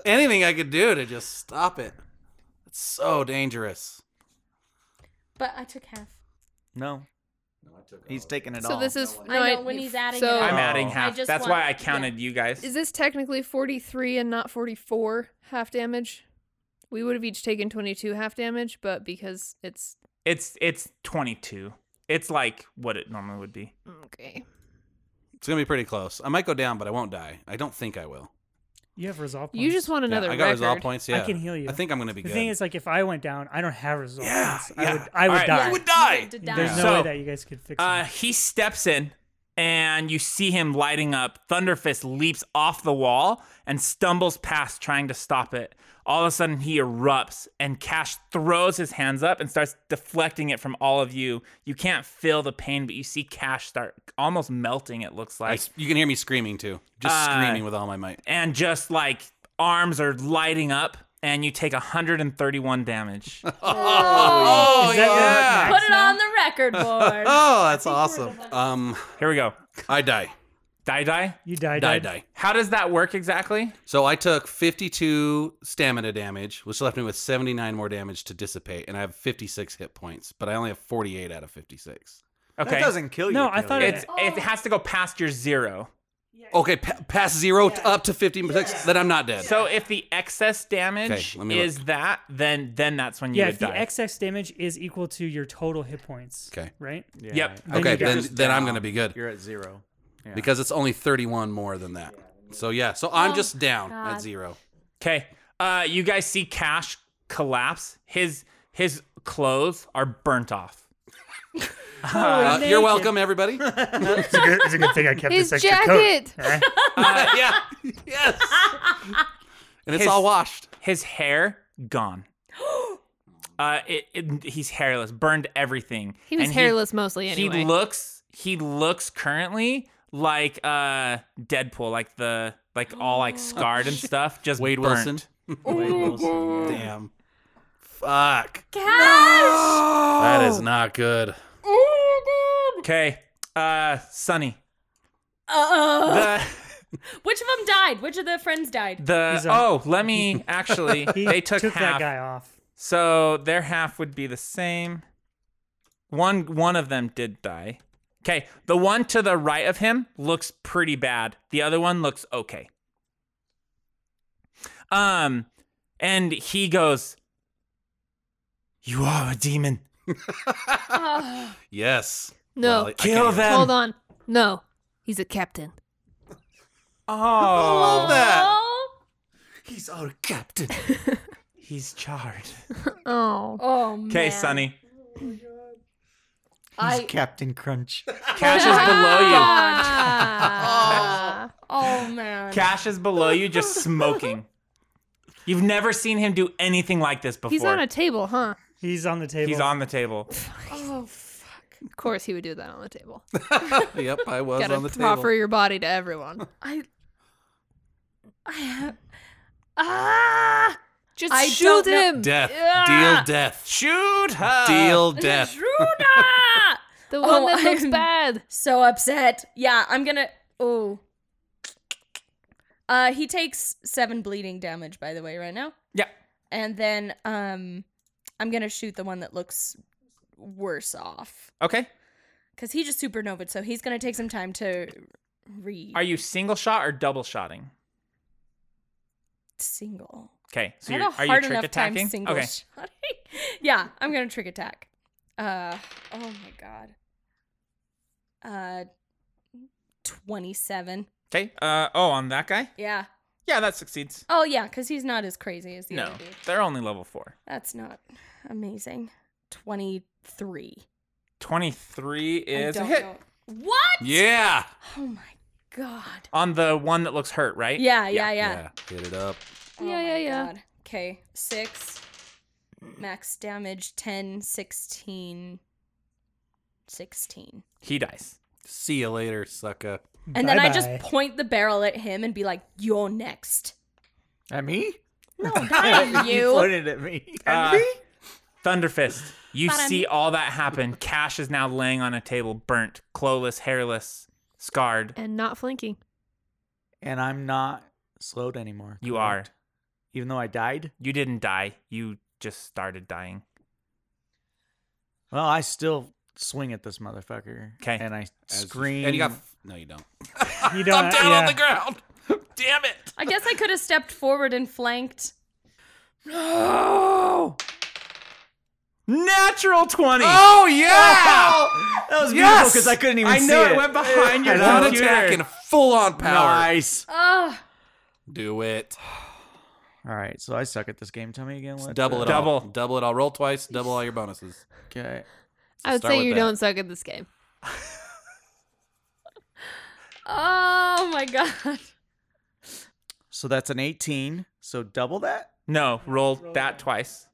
Speaker 7: Anything I could do to just stop it. It's so dangerous.
Speaker 4: but I took half.
Speaker 8: No, he's taking it all.
Speaker 6: So this is no,
Speaker 4: I know, when he's adding
Speaker 6: so
Speaker 4: it up.
Speaker 2: I'm adding
Speaker 8: Oh.
Speaker 2: half.
Speaker 4: I just
Speaker 2: That's
Speaker 4: want-
Speaker 2: why I counted you guys.
Speaker 6: Is this technically 43 and not 44 half damage? We would have each taken 22 half damage, but because it's
Speaker 2: It's it's 22. It's like what it normally would be.
Speaker 6: okay.
Speaker 7: It's gonna be pretty close. I might go down, but I won't die. I don't think I will.
Speaker 5: You have resolve. Points.
Speaker 6: You just want
Speaker 7: Yeah,
Speaker 6: another
Speaker 7: I got
Speaker 6: record.
Speaker 7: resolve points. Yeah,
Speaker 5: I can heal you.
Speaker 7: I think I'm gonna be
Speaker 5: The
Speaker 7: good.
Speaker 5: thing is, like, if I went down, I don't have resolve.
Speaker 7: Yeah,
Speaker 5: points.
Speaker 7: yeah.
Speaker 5: I would. I would
Speaker 2: Alright,
Speaker 5: die.
Speaker 7: I would
Speaker 4: You
Speaker 7: die.
Speaker 4: have to
Speaker 5: There's
Speaker 4: die.
Speaker 5: no
Speaker 2: So,
Speaker 5: way that you guys could fix it.
Speaker 2: Uh, he steps in, and you see him lighting up. Thunderfist leaps off the wall and stumbles past, trying to stop it. All of a sudden, he erupts, and Cash throws his hands up and starts deflecting it from all of you. You can't feel the pain, but you see Cash start almost melting. It looks
Speaker 7: I
Speaker 2: like,
Speaker 7: s- you can hear me screaming too. Just
Speaker 5: Ah.
Speaker 2: Uh,
Speaker 7: screaming with all my might.
Speaker 2: and just like arms are lighting up, and you take 131 damage.
Speaker 7: Oh,
Speaker 5: Is that your
Speaker 7: yeah.
Speaker 4: Put it on the record board.
Speaker 7: Oh, that's awesome. Um,
Speaker 2: Here we go.
Speaker 7: I die.
Speaker 2: Die die.
Speaker 5: you died.
Speaker 7: Die,
Speaker 5: died.
Speaker 7: die.
Speaker 2: How does that work exactly?
Speaker 7: So I took 52 stamina damage, which left me with 79 more damage to dissipate, and I have 56 hit points, but I only have 48 out of 56.
Speaker 2: Okay.
Speaker 8: That doesn't kill you.
Speaker 5: No, I
Speaker 8: Kelly.
Speaker 5: thought
Speaker 2: It's it has to go past your zero.
Speaker 7: Okay, pa- past zero to up to 56, then I'm not dead.
Speaker 2: So if the excess damage
Speaker 7: Okay, let me
Speaker 2: is that, then then that's when you
Speaker 5: Yeah,
Speaker 2: would
Speaker 5: if the
Speaker 2: die.
Speaker 5: excess damage is equal to your total hit points.
Speaker 7: Okay.
Speaker 5: Right.
Speaker 8: Yeah.
Speaker 2: Yep.
Speaker 5: Then
Speaker 7: okay,
Speaker 5: you die.
Speaker 7: then then I'm gonna be good
Speaker 8: You're at zero. Yeah.
Speaker 7: because it's only 31 more than that. So yeah, so I'm
Speaker 4: Oh,
Speaker 7: just down at
Speaker 4: God.
Speaker 7: zero.
Speaker 2: Okay. Uh, you guys see Cash collapse. His his clothes are burnt off.
Speaker 7: Uh,
Speaker 5: Naked.
Speaker 7: you're welcome, everybody. Uh,
Speaker 11: It's a good, it's a good thing I kept
Speaker 6: His
Speaker 11: this extra coat.
Speaker 6: jacket!
Speaker 11: Eh?
Speaker 7: yeah. Yes. And it's
Speaker 2: His-
Speaker 7: all washed.
Speaker 2: His hair gone. Uh, it, it, he's hairless, burned everything.
Speaker 6: He was
Speaker 2: And
Speaker 6: hairless mostly anyway.
Speaker 2: He looks he looks currently like uh Deadpool, like the like all
Speaker 6: Oh,
Speaker 2: like scarred and stuff. Just
Speaker 7: Wade
Speaker 2: burnt.
Speaker 7: Wilson. Damn. Fuck.
Speaker 4: Gosh!
Speaker 7: That is not good.
Speaker 2: Okay. Uh, Sunny.
Speaker 4: Uh-oh.
Speaker 2: The
Speaker 4: Which of them died? Which of the friends died?
Speaker 2: The
Speaker 5: He's a-
Speaker 2: oh, let me actually.
Speaker 5: He
Speaker 2: they took,
Speaker 5: that
Speaker 2: half,
Speaker 5: guy off.
Speaker 2: so their half would be the same. One one of them did die. Okay, the one to the right of him looks pretty bad. The other one looks okay. Um, and he goes,
Speaker 9: You are a demon.
Speaker 4: Oh,
Speaker 7: Yes.
Speaker 6: No.
Speaker 7: Well, I
Speaker 9: Kill
Speaker 7: can't-
Speaker 9: them.
Speaker 6: Hold on. No. He's a captain.
Speaker 2: "Oh,
Speaker 7: Love that.
Speaker 4: oh,
Speaker 7: He's our captain.
Speaker 9: He's charred.
Speaker 6: Oh.
Speaker 4: oh man.
Speaker 2: okay, Sonny.
Speaker 4: I,
Speaker 8: Captain Crunch.
Speaker 2: Cash is below you.
Speaker 6: Ah.
Speaker 4: oh man.
Speaker 2: Cash is below you, just smoking. You've never seen him do anything like this before.
Speaker 6: He's on a table, huh?
Speaker 5: He's on the table.
Speaker 2: He's on the table.
Speaker 4: oh fuck.
Speaker 6: Of course he would do that on the table.
Speaker 7: yep, I was
Speaker 6: Gotta
Speaker 7: on the
Speaker 6: proffer
Speaker 7: table.
Speaker 6: your body to everyone.
Speaker 4: I. I have. Ah!
Speaker 6: Just
Speaker 4: I
Speaker 6: shoot
Speaker 4: don't know-
Speaker 6: him!
Speaker 7: Death.
Speaker 4: Yeah.
Speaker 7: Deal death.
Speaker 2: Shoot her.
Speaker 7: Deal death.
Speaker 4: Shrew-da!
Speaker 6: The
Speaker 4: Oh,
Speaker 6: one that looks
Speaker 4: I'm-
Speaker 6: bad.
Speaker 4: so upset. Yeah, I'm gonna. Oh. Uh, he takes seven bleeding damage, by the way, right now.
Speaker 2: Yeah.
Speaker 4: And then, um, I'm gonna shoot the one that looks
Speaker 3: worse off
Speaker 2: Okay.
Speaker 3: because he just supernovaed, so he's gonna take some time to read.
Speaker 2: Are you single shot or double shotting?
Speaker 3: single?
Speaker 2: Okay. So
Speaker 3: I
Speaker 2: you're,
Speaker 3: had a
Speaker 2: are you
Speaker 3: hard
Speaker 2: trick
Speaker 3: enough time
Speaker 2: attacking?
Speaker 3: single
Speaker 2: okay.
Speaker 3: shotting. yeah, I'm gonna trick attack. Uh oh my god. Uh, twenty-seven.
Speaker 2: Okay. Uh oh, on that guy?
Speaker 3: Yeah.
Speaker 2: Yeah, that succeeds.
Speaker 3: Oh yeah, because he's not as crazy as the
Speaker 2: no.
Speaker 3: other dude.
Speaker 2: They're only level 4.
Speaker 3: That's not amazing. Twenty-three.
Speaker 2: 23 is
Speaker 3: I
Speaker 2: a
Speaker 3: don't
Speaker 2: hit.
Speaker 3: know- What?
Speaker 2: Yeah.
Speaker 3: Oh my god.
Speaker 2: On the one that looks hurt, right?
Speaker 3: Yeah, yeah, yeah.
Speaker 7: Hit it up.
Speaker 3: Oh yeah, yeah, yeah. Okay, six. Max damage 10, 16, 16.
Speaker 2: He dies.
Speaker 7: See you later, sucker.
Speaker 3: And then I just point the barrel at him and be like, you're next.
Speaker 8: At me?
Speaker 3: No, not at you.
Speaker 8: at me.
Speaker 2: Uh, Thunderfist, you
Speaker 3: Bottom.
Speaker 2: see all that happen. Cash is now laying on a table, burnt, clawless, hairless, scarred.
Speaker 6: And not flanking.
Speaker 8: And I'm not slowed anymore.
Speaker 2: You are.
Speaker 8: Even though I died?
Speaker 2: You didn't die. You just started dying.
Speaker 8: Well, I still swing at this motherfucker.
Speaker 2: 'Kay.
Speaker 8: And I
Speaker 7: As-
Speaker 8: scream.
Speaker 7: And you got. No, you don't.
Speaker 5: You don't.
Speaker 7: I'm down
Speaker 5: yeah.
Speaker 7: on the ground. Damn it.
Speaker 3: I guess I could have stepped forward and flanked.
Speaker 8: No!
Speaker 2: Natural 20.
Speaker 7: Oh, yeah.
Speaker 8: That was beautiful
Speaker 7: Yes!
Speaker 8: because I couldn't even
Speaker 2: I
Speaker 8: see
Speaker 2: know it
Speaker 8: it.
Speaker 2: went behind your
Speaker 8: And I
Speaker 7: One
Speaker 8: was-
Speaker 2: computer.
Speaker 7: attack and full on power.
Speaker 8: Nice.
Speaker 3: Oh,
Speaker 7: Do it.
Speaker 8: All right, so I suck at this game. Tell me again
Speaker 7: Just
Speaker 8: what.
Speaker 7: double it
Speaker 2: Double.
Speaker 7: all. Double it all. Roll twice. Double all your bonuses.
Speaker 8: Okay.
Speaker 6: I would
Speaker 7: start
Speaker 6: say
Speaker 7: with
Speaker 6: you
Speaker 7: that.
Speaker 6: don't suck at this game.
Speaker 3: oh my god.
Speaker 8: So that's an 18. So double that.
Speaker 2: No, roll that twice.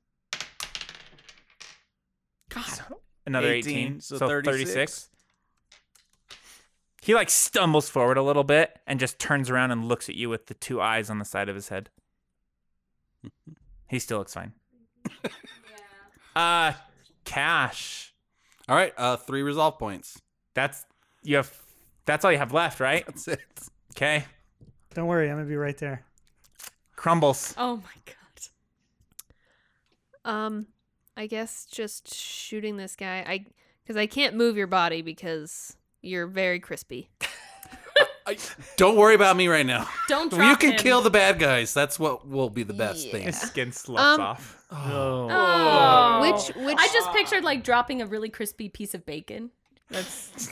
Speaker 2: God. Another 18.
Speaker 8: 18,
Speaker 2: so,
Speaker 8: so
Speaker 2: 36.
Speaker 8: 36.
Speaker 2: He like stumbles forward a little bit and just turns around and looks at you with the two eyes on the side of his head. he still looks fine. Uh cash.
Speaker 7: All right. Uh, three resolve points.
Speaker 2: That's you have that's all you have left, right?
Speaker 7: That's it.
Speaker 2: Okay.
Speaker 5: Don't worry, I'm gonna be right there.
Speaker 2: Crumbles.
Speaker 3: Oh my god.
Speaker 6: Um, I guess just shooting this guy. I because I can't move your body because you're very crispy.
Speaker 7: Don't worry about me right now.
Speaker 3: Don't drop
Speaker 7: you can
Speaker 3: him.
Speaker 7: kill the bad guys. That's what will be the best thing.
Speaker 2: His skin sloughs
Speaker 6: Um,
Speaker 2: off.
Speaker 3: Oh.
Speaker 6: Which which
Speaker 3: I just pictured like dropping a really crispy piece of bacon.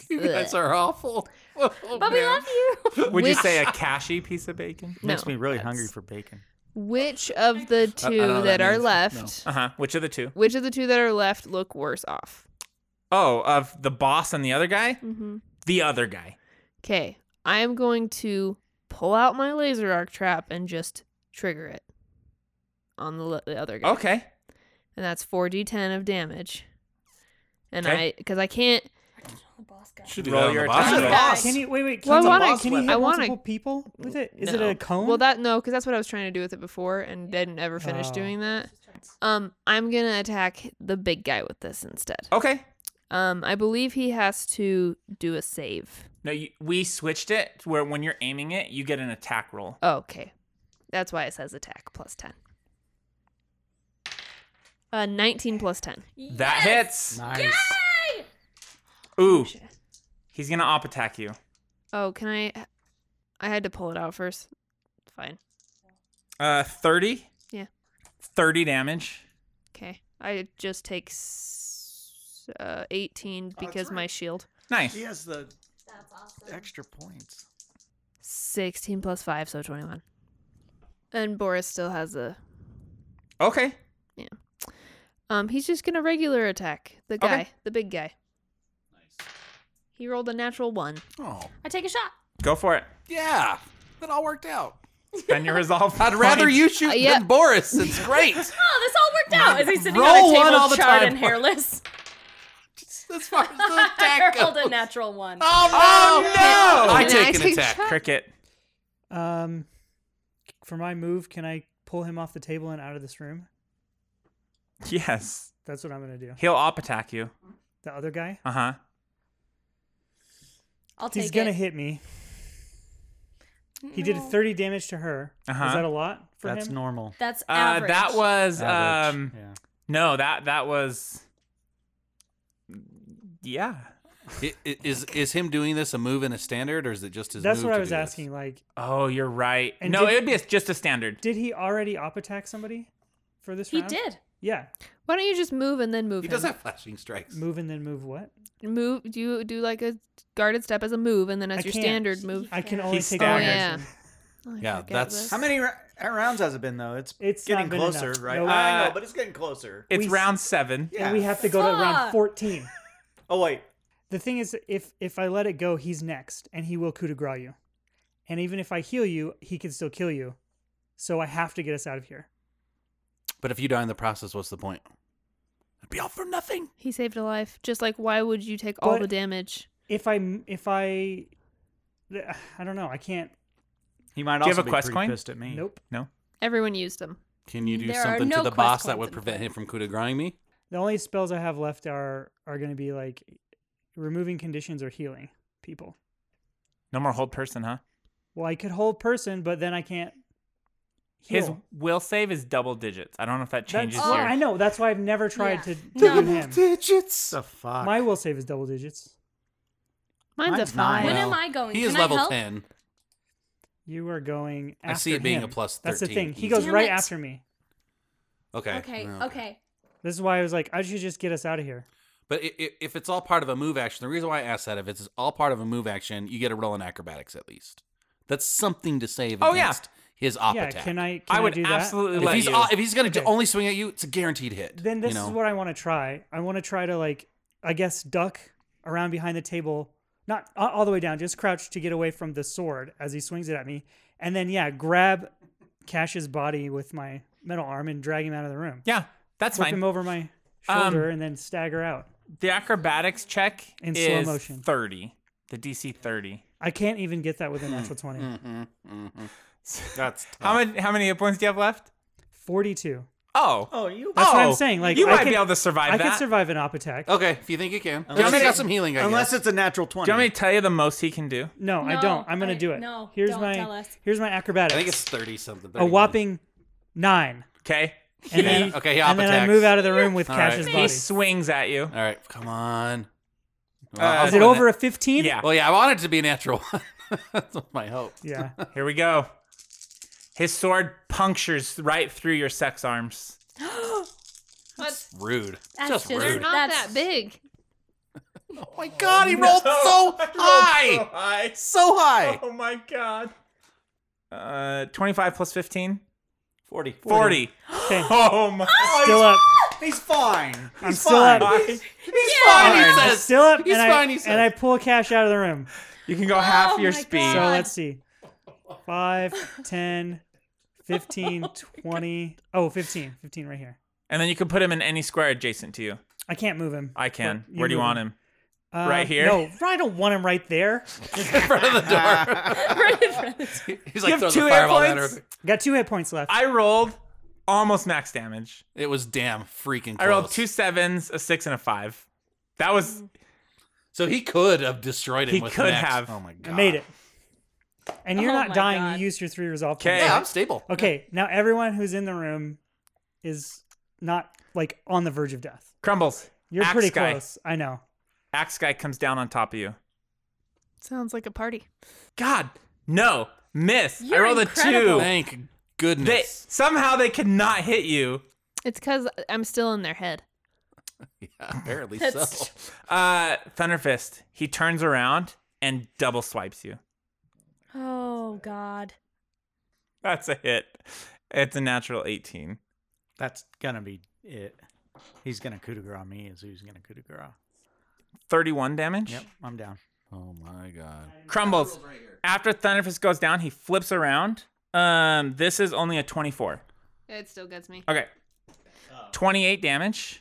Speaker 7: You guys are awful. Oh,
Speaker 3: But we love you.
Speaker 2: Would you say a cashy piece of bacon?
Speaker 6: no.
Speaker 8: Makes me really hungry for bacon.
Speaker 6: Which of the
Speaker 7: I
Speaker 6: two
Speaker 7: know what
Speaker 6: that,
Speaker 7: that
Speaker 6: are
Speaker 7: means.
Speaker 6: left?
Speaker 2: Uh-huh. Which of the two?
Speaker 6: Which of the two that are left look worse off?
Speaker 2: Oh, of the boss and the other guy?
Speaker 6: Mm-hmm.
Speaker 2: The other guy.
Speaker 6: Okay, I am going to pull out my laser arc trap and just trigger it on the, le- the other guy.
Speaker 2: Okay.
Speaker 6: and that's four d10 of damage. And
Speaker 2: Okay.
Speaker 6: I because I can't.
Speaker 3: Oh,
Speaker 7: Should be
Speaker 2: Roll
Speaker 7: down the
Speaker 2: your
Speaker 7: boss.
Speaker 2: attack.
Speaker 7: Should be-
Speaker 3: Guys.
Speaker 5: Can you wait? Wait. Can
Speaker 6: Well,
Speaker 5: you,
Speaker 6: I wanna-
Speaker 5: can you hit
Speaker 6: I wanna-
Speaker 5: multiple people with it? Is it
Speaker 6: No.
Speaker 5: a cone?
Speaker 6: Well, that no, because that's what I was trying to do with it before, and didn't ever finish
Speaker 5: Oh.
Speaker 6: doing that. Um, I'm gonna attack the big guy with this instead.
Speaker 2: Okay.
Speaker 6: Um, I believe he has to do a save.
Speaker 2: No, you, we switched it to where when you're aiming it, you get an attack roll.
Speaker 6: Oh, okay, that's why it says attack plus ten. Uh, nineteen plus ten.
Speaker 2: That hits.
Speaker 8: Nice.
Speaker 2: Ooh. He's going to op attack you.
Speaker 6: Oh, can I? I had to pull it out first. It's fine.
Speaker 2: Uh 30?
Speaker 6: Yeah.
Speaker 2: 30 damage.
Speaker 6: Okay, I just take s- uh,
Speaker 7: Oh,
Speaker 6: eighteen because my shield.
Speaker 2: Nice.
Speaker 8: He has the extra points.
Speaker 6: 16 plus 5, so 21. And Boris still has a.
Speaker 2: Okay.
Speaker 6: Um, he's just gonna regular attack the
Speaker 2: Okay.
Speaker 6: guy, the big guy. He rolled a natural one.
Speaker 7: Oh,
Speaker 3: I take a shot.
Speaker 2: Go for it.
Speaker 7: yeah. That all worked out.
Speaker 2: Spend your resolve.
Speaker 7: I'd rather
Speaker 2: points.
Speaker 7: you shoot
Speaker 6: Uh, yeah.
Speaker 7: than Boris. It's great.
Speaker 3: Oh, this all worked out. Is he sitting on
Speaker 7: Roll
Speaker 3: a
Speaker 7: one
Speaker 3: table,
Speaker 7: all the
Speaker 3: charred
Speaker 7: time.
Speaker 3: and hairless?
Speaker 7: as far as the
Speaker 3: I
Speaker 7: attack goes.
Speaker 3: rolled a natural one.
Speaker 7: Oh, no. I
Speaker 6: Can
Speaker 7: take
Speaker 6: I
Speaker 7: an
Speaker 6: take
Speaker 7: attack.
Speaker 6: shot?
Speaker 2: Cricket.
Speaker 5: Um, for my move, can I pull him off the table and out of this room?
Speaker 2: Yes.
Speaker 5: That's what I'm gonna do.
Speaker 2: He'll op attack you.
Speaker 5: The other guy.
Speaker 2: Uh huh.
Speaker 3: I'll take
Speaker 5: He's gonna
Speaker 3: it.
Speaker 5: hit me. He did 30 damage to her.
Speaker 2: Uh-huh.
Speaker 5: Is that a lot for
Speaker 8: That's
Speaker 5: him?
Speaker 8: normal.
Speaker 3: That's
Speaker 2: Uh,
Speaker 3: average.
Speaker 2: that was
Speaker 8: Average,
Speaker 2: um
Speaker 8: yeah.
Speaker 2: no that that was yeah.
Speaker 7: I- i- Is is him doing this a move and a standard, or is it just his?
Speaker 5: That's
Speaker 7: move
Speaker 5: what
Speaker 7: to
Speaker 5: I was
Speaker 7: do this?
Speaker 5: asking. Like,
Speaker 2: Oh, you're right.
Speaker 5: And
Speaker 2: no,
Speaker 5: did-
Speaker 2: it would be a, just a standard.
Speaker 5: did he already op attack somebody for this
Speaker 6: He
Speaker 5: round?
Speaker 6: did.
Speaker 5: Yeah.
Speaker 6: Why don't you just move and then move?
Speaker 7: He
Speaker 6: him?
Speaker 7: does have flashing strikes.
Speaker 5: Move and then move what?
Speaker 6: move. Do you do like a guarded step as a move, and then as
Speaker 5: I
Speaker 6: your
Speaker 5: can't.
Speaker 6: standard move?
Speaker 5: I can
Speaker 6: Yeah.
Speaker 5: only
Speaker 2: He's
Speaker 5: take
Speaker 2: staggered.
Speaker 5: one
Speaker 6: Yeah. Oh,
Speaker 5: action.
Speaker 7: yeah, that's
Speaker 8: How many ra- how rounds has it been though? It's
Speaker 5: It's
Speaker 8: getting
Speaker 5: not been enough.
Speaker 8: closer, right?
Speaker 5: No,
Speaker 8: I
Speaker 2: uh,
Speaker 8: know, but it's getting closer.
Speaker 2: It's
Speaker 5: We-
Speaker 2: round seven.
Speaker 8: Yeah.
Speaker 5: We have to go to round
Speaker 4: Fuck.
Speaker 5: 14.
Speaker 8: oh wait,
Speaker 5: The thing is, if if I let it go, he's next, and he will coup de grace you. And even if I heal you, he can still kill you. So I have to get us out of here.
Speaker 7: But if you die in the process, what's the point? It'd be all for nothing.
Speaker 6: He saved a life. Just like why would you take all
Speaker 5: But-
Speaker 6: the damage?
Speaker 5: If I if I, I don't know. I can't.
Speaker 8: he might
Speaker 2: Do you
Speaker 8: also
Speaker 2: have a
Speaker 8: be
Speaker 2: quest
Speaker 8: pretty
Speaker 2: coin?
Speaker 8: pissed at me.
Speaker 5: Nope.
Speaker 2: No.
Speaker 6: Everyone used them.
Speaker 7: Can you do
Speaker 4: There are
Speaker 7: something
Speaker 4: no
Speaker 7: to the
Speaker 4: quest
Speaker 7: boss that
Speaker 4: coins
Speaker 7: would
Speaker 4: in
Speaker 7: prevent
Speaker 4: play.
Speaker 7: him from coup de grace me?
Speaker 5: The only spells I have left are are going to be like removing conditions or healing people.
Speaker 2: No more hold person, huh?
Speaker 5: Well, I could hold person, but then I can't. Heal.
Speaker 2: His will save is double digits. I don't know if that
Speaker 5: That-
Speaker 2: changes
Speaker 5: well,
Speaker 2: here.
Speaker 5: I know. That's why I've never tried
Speaker 4: Yeah.
Speaker 5: to do
Speaker 4: No.
Speaker 5: him.
Speaker 8: Digits. The fuck.
Speaker 5: My will save is double digits.
Speaker 6: Mine's,
Speaker 8: Mine's
Speaker 6: a five.
Speaker 4: When
Speaker 7: Well,
Speaker 4: am I
Speaker 3: Oh,
Speaker 4: going?
Speaker 7: He
Speaker 4: Can
Speaker 7: is
Speaker 4: I
Speaker 7: level
Speaker 4: help?
Speaker 7: ten.
Speaker 5: You are going.
Speaker 7: I see
Speaker 5: after
Speaker 7: it being a
Speaker 5: him.
Speaker 7: plus
Speaker 5: That's the
Speaker 7: 13.
Speaker 5: thing. He
Speaker 7: Damn
Speaker 5: goes right
Speaker 4: it.
Speaker 5: after me.
Speaker 7: Okay.
Speaker 4: Okay,
Speaker 7: Well,
Speaker 4: okay.
Speaker 5: This is why I was like, I should just get us out of here.
Speaker 7: But i- i- if it's all part of a move action, the reason why I asked that if it's all part of a move action, you get a roll in acrobatics at least. That's something to save
Speaker 2: Oh, yeah.
Speaker 7: against his op
Speaker 5: yeah,
Speaker 7: attack.
Speaker 5: can I? Can
Speaker 2: I would
Speaker 5: do that?
Speaker 2: absolutely
Speaker 7: If
Speaker 2: let
Speaker 7: he's
Speaker 2: you.
Speaker 7: o- if he's gonna j- only swing at you, it's a guaranteed hit.
Speaker 5: Then
Speaker 7: you
Speaker 5: this
Speaker 7: know?
Speaker 5: is what I want to try. I want to try to like, I guess, duck around behind the table, not a- all the way down, just crouch to get away from the sword as he swings it at me, and then yeah, grab Cash's body with my metal arm and drag him out of the room.
Speaker 2: yeah, that's
Speaker 5: Flip
Speaker 2: fine.
Speaker 5: him over my
Speaker 2: Um,
Speaker 5: shoulder and then stagger out.
Speaker 2: The acrobatics check
Speaker 5: In slow
Speaker 2: is
Speaker 5: motion.
Speaker 2: 30. The DC 30.
Speaker 5: I can't even get that with a natural twenty.
Speaker 7: mm-hmm. That's tough.
Speaker 2: How many how many hit points do you have left?
Speaker 5: Forty-two.
Speaker 2: Oh.
Speaker 8: Oh, you.
Speaker 5: That's what I'm
Speaker 2: Oh,
Speaker 5: saying. Like
Speaker 2: you
Speaker 5: I
Speaker 2: might
Speaker 5: can,
Speaker 2: be able to survive
Speaker 5: I
Speaker 2: that.
Speaker 5: can survive an op attack.
Speaker 7: Okay, if you think you can,
Speaker 8: Unless
Speaker 7: unless you
Speaker 8: it-
Speaker 7: got some healing, I
Speaker 8: Unless
Speaker 7: guess.
Speaker 8: it's a natural twenty.
Speaker 2: Do you want me to tell you the most he can do?
Speaker 5: No, I
Speaker 4: No,
Speaker 5: don't. I'm gonna
Speaker 4: I-
Speaker 5: do it.
Speaker 4: no,
Speaker 5: here's
Speaker 4: don't
Speaker 5: my
Speaker 4: tell us.
Speaker 5: here's my acrobatics.
Speaker 7: I think it's thirty something.
Speaker 5: a
Speaker 7: 31.
Speaker 5: whopping nine.
Speaker 2: Okay.
Speaker 5: And
Speaker 7: Yeah.
Speaker 5: then,
Speaker 7: Okay, he
Speaker 5: and then I
Speaker 7: op-attacks.
Speaker 5: move out of the room with
Speaker 7: All
Speaker 5: Cash's
Speaker 7: right.
Speaker 2: He
Speaker 5: body.
Speaker 2: swings at you.
Speaker 7: All right, come on.
Speaker 2: Uh,
Speaker 5: Is it over a 15?
Speaker 2: Yeah.
Speaker 7: Well, yeah, I want it to be a natural one. That's my hope.
Speaker 5: Yeah.
Speaker 2: Here we go. His sword punctures right through your sex arms.
Speaker 6: What?
Speaker 7: Rude.
Speaker 4: That's
Speaker 7: Just
Speaker 4: just-
Speaker 6: They're
Speaker 7: rude.
Speaker 6: not
Speaker 4: That's-
Speaker 6: that big.
Speaker 7: Oh my god, he rolled so high.
Speaker 2: high.
Speaker 7: So high.
Speaker 2: Oh my god. Uh, 25 plus 15?
Speaker 8: Forty.
Speaker 2: 40.
Speaker 5: Okay.
Speaker 2: Oh my.
Speaker 5: Still up.
Speaker 8: He's fine. He's
Speaker 5: I'm
Speaker 8: fine.
Speaker 5: still up.
Speaker 7: He's fine. He
Speaker 5: I'm
Speaker 7: says.
Speaker 5: still up.
Speaker 7: He's
Speaker 5: and, I,
Speaker 7: fine, he says.
Speaker 5: and I pull Cash out of the room.
Speaker 2: You can go half
Speaker 4: Oh
Speaker 2: your
Speaker 4: my
Speaker 2: speed.
Speaker 5: So
Speaker 4: God.
Speaker 5: let's see 5, 10, 15, 20. Oh, 15. 15 right here.
Speaker 2: And then you can put him in any square adjacent to you.
Speaker 5: I can't move him.
Speaker 2: I can.
Speaker 5: You
Speaker 2: Where do you
Speaker 5: move
Speaker 2: want him?
Speaker 5: Uh,
Speaker 2: Right here?
Speaker 5: No, I don't want him right there.
Speaker 7: in front of the door.
Speaker 4: Uh, Right in front of-
Speaker 7: He's like
Speaker 2: have
Speaker 7: throws
Speaker 2: two
Speaker 7: a
Speaker 2: air
Speaker 7: fireball at
Speaker 2: points?
Speaker 7: her.
Speaker 5: Got two hit points left.
Speaker 2: I rolled almost max damage.
Speaker 7: It was damn freaking. Close.
Speaker 2: I rolled two sevens, a six, and a five. That was
Speaker 7: So he could have destroyed him.
Speaker 2: He
Speaker 7: with
Speaker 2: could
Speaker 7: next.
Speaker 2: have.
Speaker 7: Oh my god.
Speaker 5: I made it. And you're
Speaker 4: Oh
Speaker 5: not
Speaker 4: my
Speaker 5: dying.
Speaker 4: God.
Speaker 5: You used your three resolve
Speaker 2: Okay.
Speaker 5: points.
Speaker 7: Yeah, I'm stable.
Speaker 5: Okay, now everyone who's in the room is not like on the verge of death.
Speaker 2: crumbles.
Speaker 5: You're
Speaker 2: Axe
Speaker 5: pretty
Speaker 2: guy.
Speaker 5: close. I know.
Speaker 2: Axe guy comes down on top of you.
Speaker 6: Sounds like a party.
Speaker 2: God, no, miss.
Speaker 4: You're
Speaker 2: I rolled
Speaker 4: incredible.
Speaker 2: a two.
Speaker 7: Thank
Speaker 2: They,
Speaker 7: goodness.
Speaker 2: somehow they cannot hit you.
Speaker 6: It's because I'm still in their head.
Speaker 7: yeah, apparently so.
Speaker 4: That's
Speaker 2: Uh, Thunderfist. He turns around and double swipes you.
Speaker 4: Oh God.
Speaker 2: That's a hit. It's a natural eighteen.
Speaker 8: That's gonna be it. He's gonna coup de grace me. Is who's gonna coup de grace?
Speaker 2: Thirty-one damage.
Speaker 8: Yep, I'm down.
Speaker 7: Oh my god.
Speaker 2: Crumbles. After Thunderfist goes down, he flips around. Um, this is only a twenty-four.
Speaker 6: It still gets me.
Speaker 2: Okay. 28 damage.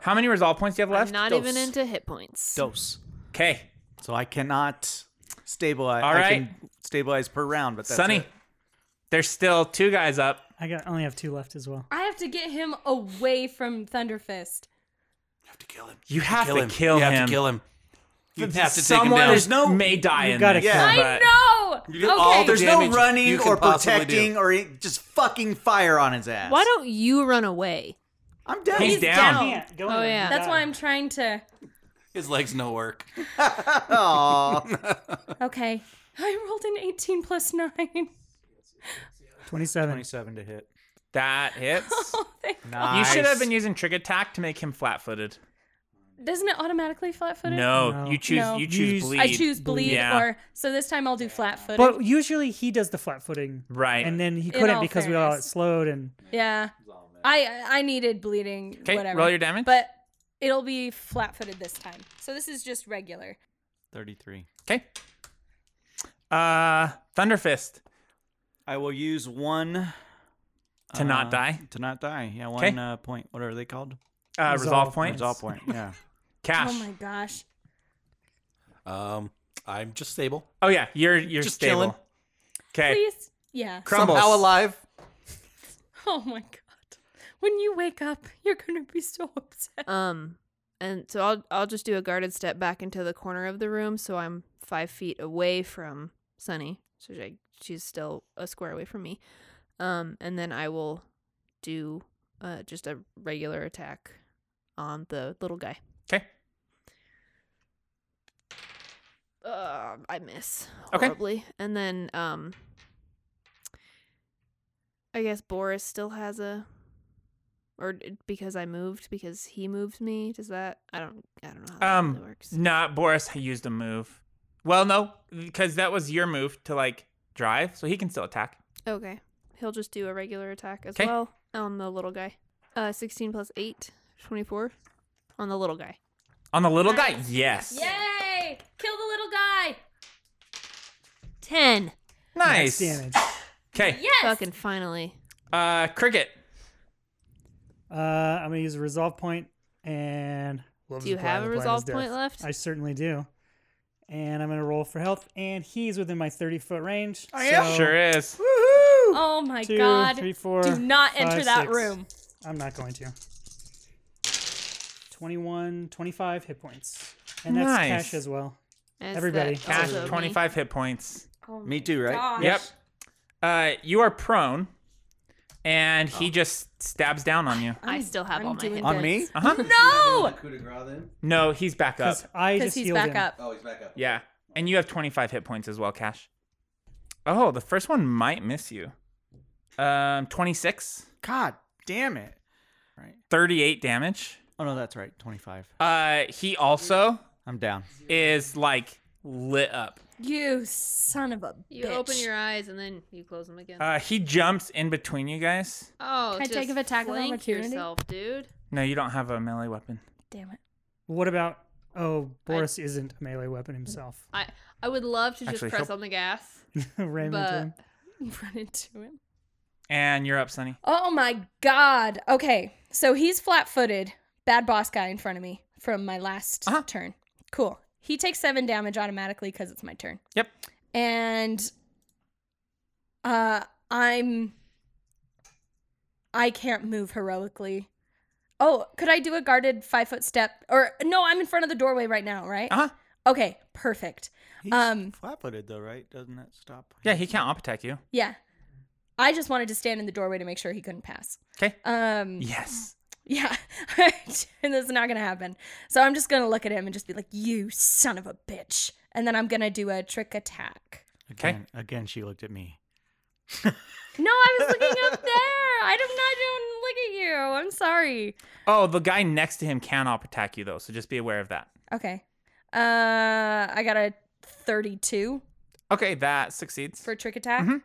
Speaker 2: How many resolve points do you have left?
Speaker 6: I'm not
Speaker 8: dose.
Speaker 6: even into hit points.
Speaker 8: Dose.
Speaker 2: Okay.
Speaker 8: So I cannot stabilize.
Speaker 2: All
Speaker 8: I
Speaker 2: right.
Speaker 8: can stabilize per round, but that's
Speaker 2: Sunny.
Speaker 8: it.
Speaker 2: There's still two guys up.
Speaker 5: I got only have two left as well.
Speaker 4: I have to get him away from Thunderfist.
Speaker 7: You have to kill him.
Speaker 2: You have
Speaker 7: Kill
Speaker 2: to
Speaker 7: him.
Speaker 2: kill
Speaker 7: You
Speaker 2: him.
Speaker 7: have to kill him. You have to take him
Speaker 2: Someone
Speaker 7: down.
Speaker 2: is- may die
Speaker 5: you
Speaker 2: in
Speaker 5: gotta
Speaker 2: this.
Speaker 5: kill him.
Speaker 2: but-
Speaker 4: I
Speaker 7: did
Speaker 4: know.
Speaker 7: all
Speaker 4: Okay.
Speaker 7: the
Speaker 8: There's
Speaker 7: damage
Speaker 8: no
Speaker 7: you
Speaker 8: running
Speaker 7: can
Speaker 8: or
Speaker 7: possibly do.
Speaker 8: protecting or it- just fucking fire on his ass.
Speaker 6: Why don't you run away?
Speaker 8: I'm down.
Speaker 2: He's down.
Speaker 5: Can't go
Speaker 6: Oh,
Speaker 5: anywhere.
Speaker 6: yeah.
Speaker 5: You
Speaker 4: That's
Speaker 5: die.
Speaker 4: why I'm trying to.
Speaker 7: His legs no work.
Speaker 4: Okay. I rolled an 18 plus 9.
Speaker 5: 27.
Speaker 8: 27 to hit.
Speaker 2: That hits. You
Speaker 8: Nice.
Speaker 2: should have been using trick attack to make him flat-footed.
Speaker 4: Doesn't it automatically flat footed?
Speaker 2: No, No. you choose- you choose
Speaker 4: I
Speaker 2: bleed.
Speaker 4: choose bleed,
Speaker 2: Yeah.
Speaker 4: or so this time I'll do flat footed.
Speaker 5: But usually he does the flat footing.
Speaker 2: Right.
Speaker 5: And then he
Speaker 4: In
Speaker 5: couldn't
Speaker 4: all
Speaker 5: because we all
Speaker 4: fairness.
Speaker 5: it slowed and
Speaker 4: yeah, I I needed bleeding.
Speaker 5: 'Kay,
Speaker 4: whatever.
Speaker 5: roll your damage.
Speaker 4: But it'll be flat footed this time. So this is just regular.
Speaker 8: 33.
Speaker 2: Okay. Uh, Thunderfist.
Speaker 8: I will use one. uh,
Speaker 2: To not die?
Speaker 8: To not die. Yeah, one
Speaker 2: 'Kay.
Speaker 8: uh, point. What are they called?
Speaker 2: Uh, resolve Resolve points.
Speaker 8: Resolve point, yeah.
Speaker 4: Oh my gosh.
Speaker 7: Um, I'm just stable.
Speaker 2: Oh yeah, you're you're
Speaker 7: Just
Speaker 2: stable.
Speaker 7: chilling.
Speaker 2: Okay.
Speaker 4: Please. Yeah.
Speaker 7: Crumbles. Somehow alive.
Speaker 4: Oh my god. When you wake up, you're gonna be so upset.
Speaker 6: Um, and so I'll I'll just do a guarded step back into the corner of the room, so I'm five feet away from Sunny. So she, she's still a square away from me. Um, and then I will do uh just a regular attack on the little guy.
Speaker 2: Okay.
Speaker 6: Uh, I miss
Speaker 2: Okay.
Speaker 6: horribly, and then um, I guess Boris still has a, or d- because I moved because he moved me. Does that? I don't. I don't know. How that really
Speaker 2: Um, not Boris used a move. Well, no, because that was your move to like drive, so he can still attack.
Speaker 6: Okay. He'll just do a regular attack as
Speaker 2: 'Kay.
Speaker 6: well on the little guy. Uh 16 plus 8, 24 on the little guy.
Speaker 2: On the little guy, yes.
Speaker 4: Yay! Kill the little guy.
Speaker 6: 10.
Speaker 2: Nice. damage. Okay.
Speaker 4: Yes.
Speaker 6: Fucking finally.
Speaker 2: Uh, cricket.
Speaker 5: Uh, I'm gonna use a resolve point and.
Speaker 6: Do you have a resolve point left?
Speaker 5: I certainly do. And I'm gonna roll for health, and he's within my 30 foot range.
Speaker 4: Oh, yeah?
Speaker 5: so-
Speaker 2: Sure is.
Speaker 4: Oh my
Speaker 5: Two,
Speaker 4: god.
Speaker 5: three, four,
Speaker 4: Do not enter
Speaker 5: five,
Speaker 4: that
Speaker 5: six.
Speaker 4: room.
Speaker 5: I'm not going to. 21, 25 hit points. And that's
Speaker 2: Nice.
Speaker 5: cash as well.
Speaker 6: Is
Speaker 5: Everybody.
Speaker 6: that
Speaker 2: Cash
Speaker 6: also me?
Speaker 2: 25 hit points.
Speaker 8: Me too, right?
Speaker 4: gosh.
Speaker 2: Yep. Uh, you are prone, and
Speaker 4: Oh.
Speaker 2: he just stabs down on you.
Speaker 6: I still have
Speaker 4: I'm
Speaker 6: all my
Speaker 4: doing
Speaker 6: hit
Speaker 4: On
Speaker 2: me?
Speaker 6: points.
Speaker 2: Uh-huh.
Speaker 4: No!
Speaker 10: Coup de grace then?
Speaker 2: No, he's back up.
Speaker 5: 'Cause I
Speaker 4: Because
Speaker 5: just
Speaker 4: he's
Speaker 5: healed
Speaker 4: back
Speaker 5: him.
Speaker 4: up.
Speaker 10: Oh, he's back up.
Speaker 2: Yeah. And you have 25 hit points as well, Cash. Oh, the first one might miss you. Um, 26,
Speaker 8: God damn it.
Speaker 2: 38 damage.
Speaker 8: Oh, no, that's right. 25.
Speaker 2: Uh, he also
Speaker 8: I'm down.
Speaker 2: is like lit up.
Speaker 4: You son of a bitch.
Speaker 6: You open your eyes and then you close them again.
Speaker 2: Uh, he jumps in between you guys.
Speaker 6: oh,
Speaker 4: Can I
Speaker 6: just
Speaker 4: take an attack of
Speaker 6: flank
Speaker 4: opportunity?
Speaker 6: yourself, dude.
Speaker 2: No, you don't have a melee weapon.
Speaker 4: Damn it.
Speaker 5: What about. Oh, Boris isn't a melee weapon himself.
Speaker 6: I I would love to just
Speaker 2: Actually,
Speaker 6: press
Speaker 2: he'll-
Speaker 6: on the gas.
Speaker 5: Ram into
Speaker 6: But
Speaker 5: him.
Speaker 4: Run into him.
Speaker 2: And you're up, Sonny.
Speaker 4: Oh my god. Okay. So he's flat footed. Bad boss guy in front of me from my last
Speaker 2: Uh-huh.
Speaker 4: turn. Cool. He takes seven damage automatically because it's my turn.
Speaker 2: Yep.
Speaker 4: And uh I'm I can't move heroically. Oh, could I do a guarded five foot step? Or no, I'm in front of the doorway right now, right?
Speaker 2: Uh-huh.
Speaker 4: Okay, perfect.
Speaker 8: He's
Speaker 4: Um
Speaker 8: flat footed, though, right? Doesn't that stop?
Speaker 2: Yeah, he can't op attack you.
Speaker 4: yeah. I just wanted to stand in the doorway to make sure he couldn't pass.
Speaker 2: 'Kay.
Speaker 4: Um
Speaker 2: Yes.
Speaker 4: Yeah. and this is not going to happen. So I'm just going to look at him and just be like, you son of a bitch. And then I'm going to do a trick attack.
Speaker 8: Again, again, she looked at me.
Speaker 4: No, I was looking up there. I did not even look at you. I'm sorry.
Speaker 2: Oh, the guy next to him can op attack you, though, so just be aware of that.
Speaker 4: Okay. Uh, I got a 32
Speaker 2: Okay, that succeeds.
Speaker 4: for trick attack.
Speaker 2: Mhm.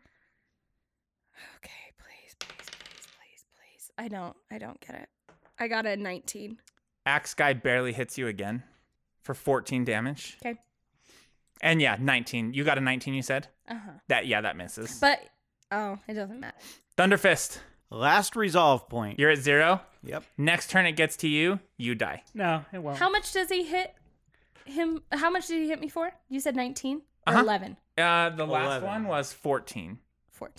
Speaker 4: Okay, please, please, please, please, please. I don't, I don't get it. I got a 19.
Speaker 2: Axe guy barely hits you again for 14 damage.
Speaker 4: Okay.
Speaker 2: And yeah, 19. You got a 19, you said?
Speaker 4: Uh huh.
Speaker 2: That yeah, that misses.
Speaker 4: But, oh, it doesn't matter.
Speaker 2: Thunderfist,
Speaker 8: Last resolve point.
Speaker 2: you're at zero.
Speaker 8: Yep.
Speaker 2: Next turn it gets to you, you die.
Speaker 5: No, it won't.
Speaker 4: How much does he hit him? How much did he hit me for? You said 19 or
Speaker 2: Uh-huh.
Speaker 4: 11?
Speaker 2: Uh, the last
Speaker 8: 11.
Speaker 2: one was 14.
Speaker 4: 14.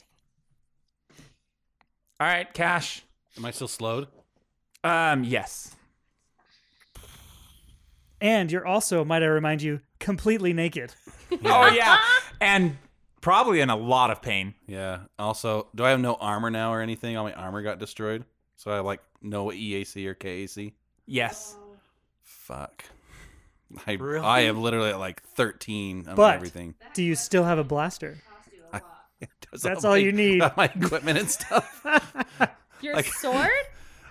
Speaker 2: All right, Cash.
Speaker 7: Am I still slowed?
Speaker 2: Um, yes.
Speaker 5: And you're also, might I remind you, completely naked.
Speaker 2: Oh yeah, and probably in a lot of pain.
Speaker 7: Yeah. Also, do I have no armor now or anything? All my armor got destroyed, E so I have, like no EAC or KAC.
Speaker 2: Yes.
Speaker 7: Fuck. I, I am literally at like 13 on
Speaker 5: but
Speaker 7: everything.
Speaker 5: do you still have a blaster?
Speaker 7: Does
Speaker 5: That's all
Speaker 7: my-
Speaker 5: you need.
Speaker 7: My equipment and stuff.
Speaker 4: Your
Speaker 7: Like-
Speaker 4: sword?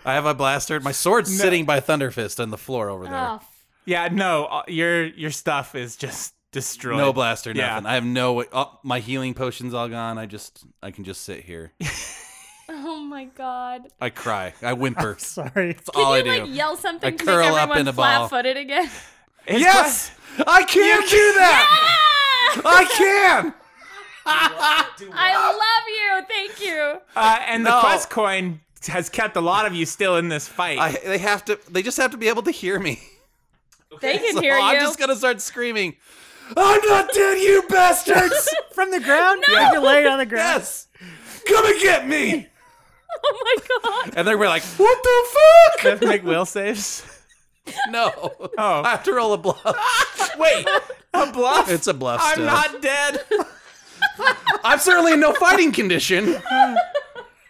Speaker 7: I have my blaster. My sword's
Speaker 2: No.
Speaker 7: sitting by Thunderfist on the floor over there.
Speaker 4: Oh, f-
Speaker 2: Yeah, no, uh, your your stuff is just destroyed.
Speaker 7: No blaster,
Speaker 2: Yeah.
Speaker 7: nothing. I have no. way- Oh, my healing potion's all gone. I just, I can just sit here.
Speaker 4: oh my god.
Speaker 7: I cry. I whimper.
Speaker 5: sorry.
Speaker 7: That's
Speaker 4: Can
Speaker 7: all
Speaker 4: you
Speaker 7: I do.
Speaker 4: like yell something
Speaker 7: I
Speaker 4: to
Speaker 7: curl
Speaker 4: make
Speaker 7: up
Speaker 4: everyone
Speaker 7: in a ball.
Speaker 4: flat-footed again?
Speaker 7: yes, I can do that. I can.
Speaker 4: Ah! I love you. Thank you.
Speaker 2: Uh, and the
Speaker 7: No.
Speaker 2: quest coin has kept a lot of you still in this fight.
Speaker 7: I, they have to. They just have to be able to hear me.
Speaker 4: They can
Speaker 7: So
Speaker 4: hear
Speaker 7: I'm
Speaker 4: you.
Speaker 7: just gonna start screaming. I'm not dead, you bastards!
Speaker 5: From the ground?
Speaker 4: No.
Speaker 5: Like you're laid on the ground.
Speaker 7: yes, come and get me!
Speaker 4: Oh my god.
Speaker 7: And they're like, "What the fuck?"
Speaker 2: Does it make will saves?
Speaker 7: No.
Speaker 2: Oh.
Speaker 7: I have to roll a bluff.
Speaker 2: Wait, a bluff?
Speaker 7: It's a bluff.
Speaker 2: I'm
Speaker 7: still.
Speaker 2: not dead.
Speaker 7: I'm certainly in no fighting condition.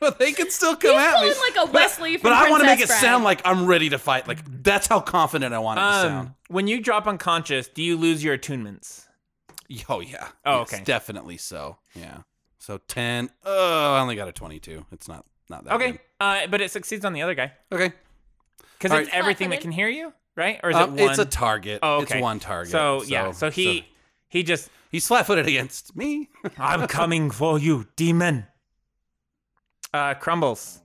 Speaker 7: But they can still come
Speaker 4: He's
Speaker 7: at me.
Speaker 4: pulling like a Wesley
Speaker 7: but
Speaker 4: from
Speaker 7: I want to make it
Speaker 4: Princess Bride.
Speaker 7: sound like I'm ready to fight. Like that's how confident I want it to sound.
Speaker 2: Um, when you drop unconscious, do you lose your attunements?
Speaker 7: Oh yeah.
Speaker 2: Oh,
Speaker 7: Yes,
Speaker 2: okay.
Speaker 7: Definitely so. Yeah. So ten. Oh, I only got a twenty-two. It's not not that.
Speaker 2: Okay, uh, but it succeeds on the other guy
Speaker 7: Good. Okay.
Speaker 2: because
Speaker 7: All
Speaker 2: it's
Speaker 7: right.
Speaker 2: everything that can hear you, right? Or is
Speaker 7: Um,
Speaker 2: it one?
Speaker 7: It's a target.
Speaker 2: Oh,
Speaker 7: It's
Speaker 2: okay.
Speaker 7: one target.
Speaker 2: So, yeah, so he he just
Speaker 7: he's flat-footed against me.
Speaker 9: I'm coming for you, demon.
Speaker 2: uh, crumbles.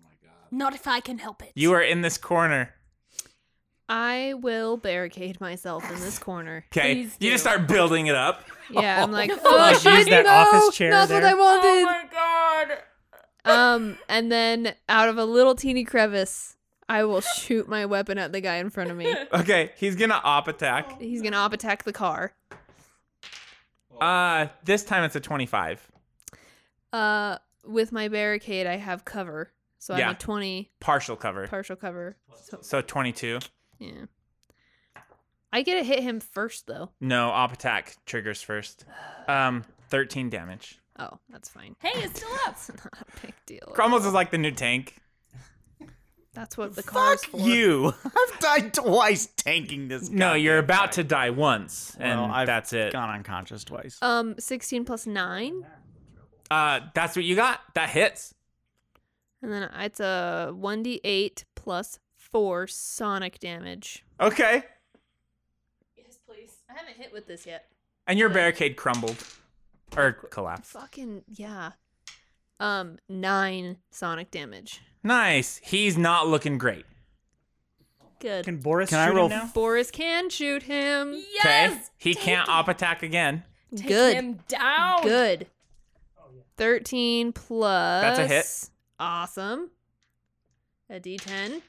Speaker 4: Not if I can help it.
Speaker 2: You are in this corner.
Speaker 6: I will barricade myself in this corner.
Speaker 2: Okay,
Speaker 4: Please
Speaker 2: you just
Speaker 4: do.
Speaker 2: start building it up.
Speaker 6: Yeah, I'm like,
Speaker 5: Like,
Speaker 6: oh
Speaker 5: use
Speaker 6: shit,
Speaker 5: that
Speaker 6: no,
Speaker 5: office chair
Speaker 6: that's
Speaker 5: there.
Speaker 6: what I
Speaker 4: Oh
Speaker 6: wanted.
Speaker 4: my god.
Speaker 6: Um, and then out of a little teeny crevice, I will shoot my weapon at the guy in front of me.
Speaker 2: Okay, he's gonna op attack.
Speaker 6: He's gonna op attack the car.
Speaker 4: Oh.
Speaker 2: Uh, this time it's a twenty-five.
Speaker 6: Uh, with my barricade, I have cover, so
Speaker 2: Yeah.
Speaker 6: I'm a twenty
Speaker 2: partial cover.
Speaker 6: partial cover. So
Speaker 2: So 22.
Speaker 6: yeah, I get to hit him first though.
Speaker 2: No, op attack triggers first. Um, 13 damage.
Speaker 6: Oh, that's fine.
Speaker 4: Hey, it's still up.
Speaker 6: That's not a big deal. at
Speaker 2: Crumbles
Speaker 6: all.
Speaker 2: is like the new tank.
Speaker 6: That's what the car is for.
Speaker 2: You.
Speaker 3: I've died twice tanking this.
Speaker 2: No, you're about to die once, and
Speaker 8: Well, I've
Speaker 2: that's it.
Speaker 8: Gone unconscious twice.
Speaker 6: Um, sixteen plus nine,
Speaker 2: Uh, that's what you got. That hits.
Speaker 6: and then it's a one d eight plus four sonic damage.
Speaker 2: Okay.
Speaker 6: Yes, please. I haven't hit with this yet.
Speaker 2: And your barricade crumbled or collapsed.
Speaker 6: Fucking yeah. Um, nine sonic damage.
Speaker 2: Nice. He's not looking great.
Speaker 6: Good.
Speaker 5: Can Boris
Speaker 8: Can I
Speaker 5: shoot him
Speaker 8: roll
Speaker 5: now?
Speaker 6: Boris can shoot him.
Speaker 2: Okay.
Speaker 4: Yes.
Speaker 2: He
Speaker 4: Take
Speaker 2: can't
Speaker 4: him-
Speaker 2: op attack again.
Speaker 4: Take
Speaker 6: Good.
Speaker 4: him down.
Speaker 6: Good. Thirteen plus.
Speaker 2: hit.
Speaker 6: Awesome. A d10.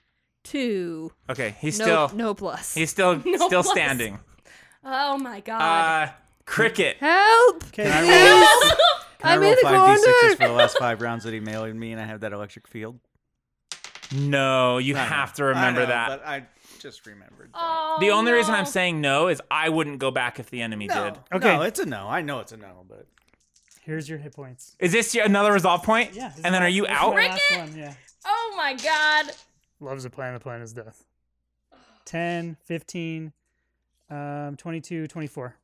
Speaker 6: Two.
Speaker 2: Okay. He's
Speaker 6: no,
Speaker 2: still
Speaker 6: no plus.
Speaker 2: he's still
Speaker 4: No
Speaker 2: still
Speaker 4: plus.
Speaker 2: standing.
Speaker 4: Oh my god.
Speaker 2: Uh, cricket.
Speaker 6: Help!
Speaker 5: Okay.
Speaker 8: Can I
Speaker 6: Help!
Speaker 8: roll? Can I
Speaker 6: I'm
Speaker 8: roll
Speaker 6: in the
Speaker 8: five d6s for
Speaker 6: corner.
Speaker 8: the last five rounds that he mailed me, and I have that electric field.
Speaker 2: No, you
Speaker 8: I know.
Speaker 2: have to remember
Speaker 8: I know,
Speaker 2: that.
Speaker 8: But I just remembered.
Speaker 4: oh,
Speaker 2: The only reason I'm
Speaker 4: no.
Speaker 2: saying no is I wouldn't go back if the enemy did.
Speaker 5: Okay.
Speaker 8: No, it's a no. I know it's a no, but
Speaker 5: Here's your hit points.
Speaker 2: Is this your, another resolve point?
Speaker 5: Yeah. this is
Speaker 2: And then
Speaker 5: my-
Speaker 2: are you
Speaker 5: this is
Speaker 2: out?
Speaker 5: my last one, Yeah.
Speaker 4: Oh my god.
Speaker 5: Loves the plan. The plan is death. 10, 15, um, 22, 24.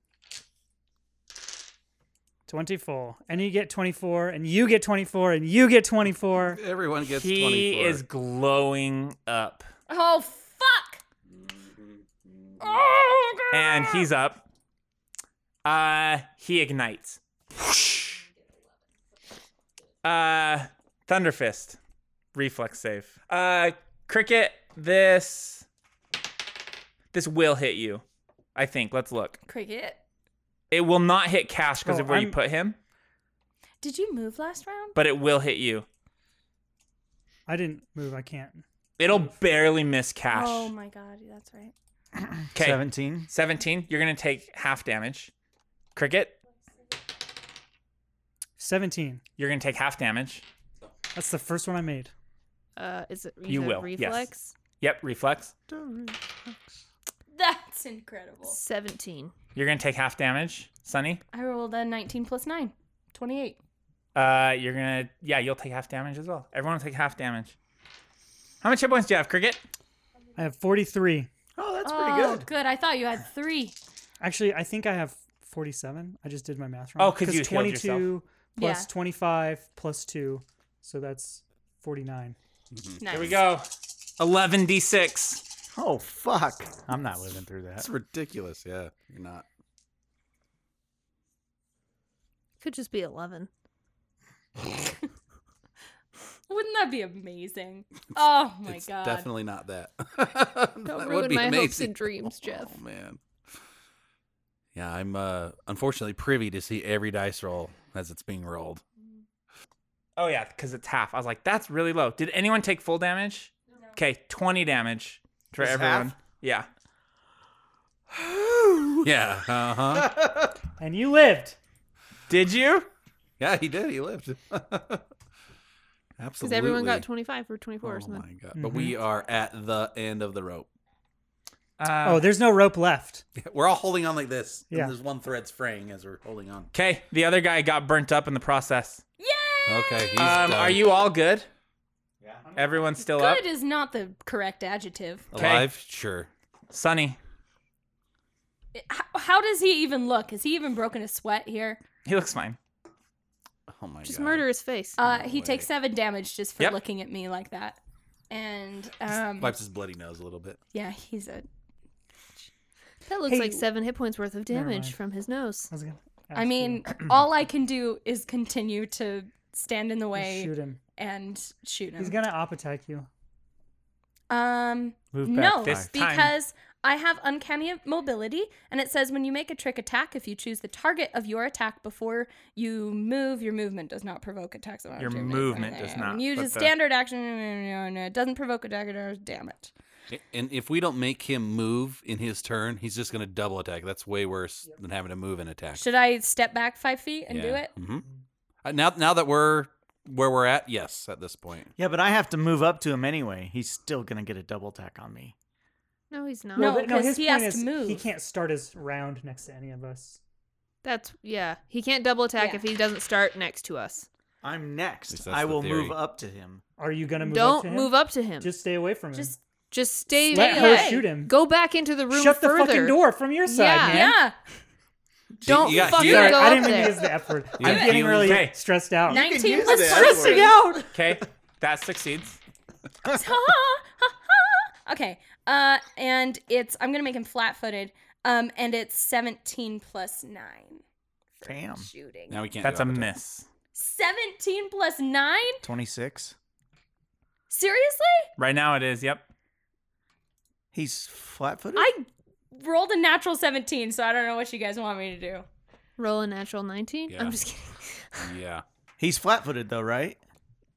Speaker 5: 24. And you get 24, and you get 24, and you get 24.
Speaker 7: Everyone gets
Speaker 2: he
Speaker 7: twenty-four.
Speaker 2: is glowing up,
Speaker 4: Oh fuck. Oh god.
Speaker 2: and he's up. Uh, he ignites. Uh, Thunderfist, reflex save. Uh, Cricket, this this will hit you. I think. Let's look.
Speaker 4: Cricket.
Speaker 2: It will not hit Cash because
Speaker 5: Oh,
Speaker 2: of where you
Speaker 5: I'm-
Speaker 2: put him,
Speaker 4: Did you move last round?
Speaker 2: but it will hit you.
Speaker 5: I didn't move. I can't.
Speaker 2: It'll barely miss Cash.
Speaker 4: Oh my god, that's right.
Speaker 2: Okay.
Speaker 8: seventeen.
Speaker 2: 17. You're going to take half damage. Cricket,
Speaker 5: 17.
Speaker 2: you're going to take half damage.
Speaker 5: That's the first one I made.
Speaker 6: Uh, is it
Speaker 2: You
Speaker 6: said
Speaker 2: will, yes.
Speaker 6: reflex?
Speaker 2: Yep, reflex.
Speaker 4: That's incredible.
Speaker 6: Seventeen.
Speaker 2: You're going to take half damage, Sunny.
Speaker 4: I rolled a 19 plus 9. 28.
Speaker 2: Uh, you're going to, yeah, you'll take half damage as well. Everyone will take half damage. How much hit points do you have, Cricket?
Speaker 5: I have 43.
Speaker 8: Oh, that's
Speaker 3: That's
Speaker 4: oh,
Speaker 3: pretty good.
Speaker 4: I thought you had three.
Speaker 5: Actually, I think I have 47. I just did my math wrong.
Speaker 2: Oh, 'cause you healed yourself.
Speaker 5: 22 plus
Speaker 4: Yeah.
Speaker 5: 25 plus 2. So that's 49.
Speaker 2: Here we go. 11d6.
Speaker 3: Oh fuck!
Speaker 8: I'm not living through that.
Speaker 7: That's ridiculous. Yeah, you're not.
Speaker 6: Could just be 11.
Speaker 4: Wouldn't that be amazing? Oh my
Speaker 7: it's
Speaker 4: god.
Speaker 7: definitely not that.
Speaker 6: Don't
Speaker 7: That would
Speaker 6: ruin
Speaker 7: be
Speaker 6: my hopes
Speaker 7: amazing.
Speaker 6: and dreams, Jeff.
Speaker 7: Oh man. Yeah, I'm uh, unfortunately privy to see every dice roll as it's being rolled.
Speaker 2: Oh, yeah, because it's half. I was like, that's really low. Did anyone take full damage? Okay, 20 damage for
Speaker 10: Just half?
Speaker 2: everyone. Yeah.
Speaker 7: yeah. Uh huh.
Speaker 5: And you lived.
Speaker 2: Did you?
Speaker 7: Yeah, he did. He lived.
Speaker 6: Because
Speaker 7: Absolutely.
Speaker 6: everyone got 25 or 24 or
Speaker 7: Oh
Speaker 6: something.
Speaker 7: my god! But we are at the end of the rope.
Speaker 2: Uh,
Speaker 5: Oh, there's no rope left.
Speaker 7: We're all holding on like this.
Speaker 5: Yeah.
Speaker 7: And there's one thread fraying as we're holding on.
Speaker 2: Okay, the other guy got burnt up in the process.
Speaker 7: Okay. He's
Speaker 2: Um,
Speaker 7: done.
Speaker 2: are you all good? Yeah. Everyone's still up?
Speaker 4: Good is not the correct adjective.
Speaker 7: alive? Sure.
Speaker 2: Sunny.
Speaker 4: How, how does he even look? Has he even broken a sweat here?
Speaker 2: He looks fine.
Speaker 7: Oh my
Speaker 6: Just
Speaker 7: god.
Speaker 6: murder his face.
Speaker 4: Uh, he
Speaker 7: way.
Speaker 4: takes seven damage just for
Speaker 2: Yep.
Speaker 4: looking at me like that. And um,
Speaker 7: Wipes his bloody nose a little bit.
Speaker 4: yeah, he's a.
Speaker 6: that looks
Speaker 5: hey,
Speaker 6: like seven hit points worth of damage
Speaker 5: mind.
Speaker 6: from his nose.
Speaker 5: I was gonna ask
Speaker 4: I
Speaker 5: you.
Speaker 4: mean, all I can do is continue to stand in the way
Speaker 5: shoot him.
Speaker 4: and shoot him.
Speaker 5: He's gonna op attack you.
Speaker 4: Um,
Speaker 5: Move back
Speaker 4: no,
Speaker 2: five. This time.
Speaker 4: because I have uncanny mobility, and it says when you make a trick attack, if you choose the target of your attack before you move, your movement does not provoke attacks. of
Speaker 2: Your
Speaker 4: opportunity.
Speaker 2: movement does
Speaker 4: When
Speaker 2: not,
Speaker 4: You
Speaker 2: but
Speaker 4: just
Speaker 2: the-
Speaker 4: standard action. It doesn't provoke attack. Damn it.
Speaker 7: And if we don't make him move in his turn, he's just going to double attack. That's way worse than having to move and attack.
Speaker 4: Should I step back five feet and do
Speaker 7: Yeah.
Speaker 4: it?
Speaker 7: Mhm. Uh, Now, now that we're where we're at, yes, at this point.
Speaker 3: Yeah, but I have to move up to him anyway. He's still gonna get a double attack on me.
Speaker 6: No, he's not.
Speaker 4: No,
Speaker 5: Well, th-
Speaker 4: 'cause
Speaker 5: his
Speaker 4: he
Speaker 5: point
Speaker 4: has to
Speaker 5: is He
Speaker 4: move.
Speaker 5: can't start his round next to any of us.
Speaker 6: That's, yeah. He can't double attack
Speaker 4: Yeah.
Speaker 6: if he doesn't start next to us.
Speaker 3: I'm
Speaker 7: least
Speaker 3: next.
Speaker 7: that's
Speaker 3: I
Speaker 7: the
Speaker 3: will move
Speaker 7: theory.
Speaker 3: up to him.
Speaker 5: Are you gonna move up
Speaker 6: Don't
Speaker 5: to him?
Speaker 6: move up to him. Just,
Speaker 5: Just stay away from him.
Speaker 4: Just
Speaker 6: stay
Speaker 5: Let
Speaker 6: away.
Speaker 5: her shoot him.
Speaker 6: Go back into the room
Speaker 5: Shut the
Speaker 6: further.
Speaker 5: fucking door from your side,
Speaker 6: Yeah.
Speaker 5: man.
Speaker 4: yeah.
Speaker 6: Don't
Speaker 7: You got-
Speaker 6: fucking
Speaker 5: Sorry,
Speaker 7: Sorry,
Speaker 6: go
Speaker 5: I
Speaker 6: up
Speaker 5: didn't mean
Speaker 6: there.
Speaker 5: to use the F word.
Speaker 7: You
Speaker 5: I'm
Speaker 7: got
Speaker 5: getting
Speaker 7: healing.
Speaker 5: really
Speaker 2: Okay.
Speaker 5: stressed out.
Speaker 4: Nineteen
Speaker 10: use
Speaker 4: plus
Speaker 10: that
Speaker 4: stress
Speaker 10: word.
Speaker 4: out.
Speaker 2: Okay, that succeeds.
Speaker 4: okay. Uh, and it's I'm gonna make him flat-footed. Um, and it's 17 plus nine. for
Speaker 3: Damn.
Speaker 4: Shooting.
Speaker 7: Now we can't.
Speaker 2: That's
Speaker 7: go
Speaker 2: a
Speaker 7: up to-
Speaker 2: miss.
Speaker 4: 17 plus 9?
Speaker 3: Twenty six.
Speaker 4: Seriously?
Speaker 2: Right now it is, yep.
Speaker 3: He's flat footed.
Speaker 4: I rolled a natural 17, so I don't know what you guys want me to do.
Speaker 6: Roll a natural 19.
Speaker 7: Yeah.
Speaker 6: I'm just kidding.
Speaker 7: Yeah.
Speaker 3: He's flat footed though, right?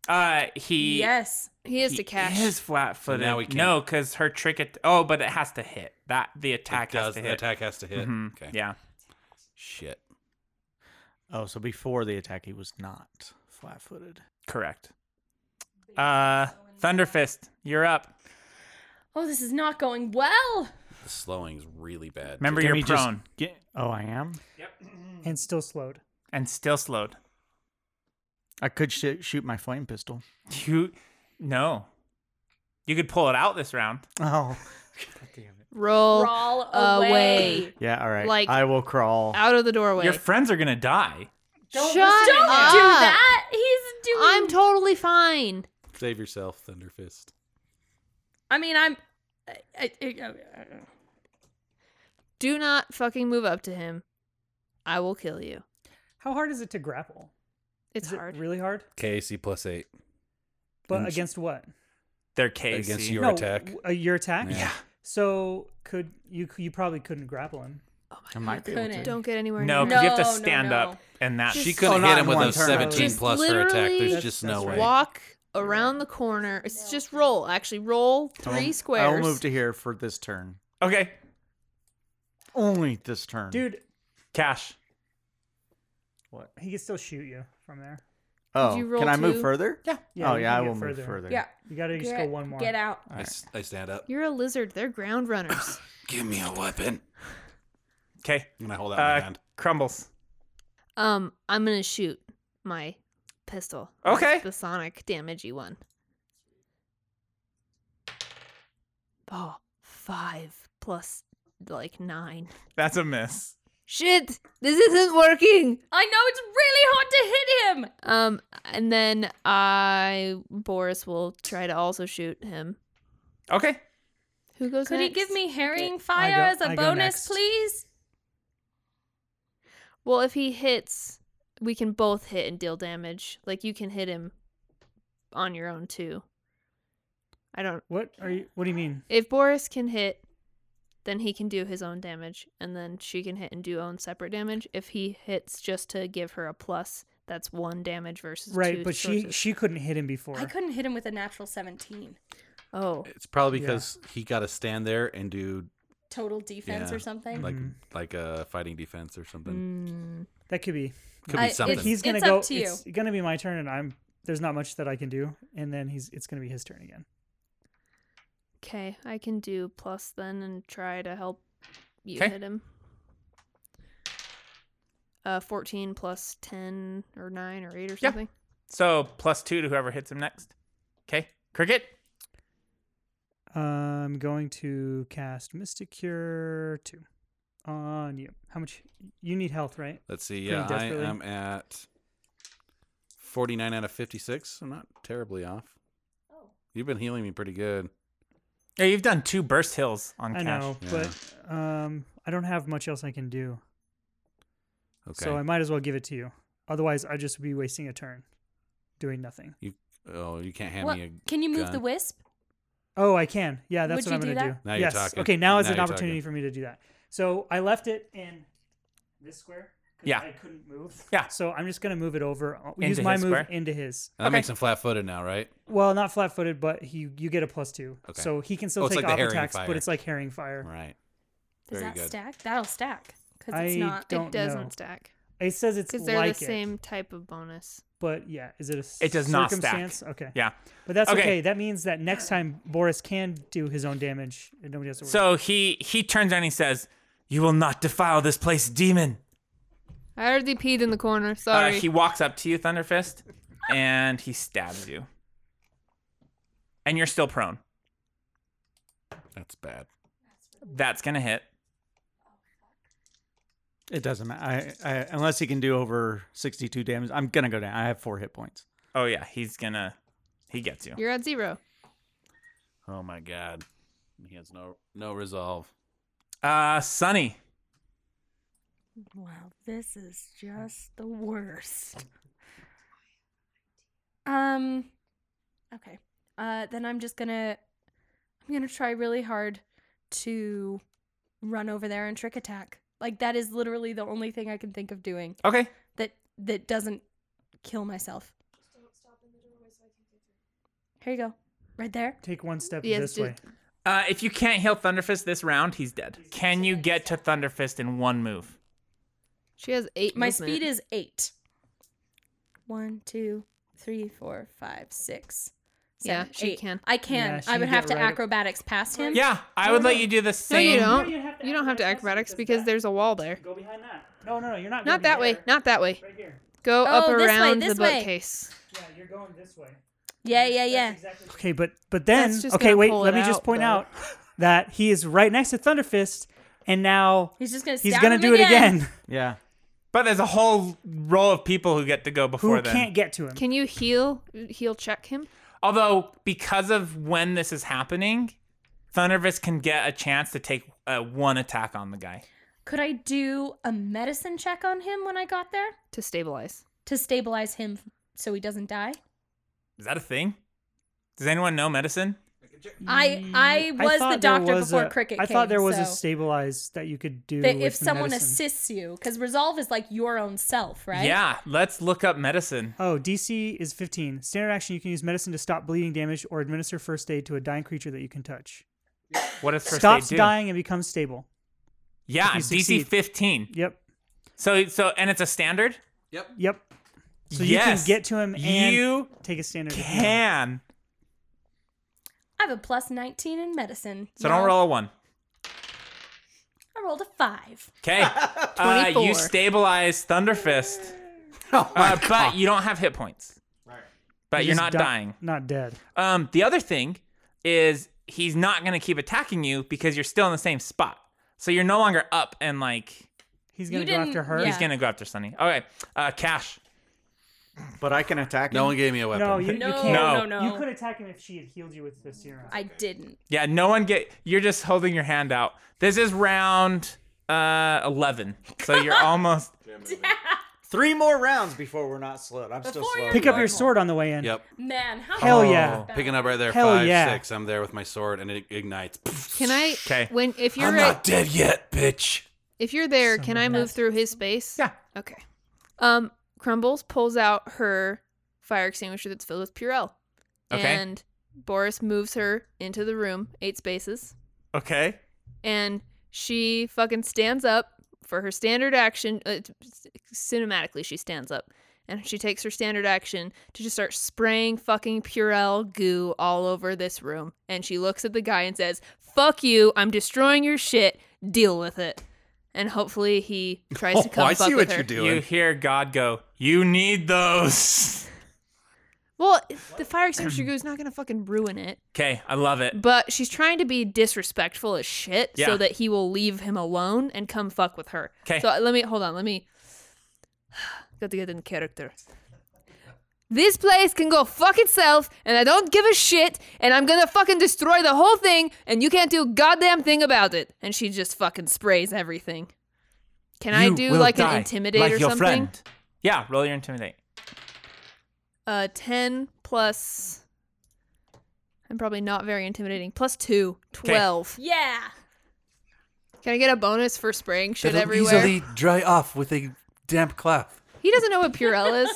Speaker 2: Uh, he
Speaker 4: yes.
Speaker 6: He has
Speaker 2: he
Speaker 6: to cash.
Speaker 2: is flat footed.
Speaker 7: So now we can't-
Speaker 2: No, because her trick. At- oh, but it has to hit. That the attack
Speaker 7: it does.
Speaker 2: has to
Speaker 7: the
Speaker 2: hit.
Speaker 7: attack has to hit.
Speaker 2: Mhm,
Speaker 7: Okay.
Speaker 2: Yeah.
Speaker 7: Shit.
Speaker 3: Oh, so before the attack, he was not flat footed.
Speaker 2: Correct. Uh, Thunderfist, you're up.
Speaker 4: Oh, this is not going well.
Speaker 7: The slowing's really bad.
Speaker 2: Remember,
Speaker 7: too.
Speaker 2: you're prone
Speaker 3: Oh, I am.
Speaker 5: And still slowed.
Speaker 2: and still slowed.
Speaker 3: I could sh- shoot my flame pistol.
Speaker 2: You, no. You could pull it out this round.
Speaker 3: Oh,
Speaker 6: Roll,
Speaker 4: Crawl
Speaker 6: away.
Speaker 4: away.
Speaker 3: yeah. All right.
Speaker 6: Like-
Speaker 3: I will crawl.
Speaker 6: out of the doorway.
Speaker 2: Your friends are gonna die.
Speaker 4: Don't
Speaker 6: Shut
Speaker 4: do
Speaker 6: up.
Speaker 4: that. He's doing
Speaker 6: I'm totally fine.
Speaker 7: Save yourself, Thunderfist.
Speaker 4: I mean, I'm I, I, I,
Speaker 6: Do not fucking move up to him. I will kill you.
Speaker 5: How hard is it to grapple?
Speaker 6: It's
Speaker 5: Is it
Speaker 6: hard.
Speaker 5: really hard.
Speaker 7: KC plus eight
Speaker 5: But
Speaker 7: And s-
Speaker 5: against what?
Speaker 2: They're KC.
Speaker 7: against your
Speaker 5: no,
Speaker 7: attack.
Speaker 5: w- uh, your attack.
Speaker 7: Yeah.
Speaker 5: So could you? You probably couldn't grapple him.
Speaker 3: I might be able
Speaker 4: couldn't.
Speaker 3: to.
Speaker 6: Don't get anywhere
Speaker 2: No, because
Speaker 6: near him.
Speaker 2: you have to
Speaker 4: No, no,
Speaker 2: stand
Speaker 4: no.
Speaker 2: up, and that
Speaker 7: She
Speaker 6: Just-
Speaker 3: Oh,
Speaker 7: couldn't
Speaker 3: not
Speaker 7: hit
Speaker 3: in
Speaker 7: him with
Speaker 3: one
Speaker 7: a
Speaker 3: turn.
Speaker 7: 17
Speaker 6: Just
Speaker 7: plus her attack.
Speaker 6: literally-
Speaker 7: There's
Speaker 6: That's-
Speaker 7: just
Speaker 5: that's
Speaker 7: no
Speaker 5: right.
Speaker 7: way.
Speaker 6: Walk around the corner. It's just roll. Actually, roll three squares.
Speaker 3: I'll move to here for this turn.
Speaker 2: Okay,
Speaker 3: Only this turn,
Speaker 5: Dude,
Speaker 2: Cash.
Speaker 5: he can still shoot you from there.
Speaker 3: Oh,
Speaker 6: Did you roll
Speaker 3: can I move
Speaker 6: two?
Speaker 3: further? Yeah. oh
Speaker 5: you can
Speaker 3: yeah, I
Speaker 5: get
Speaker 3: will move further.
Speaker 4: yeah.
Speaker 5: You gotta just go
Speaker 4: Get-
Speaker 5: one more.
Speaker 4: Get out.
Speaker 7: I, s- I stand up.
Speaker 6: You're a lizard. They're ground runners.
Speaker 7: Give me a weapon.
Speaker 2: Okay.
Speaker 7: And I hold out my
Speaker 2: Uh,
Speaker 7: hand.
Speaker 2: crumbles.
Speaker 6: um, I'm gonna shoot my pistol.
Speaker 2: Okay.
Speaker 6: The sonic damagey one. Oh, five plus like nine.
Speaker 2: That's a miss.
Speaker 6: Shit, this isn't working.
Speaker 4: I know it's really hard to hit him.
Speaker 6: Um, and then I Boris will try to also shoot him.
Speaker 2: Okay.
Speaker 6: Who goes?
Speaker 4: Could he
Speaker 6: next?
Speaker 4: give me herring fire as a
Speaker 5: I go
Speaker 4: bonus,
Speaker 5: next.
Speaker 4: please?
Speaker 6: Well, if he hits, we can both hit and deal damage. Like you can hit him on your own too. I don't.
Speaker 5: What are you? What do you mean?
Speaker 6: If Boris can hit, then he can do his own damage, and then she can hit and do own separate damage. If he hits just to give her a plus, that's one damage versus
Speaker 5: Right,
Speaker 6: two
Speaker 5: but she
Speaker 6: sources.
Speaker 5: she couldn't hit him before.
Speaker 4: I couldn't hit him with a natural 17.
Speaker 6: Oh,
Speaker 7: It's probably
Speaker 5: Yeah.
Speaker 7: because he got to stand there and do
Speaker 4: Total defense
Speaker 7: Yeah,
Speaker 4: or something.
Speaker 7: like
Speaker 5: Mhm.
Speaker 7: like a fighting defense or something.
Speaker 6: mm,
Speaker 5: That could be.
Speaker 7: Could
Speaker 4: I-
Speaker 7: be something.
Speaker 4: It's-
Speaker 5: He's gonna
Speaker 4: it's
Speaker 5: go.
Speaker 4: up to you.
Speaker 5: It's gonna be my turn, and I'm there's not much that I can do. And then he's it's gonna be his turn again.
Speaker 6: okay. I can do plus then and try to help you
Speaker 2: 'Kay.
Speaker 6: hit him. Uh, fourteen plus ten or nine or eight or
Speaker 2: Yeah.
Speaker 6: something.
Speaker 2: So plus two to whoever hits him next. Okay. Cricket.
Speaker 5: I'm going to cast Mystic Cure two on you. How much you need health, right?
Speaker 7: Let's see.
Speaker 5: Pretty
Speaker 7: Yeah, I
Speaker 5: desperately.
Speaker 7: am at 49 out of 56. I'm not terribly off. You've been healing me pretty good.
Speaker 2: Yeah, you've done two burst hills on
Speaker 5: I
Speaker 2: cash.
Speaker 5: know, but um, I don't have much else I can do,
Speaker 7: Okay.
Speaker 5: so I might as well give it to you. Otherwise, I'd just be wasting a turn doing nothing.
Speaker 7: oh, you can't hand
Speaker 4: What-
Speaker 7: me a.
Speaker 4: Can you move the
Speaker 7: gun.
Speaker 4: wisp?
Speaker 5: Oh, I can. Yeah,
Speaker 4: Would
Speaker 5: that's what I'm
Speaker 4: you
Speaker 5: going
Speaker 4: do
Speaker 5: to do.
Speaker 4: that?
Speaker 7: Now you're
Speaker 5: yes.
Speaker 7: talking.
Speaker 5: Okay, now is
Speaker 7: Now
Speaker 5: an
Speaker 7: you're
Speaker 5: opportunity
Speaker 7: talking.
Speaker 5: for me to do that. So I left it in this square. 'cause
Speaker 2: Yeah.
Speaker 5: I couldn't move.
Speaker 2: Yeah.
Speaker 5: So I'm just going to move it over. I'll use
Speaker 2: Into
Speaker 5: my
Speaker 2: his
Speaker 5: move
Speaker 2: square?
Speaker 5: into his.
Speaker 7: That
Speaker 2: Okay.
Speaker 7: makes him flat footed now, right?
Speaker 5: Well, not flat footed, but he you get a plus two.
Speaker 7: Okay.
Speaker 5: So he can still
Speaker 7: Oh, it's
Speaker 5: take
Speaker 7: like the
Speaker 5: off
Speaker 7: herring
Speaker 5: attacks,
Speaker 7: fire.
Speaker 5: but it's like herring fire.
Speaker 7: Right.
Speaker 4: Does
Speaker 7: Very
Speaker 4: that
Speaker 7: good.
Speaker 4: stack? That'll stack. Because it's
Speaker 5: I
Speaker 4: not.
Speaker 5: don't
Speaker 6: it doesn't
Speaker 5: know.
Speaker 6: stack
Speaker 5: It says it's
Speaker 6: because they're
Speaker 5: like
Speaker 6: the
Speaker 5: it,
Speaker 6: same type of bonus.
Speaker 5: but yeah, is it a
Speaker 2: It does not stack.
Speaker 5: circumstance? Okay.
Speaker 2: Yeah.
Speaker 5: But that's
Speaker 2: Okay.
Speaker 5: okay. That means that next time Boris can do his own damage and nobody has to worry.
Speaker 2: So he he turns around and he says, "You will not defile this place, demon."
Speaker 6: I already peed in the corner.
Speaker 2: Uh,
Speaker 6: Sorry.
Speaker 2: he walks up to you, Thunderfist, and he stabs you. And you're still prone.
Speaker 7: That's bad.
Speaker 2: That's gonna hit.
Speaker 8: It doesn't matter. I, I, unless he can do over 62 damage, I'm going to go down. I have four hit points.
Speaker 2: Oh yeah, he's gonna he gets you.
Speaker 6: You're at zero.
Speaker 7: Oh, my God. He has no no resolve.
Speaker 2: Uh Sunny.
Speaker 4: Wow, this is just the worst. Um okay. Uh then I'm just going to I'm going to try really hard to run over there and trick attack. Like that is literally the only thing I can think of doing
Speaker 2: Okay.
Speaker 4: that that doesn't kill myself. Here you go. Right there.
Speaker 5: Take one step
Speaker 6: Yes,
Speaker 5: this
Speaker 6: do-
Speaker 5: way.
Speaker 2: Uh if you can't heal Thunderfist this round, he's dead. Can you get to Thunderfist in one move?
Speaker 6: She has eight.
Speaker 4: My
Speaker 6: movement.
Speaker 4: speed is eight. One, two, three, four, five, six.
Speaker 6: Yeah,
Speaker 4: Seven,
Speaker 6: she
Speaker 4: eight.
Speaker 6: can.
Speaker 4: I can.
Speaker 5: Yeah,
Speaker 4: I
Speaker 5: she
Speaker 4: would
Speaker 5: can
Speaker 4: have
Speaker 5: get
Speaker 4: to
Speaker 5: right up-
Speaker 4: acrobatics past him.
Speaker 2: Yeah, I would let you do the
Speaker 6: No,
Speaker 2: same.
Speaker 6: you don't.
Speaker 5: you have to
Speaker 6: You don't have to
Speaker 5: acrobatics
Speaker 6: acrobatics
Speaker 5: because
Speaker 6: because there's a wall there.
Speaker 5: Go behind that. No, no, no, you're not.
Speaker 6: Not that way. Not that way.
Speaker 5: right here.
Speaker 6: Go up
Speaker 4: Oh, this way,
Speaker 6: around
Speaker 4: this
Speaker 6: the
Speaker 4: way.
Speaker 6: bookcase.
Speaker 5: Yeah, you're going this way.
Speaker 4: Yeah, yeah, yeah.
Speaker 5: Okay, but but then
Speaker 6: That's just
Speaker 5: okay,
Speaker 6: gonna
Speaker 5: wait.
Speaker 6: pull
Speaker 5: Let
Speaker 6: it
Speaker 5: me just
Speaker 6: out,
Speaker 5: point
Speaker 6: though.
Speaker 5: out that he is right next to Thunderfist, and now
Speaker 4: He's just gonna.
Speaker 5: he's
Speaker 4: stab
Speaker 5: gonna
Speaker 4: him
Speaker 5: do it again.
Speaker 8: Yeah.
Speaker 2: But there's a whole row of people who get to go before
Speaker 5: Who
Speaker 2: then.
Speaker 5: can't get to him?
Speaker 6: Can you heal? Heal check him.
Speaker 2: Although because of when this is happening, Thunderfist can get a chance to take uh, one attack on the guy.
Speaker 4: Could I do a medicine check on him when I got there
Speaker 6: To stabilize.
Speaker 4: to stabilize him so he doesn't die?
Speaker 2: Is that a thing? Does anyone know medicine?
Speaker 4: I I
Speaker 5: Mm, I
Speaker 4: was
Speaker 5: thought
Speaker 4: the
Speaker 5: there
Speaker 4: doctor
Speaker 5: was
Speaker 4: before
Speaker 5: a-
Speaker 4: cricket.
Speaker 5: I thought
Speaker 4: came,
Speaker 5: there was a
Speaker 4: so
Speaker 5: stabilize that you could do
Speaker 4: that
Speaker 5: with
Speaker 4: if someone
Speaker 5: medicine.
Speaker 4: assists you, because resolve is like your own self, right?
Speaker 2: Yeah, let's look up medicine.
Speaker 5: Oh, DC is 15. Standard action: you can use medicine to stop bleeding damage or administer first aid to a dying creature that you can touch.
Speaker 2: What does first
Speaker 5: Stops
Speaker 2: aid do?
Speaker 5: dying and becomes stable.
Speaker 2: Yeah,
Speaker 5: if
Speaker 2: DC
Speaker 5: you succeed.
Speaker 2: 15.
Speaker 5: Yep,
Speaker 2: So so and it's a standard?
Speaker 5: yep. So you
Speaker 2: Yes.
Speaker 5: can get to him and
Speaker 2: You
Speaker 5: take a standard. action.
Speaker 2: Can.
Speaker 4: I have a plus nineteen in medicine.
Speaker 2: So don't roll a 1.
Speaker 4: I rolled a five.
Speaker 2: Okay. uh, you
Speaker 6: 24.
Speaker 2: stabilize Thunderfist. uh, but you don't have hit points. Right. But you're
Speaker 5: Just
Speaker 2: not
Speaker 5: di-
Speaker 2: dying.
Speaker 5: Not dead.
Speaker 2: Um, the other thing is he's not going to keep attacking you because you're still in the same spot. So you're no longer up and like
Speaker 5: He's
Speaker 3: You gonna go after didn't- her?
Speaker 2: He's
Speaker 3: yeah.
Speaker 2: going to go after Sunny. All right. Uh, Cash.
Speaker 8: But I can attack.
Speaker 7: No one gave me a weapon.
Speaker 5: No, you, you
Speaker 3: No,
Speaker 5: can't.
Speaker 2: no,
Speaker 3: no, no.
Speaker 5: You could attack him if she had healed you with the serum.
Speaker 3: I didn't.
Speaker 2: Yeah, no one get. You're just holding your hand out. This is round uh 11. So you're almost
Speaker 8: Three more rounds before we're not slowed. I'm still
Speaker 3: Before
Speaker 8: slowed.
Speaker 3: you're
Speaker 5: Pick up your
Speaker 3: Right.
Speaker 5: sword on the way in.
Speaker 7: Yep.
Speaker 3: Man, how
Speaker 5: Hell
Speaker 2: Oh.
Speaker 5: yeah.
Speaker 7: Picking up right there.
Speaker 5: Hell
Speaker 7: five,
Speaker 5: yeah.
Speaker 7: six. I'm there with my sword and it ignites.
Speaker 6: Can I?
Speaker 2: 'Kay.
Speaker 6: When if you're
Speaker 7: I'm
Speaker 6: at,
Speaker 7: not dead yet, bitch.
Speaker 6: if you're there, can I move through his space? Yeah. Okay. Um, Crumbles pulls out her fire extinguisher that's filled with Purell,
Speaker 2: Okay.
Speaker 6: and Boris moves her into the room, eight spaces,
Speaker 2: okay.
Speaker 6: and she fucking stands up for her standard action. Uh, cinematically, she stands up. And she takes her standard action to just start spraying fucking Purell goo all over this room. And she looks at the guy and says, Fuck you, I'm destroying your shit, deal with it. And hopefully he tries to
Speaker 7: Oh,
Speaker 6: come
Speaker 7: I
Speaker 6: fuck
Speaker 7: see
Speaker 6: with
Speaker 7: what
Speaker 6: her.
Speaker 7: you're
Speaker 2: You
Speaker 7: doing.
Speaker 2: hear God go, "You need those."
Speaker 6: Well, the fire extinguisher goo is not gonna fucking ruin it.
Speaker 2: Okay, I love it.
Speaker 6: But she's trying to be disrespectful as shit
Speaker 2: Yeah.
Speaker 6: so that he will leave him alone and come fuck with her.
Speaker 2: 'Kay.
Speaker 6: So let me hold on. Let me got to get in character. This place can go fuck itself, and I don't give a shit, and I'm gonna fucking destroy the whole thing, and you can't do a goddamn thing about it. And she just fucking sprays everything. Can I
Speaker 2: You
Speaker 6: do
Speaker 2: will
Speaker 6: like
Speaker 2: die
Speaker 6: an intimidate
Speaker 2: like
Speaker 6: or
Speaker 2: your
Speaker 6: something?
Speaker 2: Friend. Yeah, roll your intimidate.
Speaker 6: Uh, ten plus. I'm probably not very intimidating. Plus two. Twelve.
Speaker 3: Yeah.
Speaker 6: Can I get a bonus for spraying shit
Speaker 7: It'll
Speaker 6: everywhere?
Speaker 7: easily dry off with a damp cloth.
Speaker 6: He doesn't know what Purell is.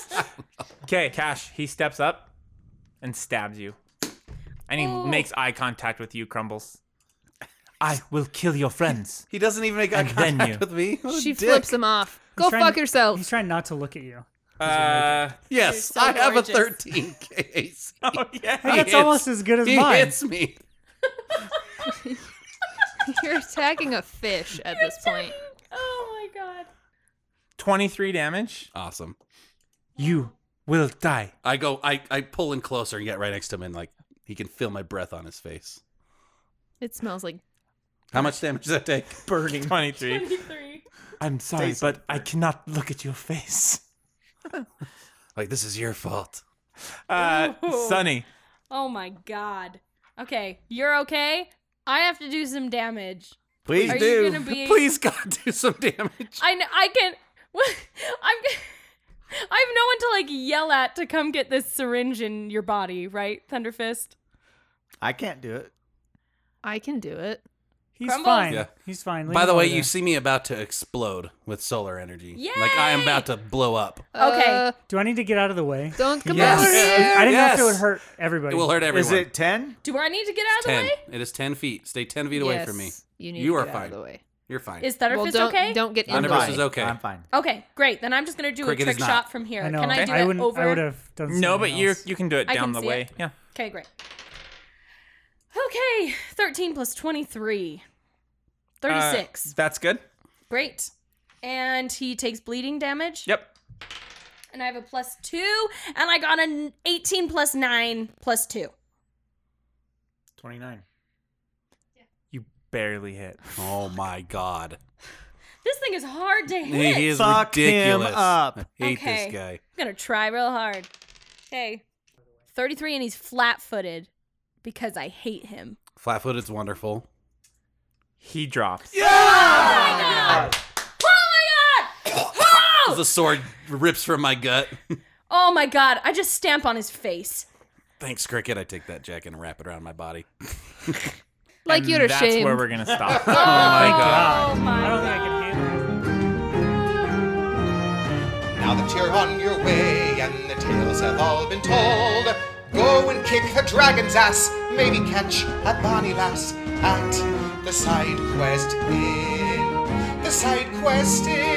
Speaker 2: Okay, Cash, he steps up and stabs you. And
Speaker 6: Oh.
Speaker 2: he makes eye contact with you, Crumbles.
Speaker 12: I will kill your friends.
Speaker 7: He doesn't even make eye
Speaker 12: And then
Speaker 7: contact
Speaker 12: you.
Speaker 7: with me. What a
Speaker 6: she
Speaker 7: Oh, dick.
Speaker 6: flips him off. Go
Speaker 5: He's trying-
Speaker 6: fuck yourself.
Speaker 5: He's trying not to look at you.
Speaker 2: Uh,
Speaker 7: Yes,
Speaker 3: so
Speaker 7: I have
Speaker 3: gorgeous.
Speaker 7: a 13 case.
Speaker 2: oh, yeah.
Speaker 5: Hey, that's
Speaker 7: hits-
Speaker 5: almost as good as
Speaker 7: he
Speaker 5: mine.
Speaker 7: hits me.
Speaker 6: You're attacking a fish at this point.
Speaker 3: Oh my god.
Speaker 2: 23 damage.
Speaker 7: Awesome.
Speaker 12: You will die.
Speaker 7: I go. I I pull in closer and get right next to him, and like he can feel my breath on his face.
Speaker 6: It smells like
Speaker 7: How much damage does that take?
Speaker 8: burning.
Speaker 2: 23.
Speaker 3: 23.
Speaker 12: I'm sorry,
Speaker 8: Taste
Speaker 12: but I cannot look at your face.
Speaker 7: Like this is your fault.
Speaker 2: Uh,
Speaker 3: Ooh.
Speaker 2: Sunny.
Speaker 3: Oh my god. Okay, you're okay. I have to do some damage.
Speaker 8: Please
Speaker 3: Are
Speaker 8: do.
Speaker 3: you gonna be?
Speaker 7: Please, God, do some damage.
Speaker 3: I kn- I can. I'm. I have no one to like yell at to come get this syringe in your body, right, Thunderfist?
Speaker 8: I can't do it.
Speaker 6: I can do it.
Speaker 5: He's
Speaker 3: Crumbles?
Speaker 5: fine.
Speaker 7: Yeah.
Speaker 5: He's fine. Leave
Speaker 7: By
Speaker 5: him
Speaker 7: the way,
Speaker 5: over
Speaker 7: you
Speaker 5: there.
Speaker 7: see me about to explode with solar energy. Like I am
Speaker 3: Yay!
Speaker 7: about to blow up.
Speaker 3: Okay.
Speaker 6: Uh,
Speaker 5: Do I need to get out of the way?
Speaker 6: don't come
Speaker 7: Yes.
Speaker 6: over here.
Speaker 5: I didn't know if
Speaker 7: Yes.
Speaker 5: it would hurt everybody.
Speaker 7: It will hurt everyone.
Speaker 8: Is it 10?
Speaker 3: Do I need to get out of the
Speaker 7: ten?
Speaker 3: way?
Speaker 7: It is ten feet. Stay ten feet away
Speaker 6: Yes,
Speaker 7: from me.
Speaker 6: You need
Speaker 7: You
Speaker 6: to
Speaker 7: are
Speaker 6: get out
Speaker 7: fine.
Speaker 6: of the way.
Speaker 7: You're fine.
Speaker 3: Is Thunderfist
Speaker 6: well, don't,
Speaker 3: okay?
Speaker 6: don't get in
Speaker 7: I'm
Speaker 6: the
Speaker 7: nervous
Speaker 6: way.
Speaker 7: is okay.
Speaker 8: I'm fine.
Speaker 3: Okay, great. Then I'm just gonna do
Speaker 7: Cricket
Speaker 3: a
Speaker 7: is
Speaker 3: trick
Speaker 7: not.
Speaker 3: shot from here.
Speaker 5: I know.
Speaker 3: Can I do
Speaker 5: I
Speaker 3: it
Speaker 5: wouldn't.
Speaker 3: over?
Speaker 5: I would have done.
Speaker 2: No, but
Speaker 5: something
Speaker 2: you are
Speaker 5: else.
Speaker 2: you can do it
Speaker 3: I
Speaker 2: down
Speaker 3: can
Speaker 2: the
Speaker 3: see
Speaker 2: way.
Speaker 3: it.
Speaker 2: Yeah.
Speaker 3: Okay, great. Okay, 13 plus 23.
Speaker 2: Uh,
Speaker 3: 36.
Speaker 2: that's good.
Speaker 7: Uh.
Speaker 3: great. And he takes bleeding damage.
Speaker 2: Yep.
Speaker 3: And I have a plus two, and I got an 18 plus nine plus two.
Speaker 8: 29.
Speaker 2: You barely hit.
Speaker 7: oh my God.
Speaker 3: This thing is hard to
Speaker 7: He,
Speaker 3: hit.
Speaker 7: he is
Speaker 8: Fuck him
Speaker 7: ridiculous.
Speaker 8: up.
Speaker 7: I hate
Speaker 3: Okay.
Speaker 7: this guy.
Speaker 3: I'm gonna try real hard. Okay. 33, and he's flat footed because I hate him.
Speaker 7: Flat-footed's wonderful.
Speaker 2: He drops.
Speaker 3: Oh my god! Oh!
Speaker 7: The sword rips from my gut.
Speaker 3: Oh my god, I just stamp on his face.
Speaker 7: Thanks, Cricket. I take that jacket and wrap it around my body.
Speaker 6: Like
Speaker 2: And
Speaker 6: you're ashamed.
Speaker 2: That's where we're going to stop.
Speaker 3: Oh, my
Speaker 5: God.
Speaker 3: Oh my
Speaker 5: I don't think I can handle it.
Speaker 1: Now that you're on your way and the tales have all been told, go and kick the dragon's ass, maybe catch a bonny lass at the side quest inn. The side quest inn.